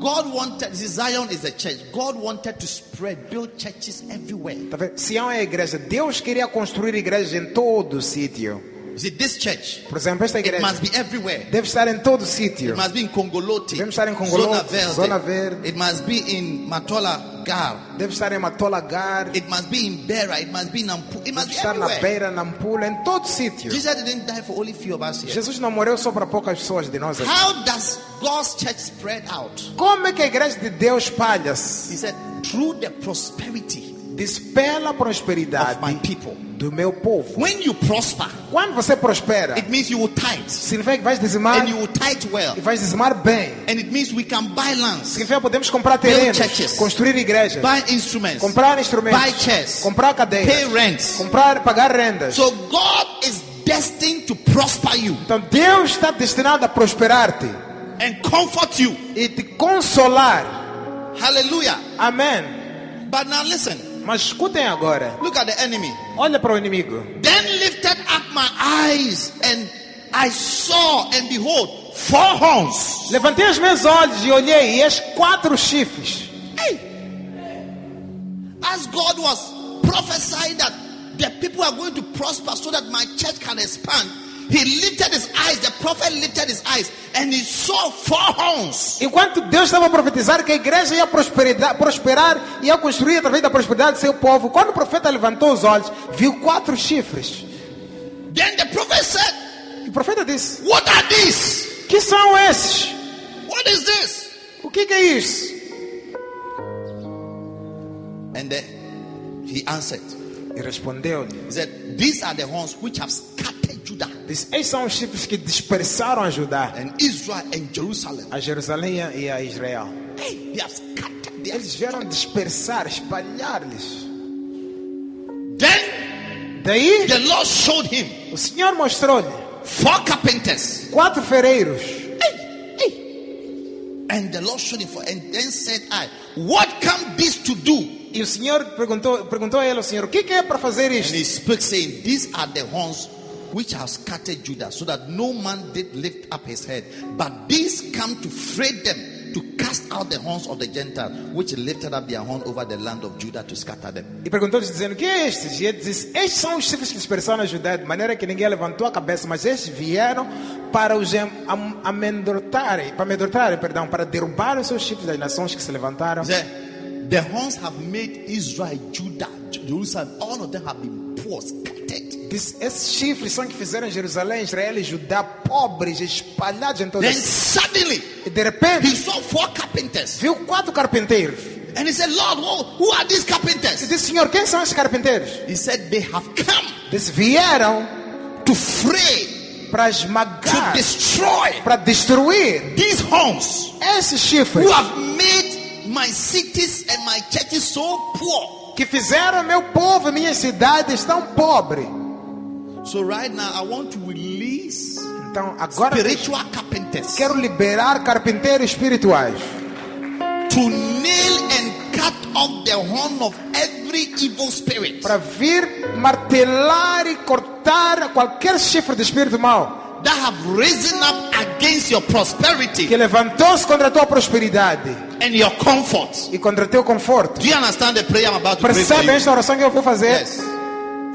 B: God wanted, this Zion is a church. God wanted to spread, build churches everywhere.
C: Tá vendo? Sião é a igreja. Deus queria construir igrejas em todo o sítio.
B: You see, this church,
C: Por exemplo, esta
B: it
C: igreja
B: must be everywhere.
C: deve estar em todo o sítio.
B: It must be in Congoloti,
C: Deve estar em
B: Zona
C: Congoloti,
B: Verde.
C: Zona Verde.
B: It must be in Matola Gar.
C: Deve estar em Matolagar,
B: It must be in Bera. It must be in Nampu. It must
C: deve
B: be
C: estar na
B: everywhere.
C: beira, na Ampula, em todo sítio.
B: Jesus didn't die for only few of us here.
C: Jesus não morreu só para poucas pessoas de nós. aqui.
B: How does God's church spread out?
C: Como é que a igreja de Deus espalha-se?
B: He said, through the prosperity
C: Dispela a
B: of my
C: prosperidade
B: people.
C: do meu povo.
B: When you prosper,
C: Quando você prospera,
B: it means you will tithe.
C: significa que vais dizimar
B: And you will tithe well.
C: e vais dizimar bem.
B: And it means we can buy lands,
C: Significa que podemos comprar terrenos,
B: Build churches.
C: construir igrejas,
B: buy instruments,
C: comprar instrumentos,
B: buy chairs,
C: comprar cadeiras,
B: pay rents.
C: comprar, pagar rendas.
B: So God is destined to prosper you
C: Então Deus está destinado a prosperar-te
B: and comfort you.
C: e te consolar.
B: Hallelujah.
C: Amém.
B: But now listen,
C: Mas escutem agora.
B: look at the enemy.
C: Olha para o inimigo.
B: Then lifted up my eyes and I saw and behold four horns.
C: Levantei os meus olhos e olhei, e eis quatro chifres.
B: Hey. As God was prophesying that the people are going to prosper so that my church can expand, he lifted his eyes, the prophet lifted his eyes and he saw four horns.
C: Enquanto Deus estava a profetizar que a igreja ia prosperida- prosperar e ia construir através da prosperidade do seu povo, quando o profeta levantou os olhos, viu quatro chifres.
B: Then the prophet said,
C: E o profeta disse:
B: What are these?
C: Que são esses?
B: What is this?
C: O que, que é isso?
B: And then he answered,
C: E respondeu-lhe:
B: He said, These are the horns which have scattered Judah
C: disse, Esses são os chifres que dispersaram a Judá,
B: and Israel and Jerusalem.
C: a Jerusalém e a Israel.
B: Hey, they have scattered. They have
C: Eles vieram dispersar, espalhar-lhes.
B: Then
C: Daí
B: the Lord showed him
C: o Senhor mostrou-lhe
B: four carpenters.
C: quatro ferreiros.
B: Hey, hey. And the Lord showed him four. And then said I, What come this to do? And
C: E o Senhor perguntou, perguntou a ele, o Senhor, o que, que é para fazer isto?
B: he spoke, saying, These are the horns which have scattered Judah, so that no man did lift up his head. But these come to fray them, to cast out the horns of the Gentiles, which lifted up their horn over the land of Judah to scatter them.
C: E perguntou-lhes, dizendo, o que é estes? E ele disse, estes são os chifres que dispersaram a Judá, de maneira que ninguém levantou a cabeça, mas estes vieram para os am- am- amedrontarem, para amedrontarem, perdão, para derrubar os seus chifres das nações que se levantaram.
B: He said, The horns have made Israel, Judah, Jerusalem, all of them have been poor, scattered.
C: Disse, esses chifres são que fizeram Jerusalém, Israel e Judá pobres, espalhados em
B: Then
C: todas.
B: suddenly
C: E de
B: he
C: repente,
B: saw four carpenters
C: viu quatro carpinteiros.
B: and he said, Lord, who, who are these
C: E
B: carpenters?
C: disse, Senhor, quem são esses carpinteiros?
B: He said, They have come
C: Disse, vieram
B: to fray,
C: para
B: to
C: esmagar,
B: destroy
C: para destruir
B: these homes
C: Esses chifres
B: who have made my cities and my churches so poor.
C: que fizeram meu povo e minha cidade estão pobre.
B: So, right now, I want to release
C: Então agora
B: spiritual carpenters
C: quero liberar carpinteiros espirituais
B: to nail and cut off the horn of every evil spirit.
C: para vir martelar e cortar qualquer chifre de espírito mau
B: that have risen up against your prosperity
C: que levantou-se contra a tua prosperidade
B: and your comfort.
C: e contra o teu conforto.
B: Do you understand the prayer I'm about to pray for
C: Percebe
B: you?
C: esta oração que eu vou fazer?
B: Yes.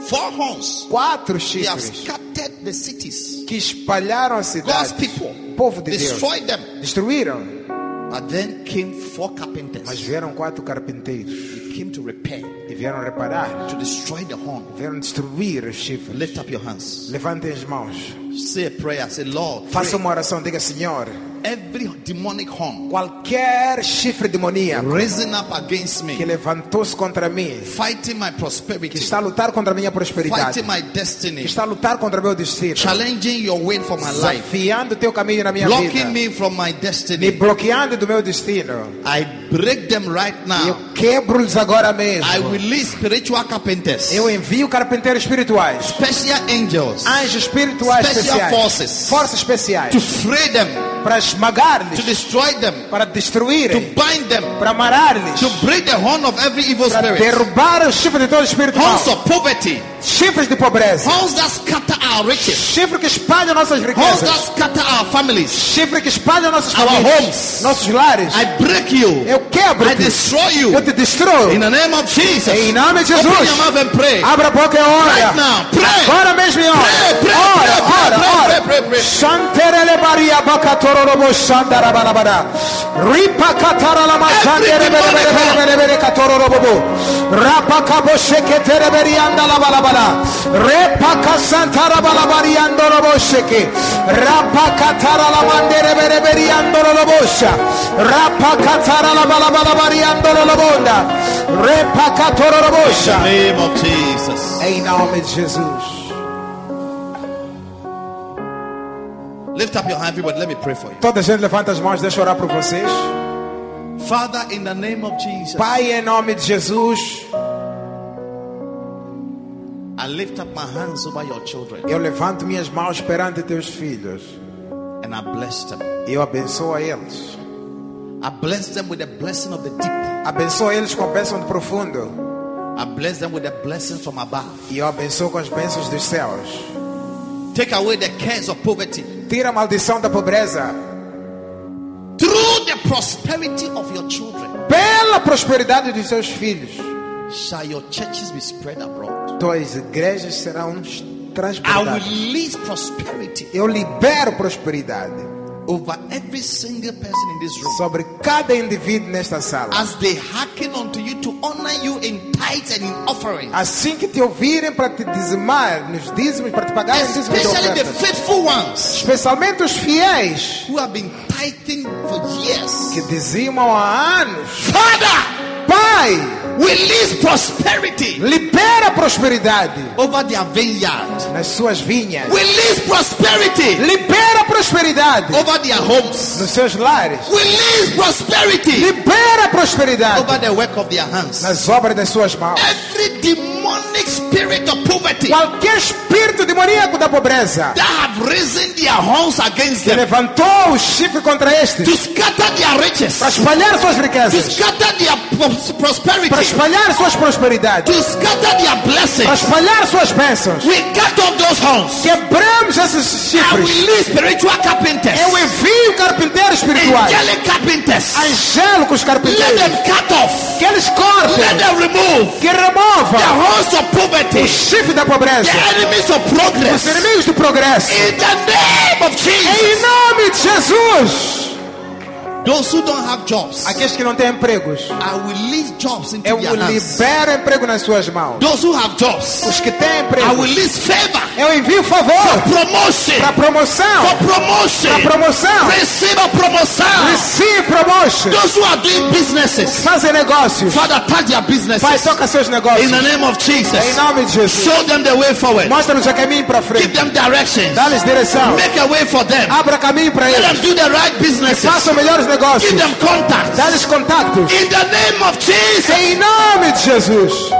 B: Four horns.
C: Quatro
B: They have
C: chifres
B: scattered the cities.
C: que espalharam a
B: God's
C: cidade.
B: people.
C: Povo de Deus.
B: Destroy them.
C: Destruíram.
B: But then came four
C: Mas
B: carpenters.
C: vieram quatro carpinteiros
B: They came to repair,
C: e vieram reparar,
B: to destroy the horn.
C: vieram destruir os chifres.
B: Lift up your hands.
C: Levantem as mãos,
B: Say a prayer. Say, Lord,
C: façam uma oração, diga Senhor,
B: every demonic horn
C: qualquer chifre demoníaco
B: raising up against
C: que
B: me,
C: levantou-se contra mim,
B: fighting my
C: que
B: prosperity,
C: está a lutar contra a minha prosperidade,
B: fighting my
C: que
B: destiny,
C: está a lutar contra o meu destino,
B: challenging your way for my life,
C: desafiando o teu caminho na minha vida,
B: blocking me from my
C: me
B: destiny.
C: bloqueando do meu destino.
B: I break them right now.
C: Eu quebro-lhes agora mesmo.
B: Ah. I release spiritual carpenters,
C: Eu envio carpinteiros espirituais,
B: special angels,
C: anjos espirituais
B: Special
C: especiais,
B: forces.
C: forças especiais,
B: to fray them,
C: para
B: to
C: esmagar-lhes,
B: destroy them,
C: para
B: to
C: destruírem,
B: bind them,
C: para amarrar-lhes,
B: to break the horn of every evil
C: para
B: spirit.
C: derrubar os chifres de todo espírito mau,
B: Horns of poverty,
C: chifres de pobreza,
B: horns that scatter our riches,
C: chifre que espalha nossas
B: horns
C: riquezas,
B: that scatter our families.
C: chifre que espalha nossas
B: Our
C: famílias,
B: homes.
C: nossos lares.
B: I break you.
C: Eu quebro,
B: I destroy you.
C: eu te destruo.
B: In the name of Jesus.
C: Em nome de Jesus.
B: Open your mouth and pray.
C: Abra a boca e ora.
B: Right now, pray.
C: Agora mesmo e ora.
B: Pray, pray, pray,
C: Ora, ora,
B: pray,
C: ora.
B: pray, pray, pray.
C: Shanterele baria bakatororobo shandarabarabara. Ripa kataralama shandereberebereberebere katororobobo. Rapa kabo sheketereberi andalabalabala. Repa kasantarabalabaria andorobo sheke. Rapa kataralamanderebereberi andorolobosha. Rapa kataralabalabalabaria andorolobonda. Repa katororobosha.
B: In the name of Jesus.
C: Em nome de Jesus.
B: Lift up your hand, everybody. Let me pray for you.
C: Toda gente levanta as mãos, deixa eu orar por vocês.
B: Father, in the name of Jesus,
C: Pai, em nome de Jesus,
B: I lift up my hands over your children
C: eu levanto minhas mãos perante teus filhos.
B: and I bless them.
C: Eu abençoo a eles.
B: I bless them with the blessing of the deep.
C: Abençoo eles com a bênção do profundo.
B: I bless them with the blessing from above.
C: E eu abençoo com as bênçãos dos céus.
B: Take away the cares of poverty
C: Tira a maldição da pobreza.
B: through the prosperity of your children.
C: Pela prosperidade dos seus filhos,
B: Shall your churches be spread abroad?
C: tuas igrejas serão
B: I will
C: transportadas.
B: release prosperity
C: Eu libero prosperidade
B: over every single person in this room.
C: sobre cada indivíduo nesta sala.
B: as they hearken unto you to honor you in tithes and in offerings,
C: Assim que te ouvirem para te dizimar, nos dízimos, para te pagarem os dízimos de
B: especially the
C: ofertas.
B: faithful ones
C: especialmente os fiéis
B: who have been tithing for
C: que
B: years.
C: dizimam há anos.
B: Father,
C: Pai,
B: release prosperity
C: libera prosperidade
B: over their vineyard,
C: nas suas vinhas.
B: release prosperity
C: Libera prosperidade
B: over their homes,
C: nos seus lares.
B: release prosperity
C: Libera prosperidade
B: over the work of their hands.
C: nas obras das suas mãos.
B: Every demonic spirit of poverty
C: Qualquer espírito demoníaco da pobreza
B: that have risen their horns against
C: que
B: them
C: levantou o chifre contra
B: to
C: estes
B: scatter their riches,
C: para espalhar suas
B: to
C: riquezas,
B: scatter their pros-
C: para
B: prosperity.
C: espalhar suas prosperidades,
B: to scatter their
C: para
B: blessings.
C: espalhar suas bênçãos.
B: We cut off those horns.
C: Quebramos esses
B: I
C: chifres.
B: release spiritual carpenters,
C: Eu envio carpinteiros espirituais.
B: angelic carpenters.
C: angélicos
B: Let
C: carpinteiros,
B: them cut off.
C: que eles
B: Let
C: cortem,
B: them remove
C: que
B: the
C: removam
B: horns of
C: o
B: poverty,
C: chifre da
B: the
C: pobreza,
B: enemies of
C: os
B: progress.
C: inimigos do progresso.
B: In the name of
C: Em
B: Jesus.
C: nome de Jesus,
B: Those who don't have jobs,
C: aqueles que não têm empregos,
B: I will release jobs into
C: eu
B: their hands.
C: libero emprego nas suas mãos.
B: Those who have jobs,
C: Os que têm
B: I
C: emprego,
B: will release favor,
C: eu envio favor
B: promotion,
C: para
B: for
C: promoção, para
B: promotion.
C: promoção.
B: Receive a promotion.
C: Receive promotion,
B: Those who are doing businesses.
C: fazer negócios,
B: Father, touch their
C: Pai,
B: businesses
C: toca seus
B: in
C: negócios.
B: the name of
C: Em
B: Jesus.
C: nome de Jesus,
B: Show them the way forward.
C: mostra-nos o caminho para
B: Give
C: frente,
B: them directions.
C: dá-lhes direção,
B: Make a way for them.
C: abra caminho para
B: Let
C: eles,
B: them do the right businesses.
C: façam
B: Give
C: melhores negócios.
B: them contacts.
C: Dá-lhes contactos.
B: In the name of Jesus.
C: Em nome de Jesus.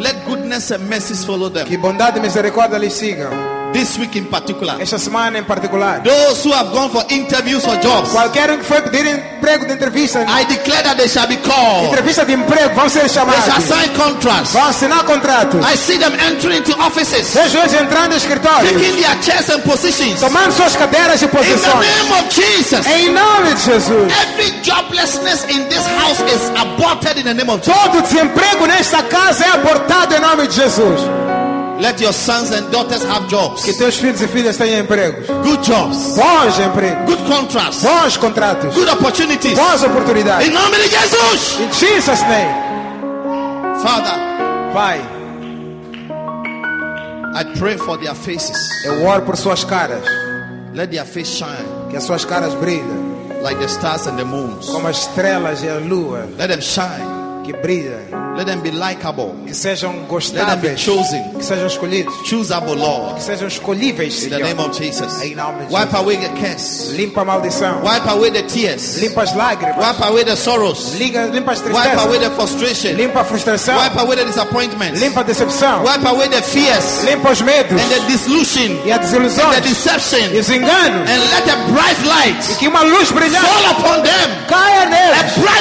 B: Let goodness and mercies follow them.
C: Que bondade e misericórdia lhes sigam.
B: This week in particular.
C: Esta semana em particular.
B: Those who have gone for interviews or jobs,
C: Qualquer um que foi pedir emprego de entrevista,
B: I declare that they shall be called.
C: entrevista de emprego, vão ser
B: They shall
C: chamados.
B: sign contracts.
C: Vão assinar contratos.
B: I see them entering into offices,
C: Vejo eles entrando no escritório,
B: taking their chairs and positions.
C: tomando suas cadeiras e
B: In the
C: posições.
B: name of Jesus.
C: Em nome de Jesus.
B: Every joblessness in this house is aborted in the name of Jesus.
C: Todo desemprego nesta casa é abortado em nome de Jesus.
B: Let your sons and daughters have jobs.
C: Que teus filhos e filhas tenham empregos.
B: Good jobs.
C: Bons empregos.
B: Good contracts.
C: Bons contratos.
B: Good opportunities.
C: Boas oportunidades.
B: In nome de Jesus.
C: In Jesus' name.
B: Father,
C: Pai,
B: I pray for their faces.
C: eu oro por suas caras.
B: Let their face shine
C: Que as suas caras brilhem.
B: like the stars and the moons.
C: Como as estrelas e a lua
B: Let them shine.
C: que brilham.
B: Let them be likable.
C: Que
B: Let
C: sejam
B: them be
C: gostáveis.
B: chosen.
C: Que sejam escolhidos.
B: Choosable, Lord.
C: Que sejam escolhíveis,
B: In the name
C: Senhor.
B: of Jesus.
C: Em nome de
B: Wipe
C: Jesus.
B: away the curse.
C: Limpa a maldição.
B: Wipe away the tears.
C: Limpa as lágrimas.
B: Wipe away the sorrows.
C: Liga- Limpa as
B: Wipe away
C: tristezas.
B: the frustration.
C: Limpa a frustração.
B: Wipe away the disappointments.
C: Limpa a decepção.
B: Wipe away the fears
C: Limpa os medos.
B: and the disillusion
C: E a desilusão.
B: and the
C: E
B: deception.
C: os enganos.
B: And let a bright light
C: Que uma luz brilhante
B: fall upon them. A
C: caia neles.
B: bright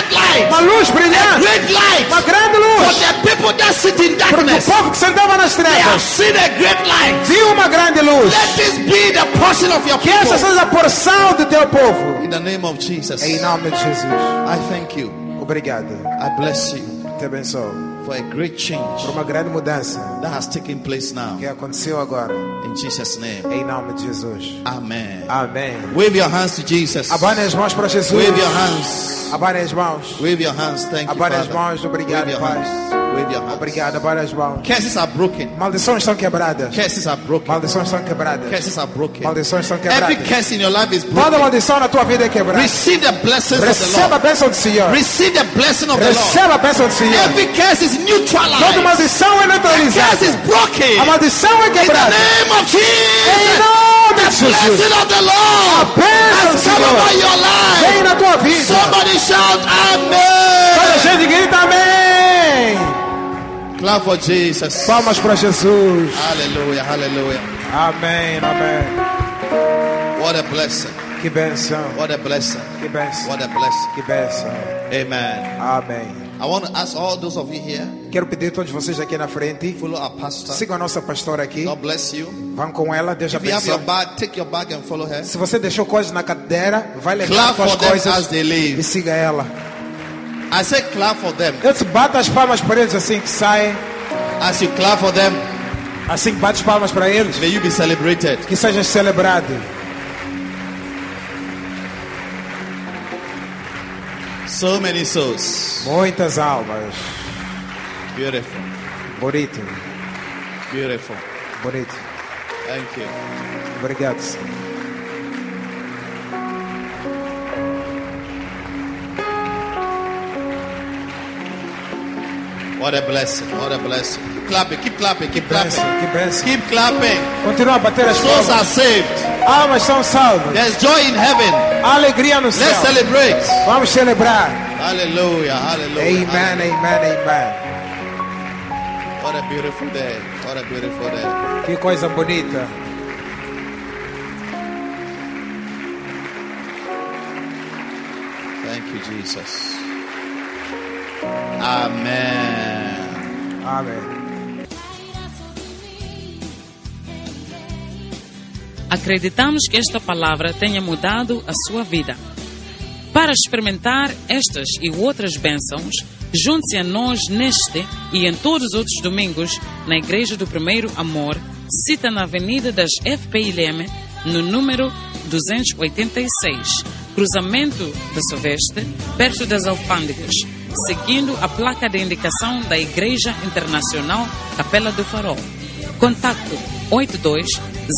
C: Uma
B: light.
C: luz
B: A
C: brilhante.
B: great
C: Uma
B: light.
C: grande
B: For
C: luz.
B: the people that sit in
C: Porque o
B: darkness,
C: povo que se andava nas
B: they have
C: trevas
B: seen a great light.
C: viu uma grande luz.
B: Let this be the portion of your
C: Que essa
B: people.
C: seja a porção do teu povo.
B: In the name of Jesus,
C: Em nome de Jesus.
B: I thank you.
C: Obrigado.
B: I bless you
C: Te abençoo.
B: for a great change
C: Por uma grande mudança
B: that has taken place now.
C: que aconteceu agora.
B: In Jesus' name,
C: Em nome de Jesus.
B: Amen.
C: Amém.
B: Wave your hands to Jesus.
C: Abane as mãos para Jesus.
B: Wave your hands.
C: Abane as mãos.
B: Wave your hands. Thank you,
C: Abane as
B: Father.
C: mãos. Obrigado,
B: Wave your
C: Pai.
B: hands. Wave your hands.
C: Obrigado. Abane as mãos.
B: Curses are broken.
C: Maldições são quebradas.
B: Curses are broken.
C: Maldições são quebradas.
B: Curses are broken.
C: Maldições são
B: Every
C: quebradas.
B: curse in your life is
C: Toda
B: broken.
C: maldição na tua vida é quebrada.
B: Receive the blessings of the
C: Receba a
B: Lord.
C: bênção do Senhor.
B: Receive the blessing of the Lord.
C: Receba a bênção do Senhor.
B: Every curse is
C: Toda
B: neutralized.
C: maldição é
B: Curse is
C: neutralizada. A
B: broken.
C: maldição é
B: In the
C: quebrada.
B: name of
C: Em
B: Jesus.
C: nome
B: The
C: de Jesus.
B: blessing of the Lord
C: bênção do
B: has come
C: Senhor.
B: over your life.
C: Vem na tua vida.
B: Somebody shout,
C: Toda a
B: Amen.
C: gente grita amém.
B: Clap for Jesus.
C: Palmas para Jesus.
B: Hallelujah, hallelujah.
C: Amém, amém.
B: What a blessing.
C: Que bênção.
B: What a blessing.
C: Que bênção.
B: What a blessing.
C: Que bênção.
B: Amen.
C: Amém.
B: I want to ask all those of you here,
C: Quero pedir a todos vocês aqui na frente.
B: follow our pastor.
C: Sigam a nossa pastora aqui.
B: God bless you.
C: Vão com ela, Deus
B: If you have your
C: abençoe.
B: bag, take your bag and follow her.
C: Se você deixou coisas na cadeira, vai levar
B: Clap
C: suas
B: for them as
C: coisas
B: they
C: e
B: leave.
C: siga ela.
B: I say clap for them.
C: Eu te bato as palmas para eles assim que saem.
B: As you clap for them,
C: Assim que bates palmas para eles.
B: may you be celebrated.
C: Que sejas celebrado.
B: So many souls.
C: Muitas almas.
B: Beautiful.
C: Bonito.
B: Beautiful.
C: Bonito.
B: Thank you.
C: Obrigado. Senhor.
B: What a blessing. What a blessing. Keep clapping. Keep clapping. Keep
C: Bênção,
B: clapping.
C: que bênção.
B: Keep clapping.
C: Continua a bater as
B: Souls
C: palmas.
B: are saved.
C: Almas são salvas.
B: There's joy in heaven.
C: Há Alegria no
B: Let's
C: céu.
B: celebrate.
C: Vamos celebrar.
B: Hallelujah, hallelujah.
C: Amen, amen, amen.
B: hallelujah. What a beautiful day. What a beautiful day.
C: Que coisa bonita.
B: Thank you, Jesus. Amen.
C: Amém.
A: Acreditamos que esta palavra tenha mudado a sua vida. Para experimentar estas e outras bênçãos, junte-se a nós neste e em todos os outros domingos na Igreja do Primeiro Amor, cita na Avenida das FPILM, no número 286, cruzamento da Soveste, perto das Alfândegas, seguindo a placa de indicação da Igreja Internacional Capela do Farol. Contato 82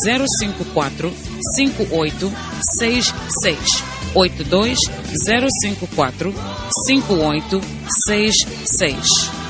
A: 054 5866. 82 054 5866.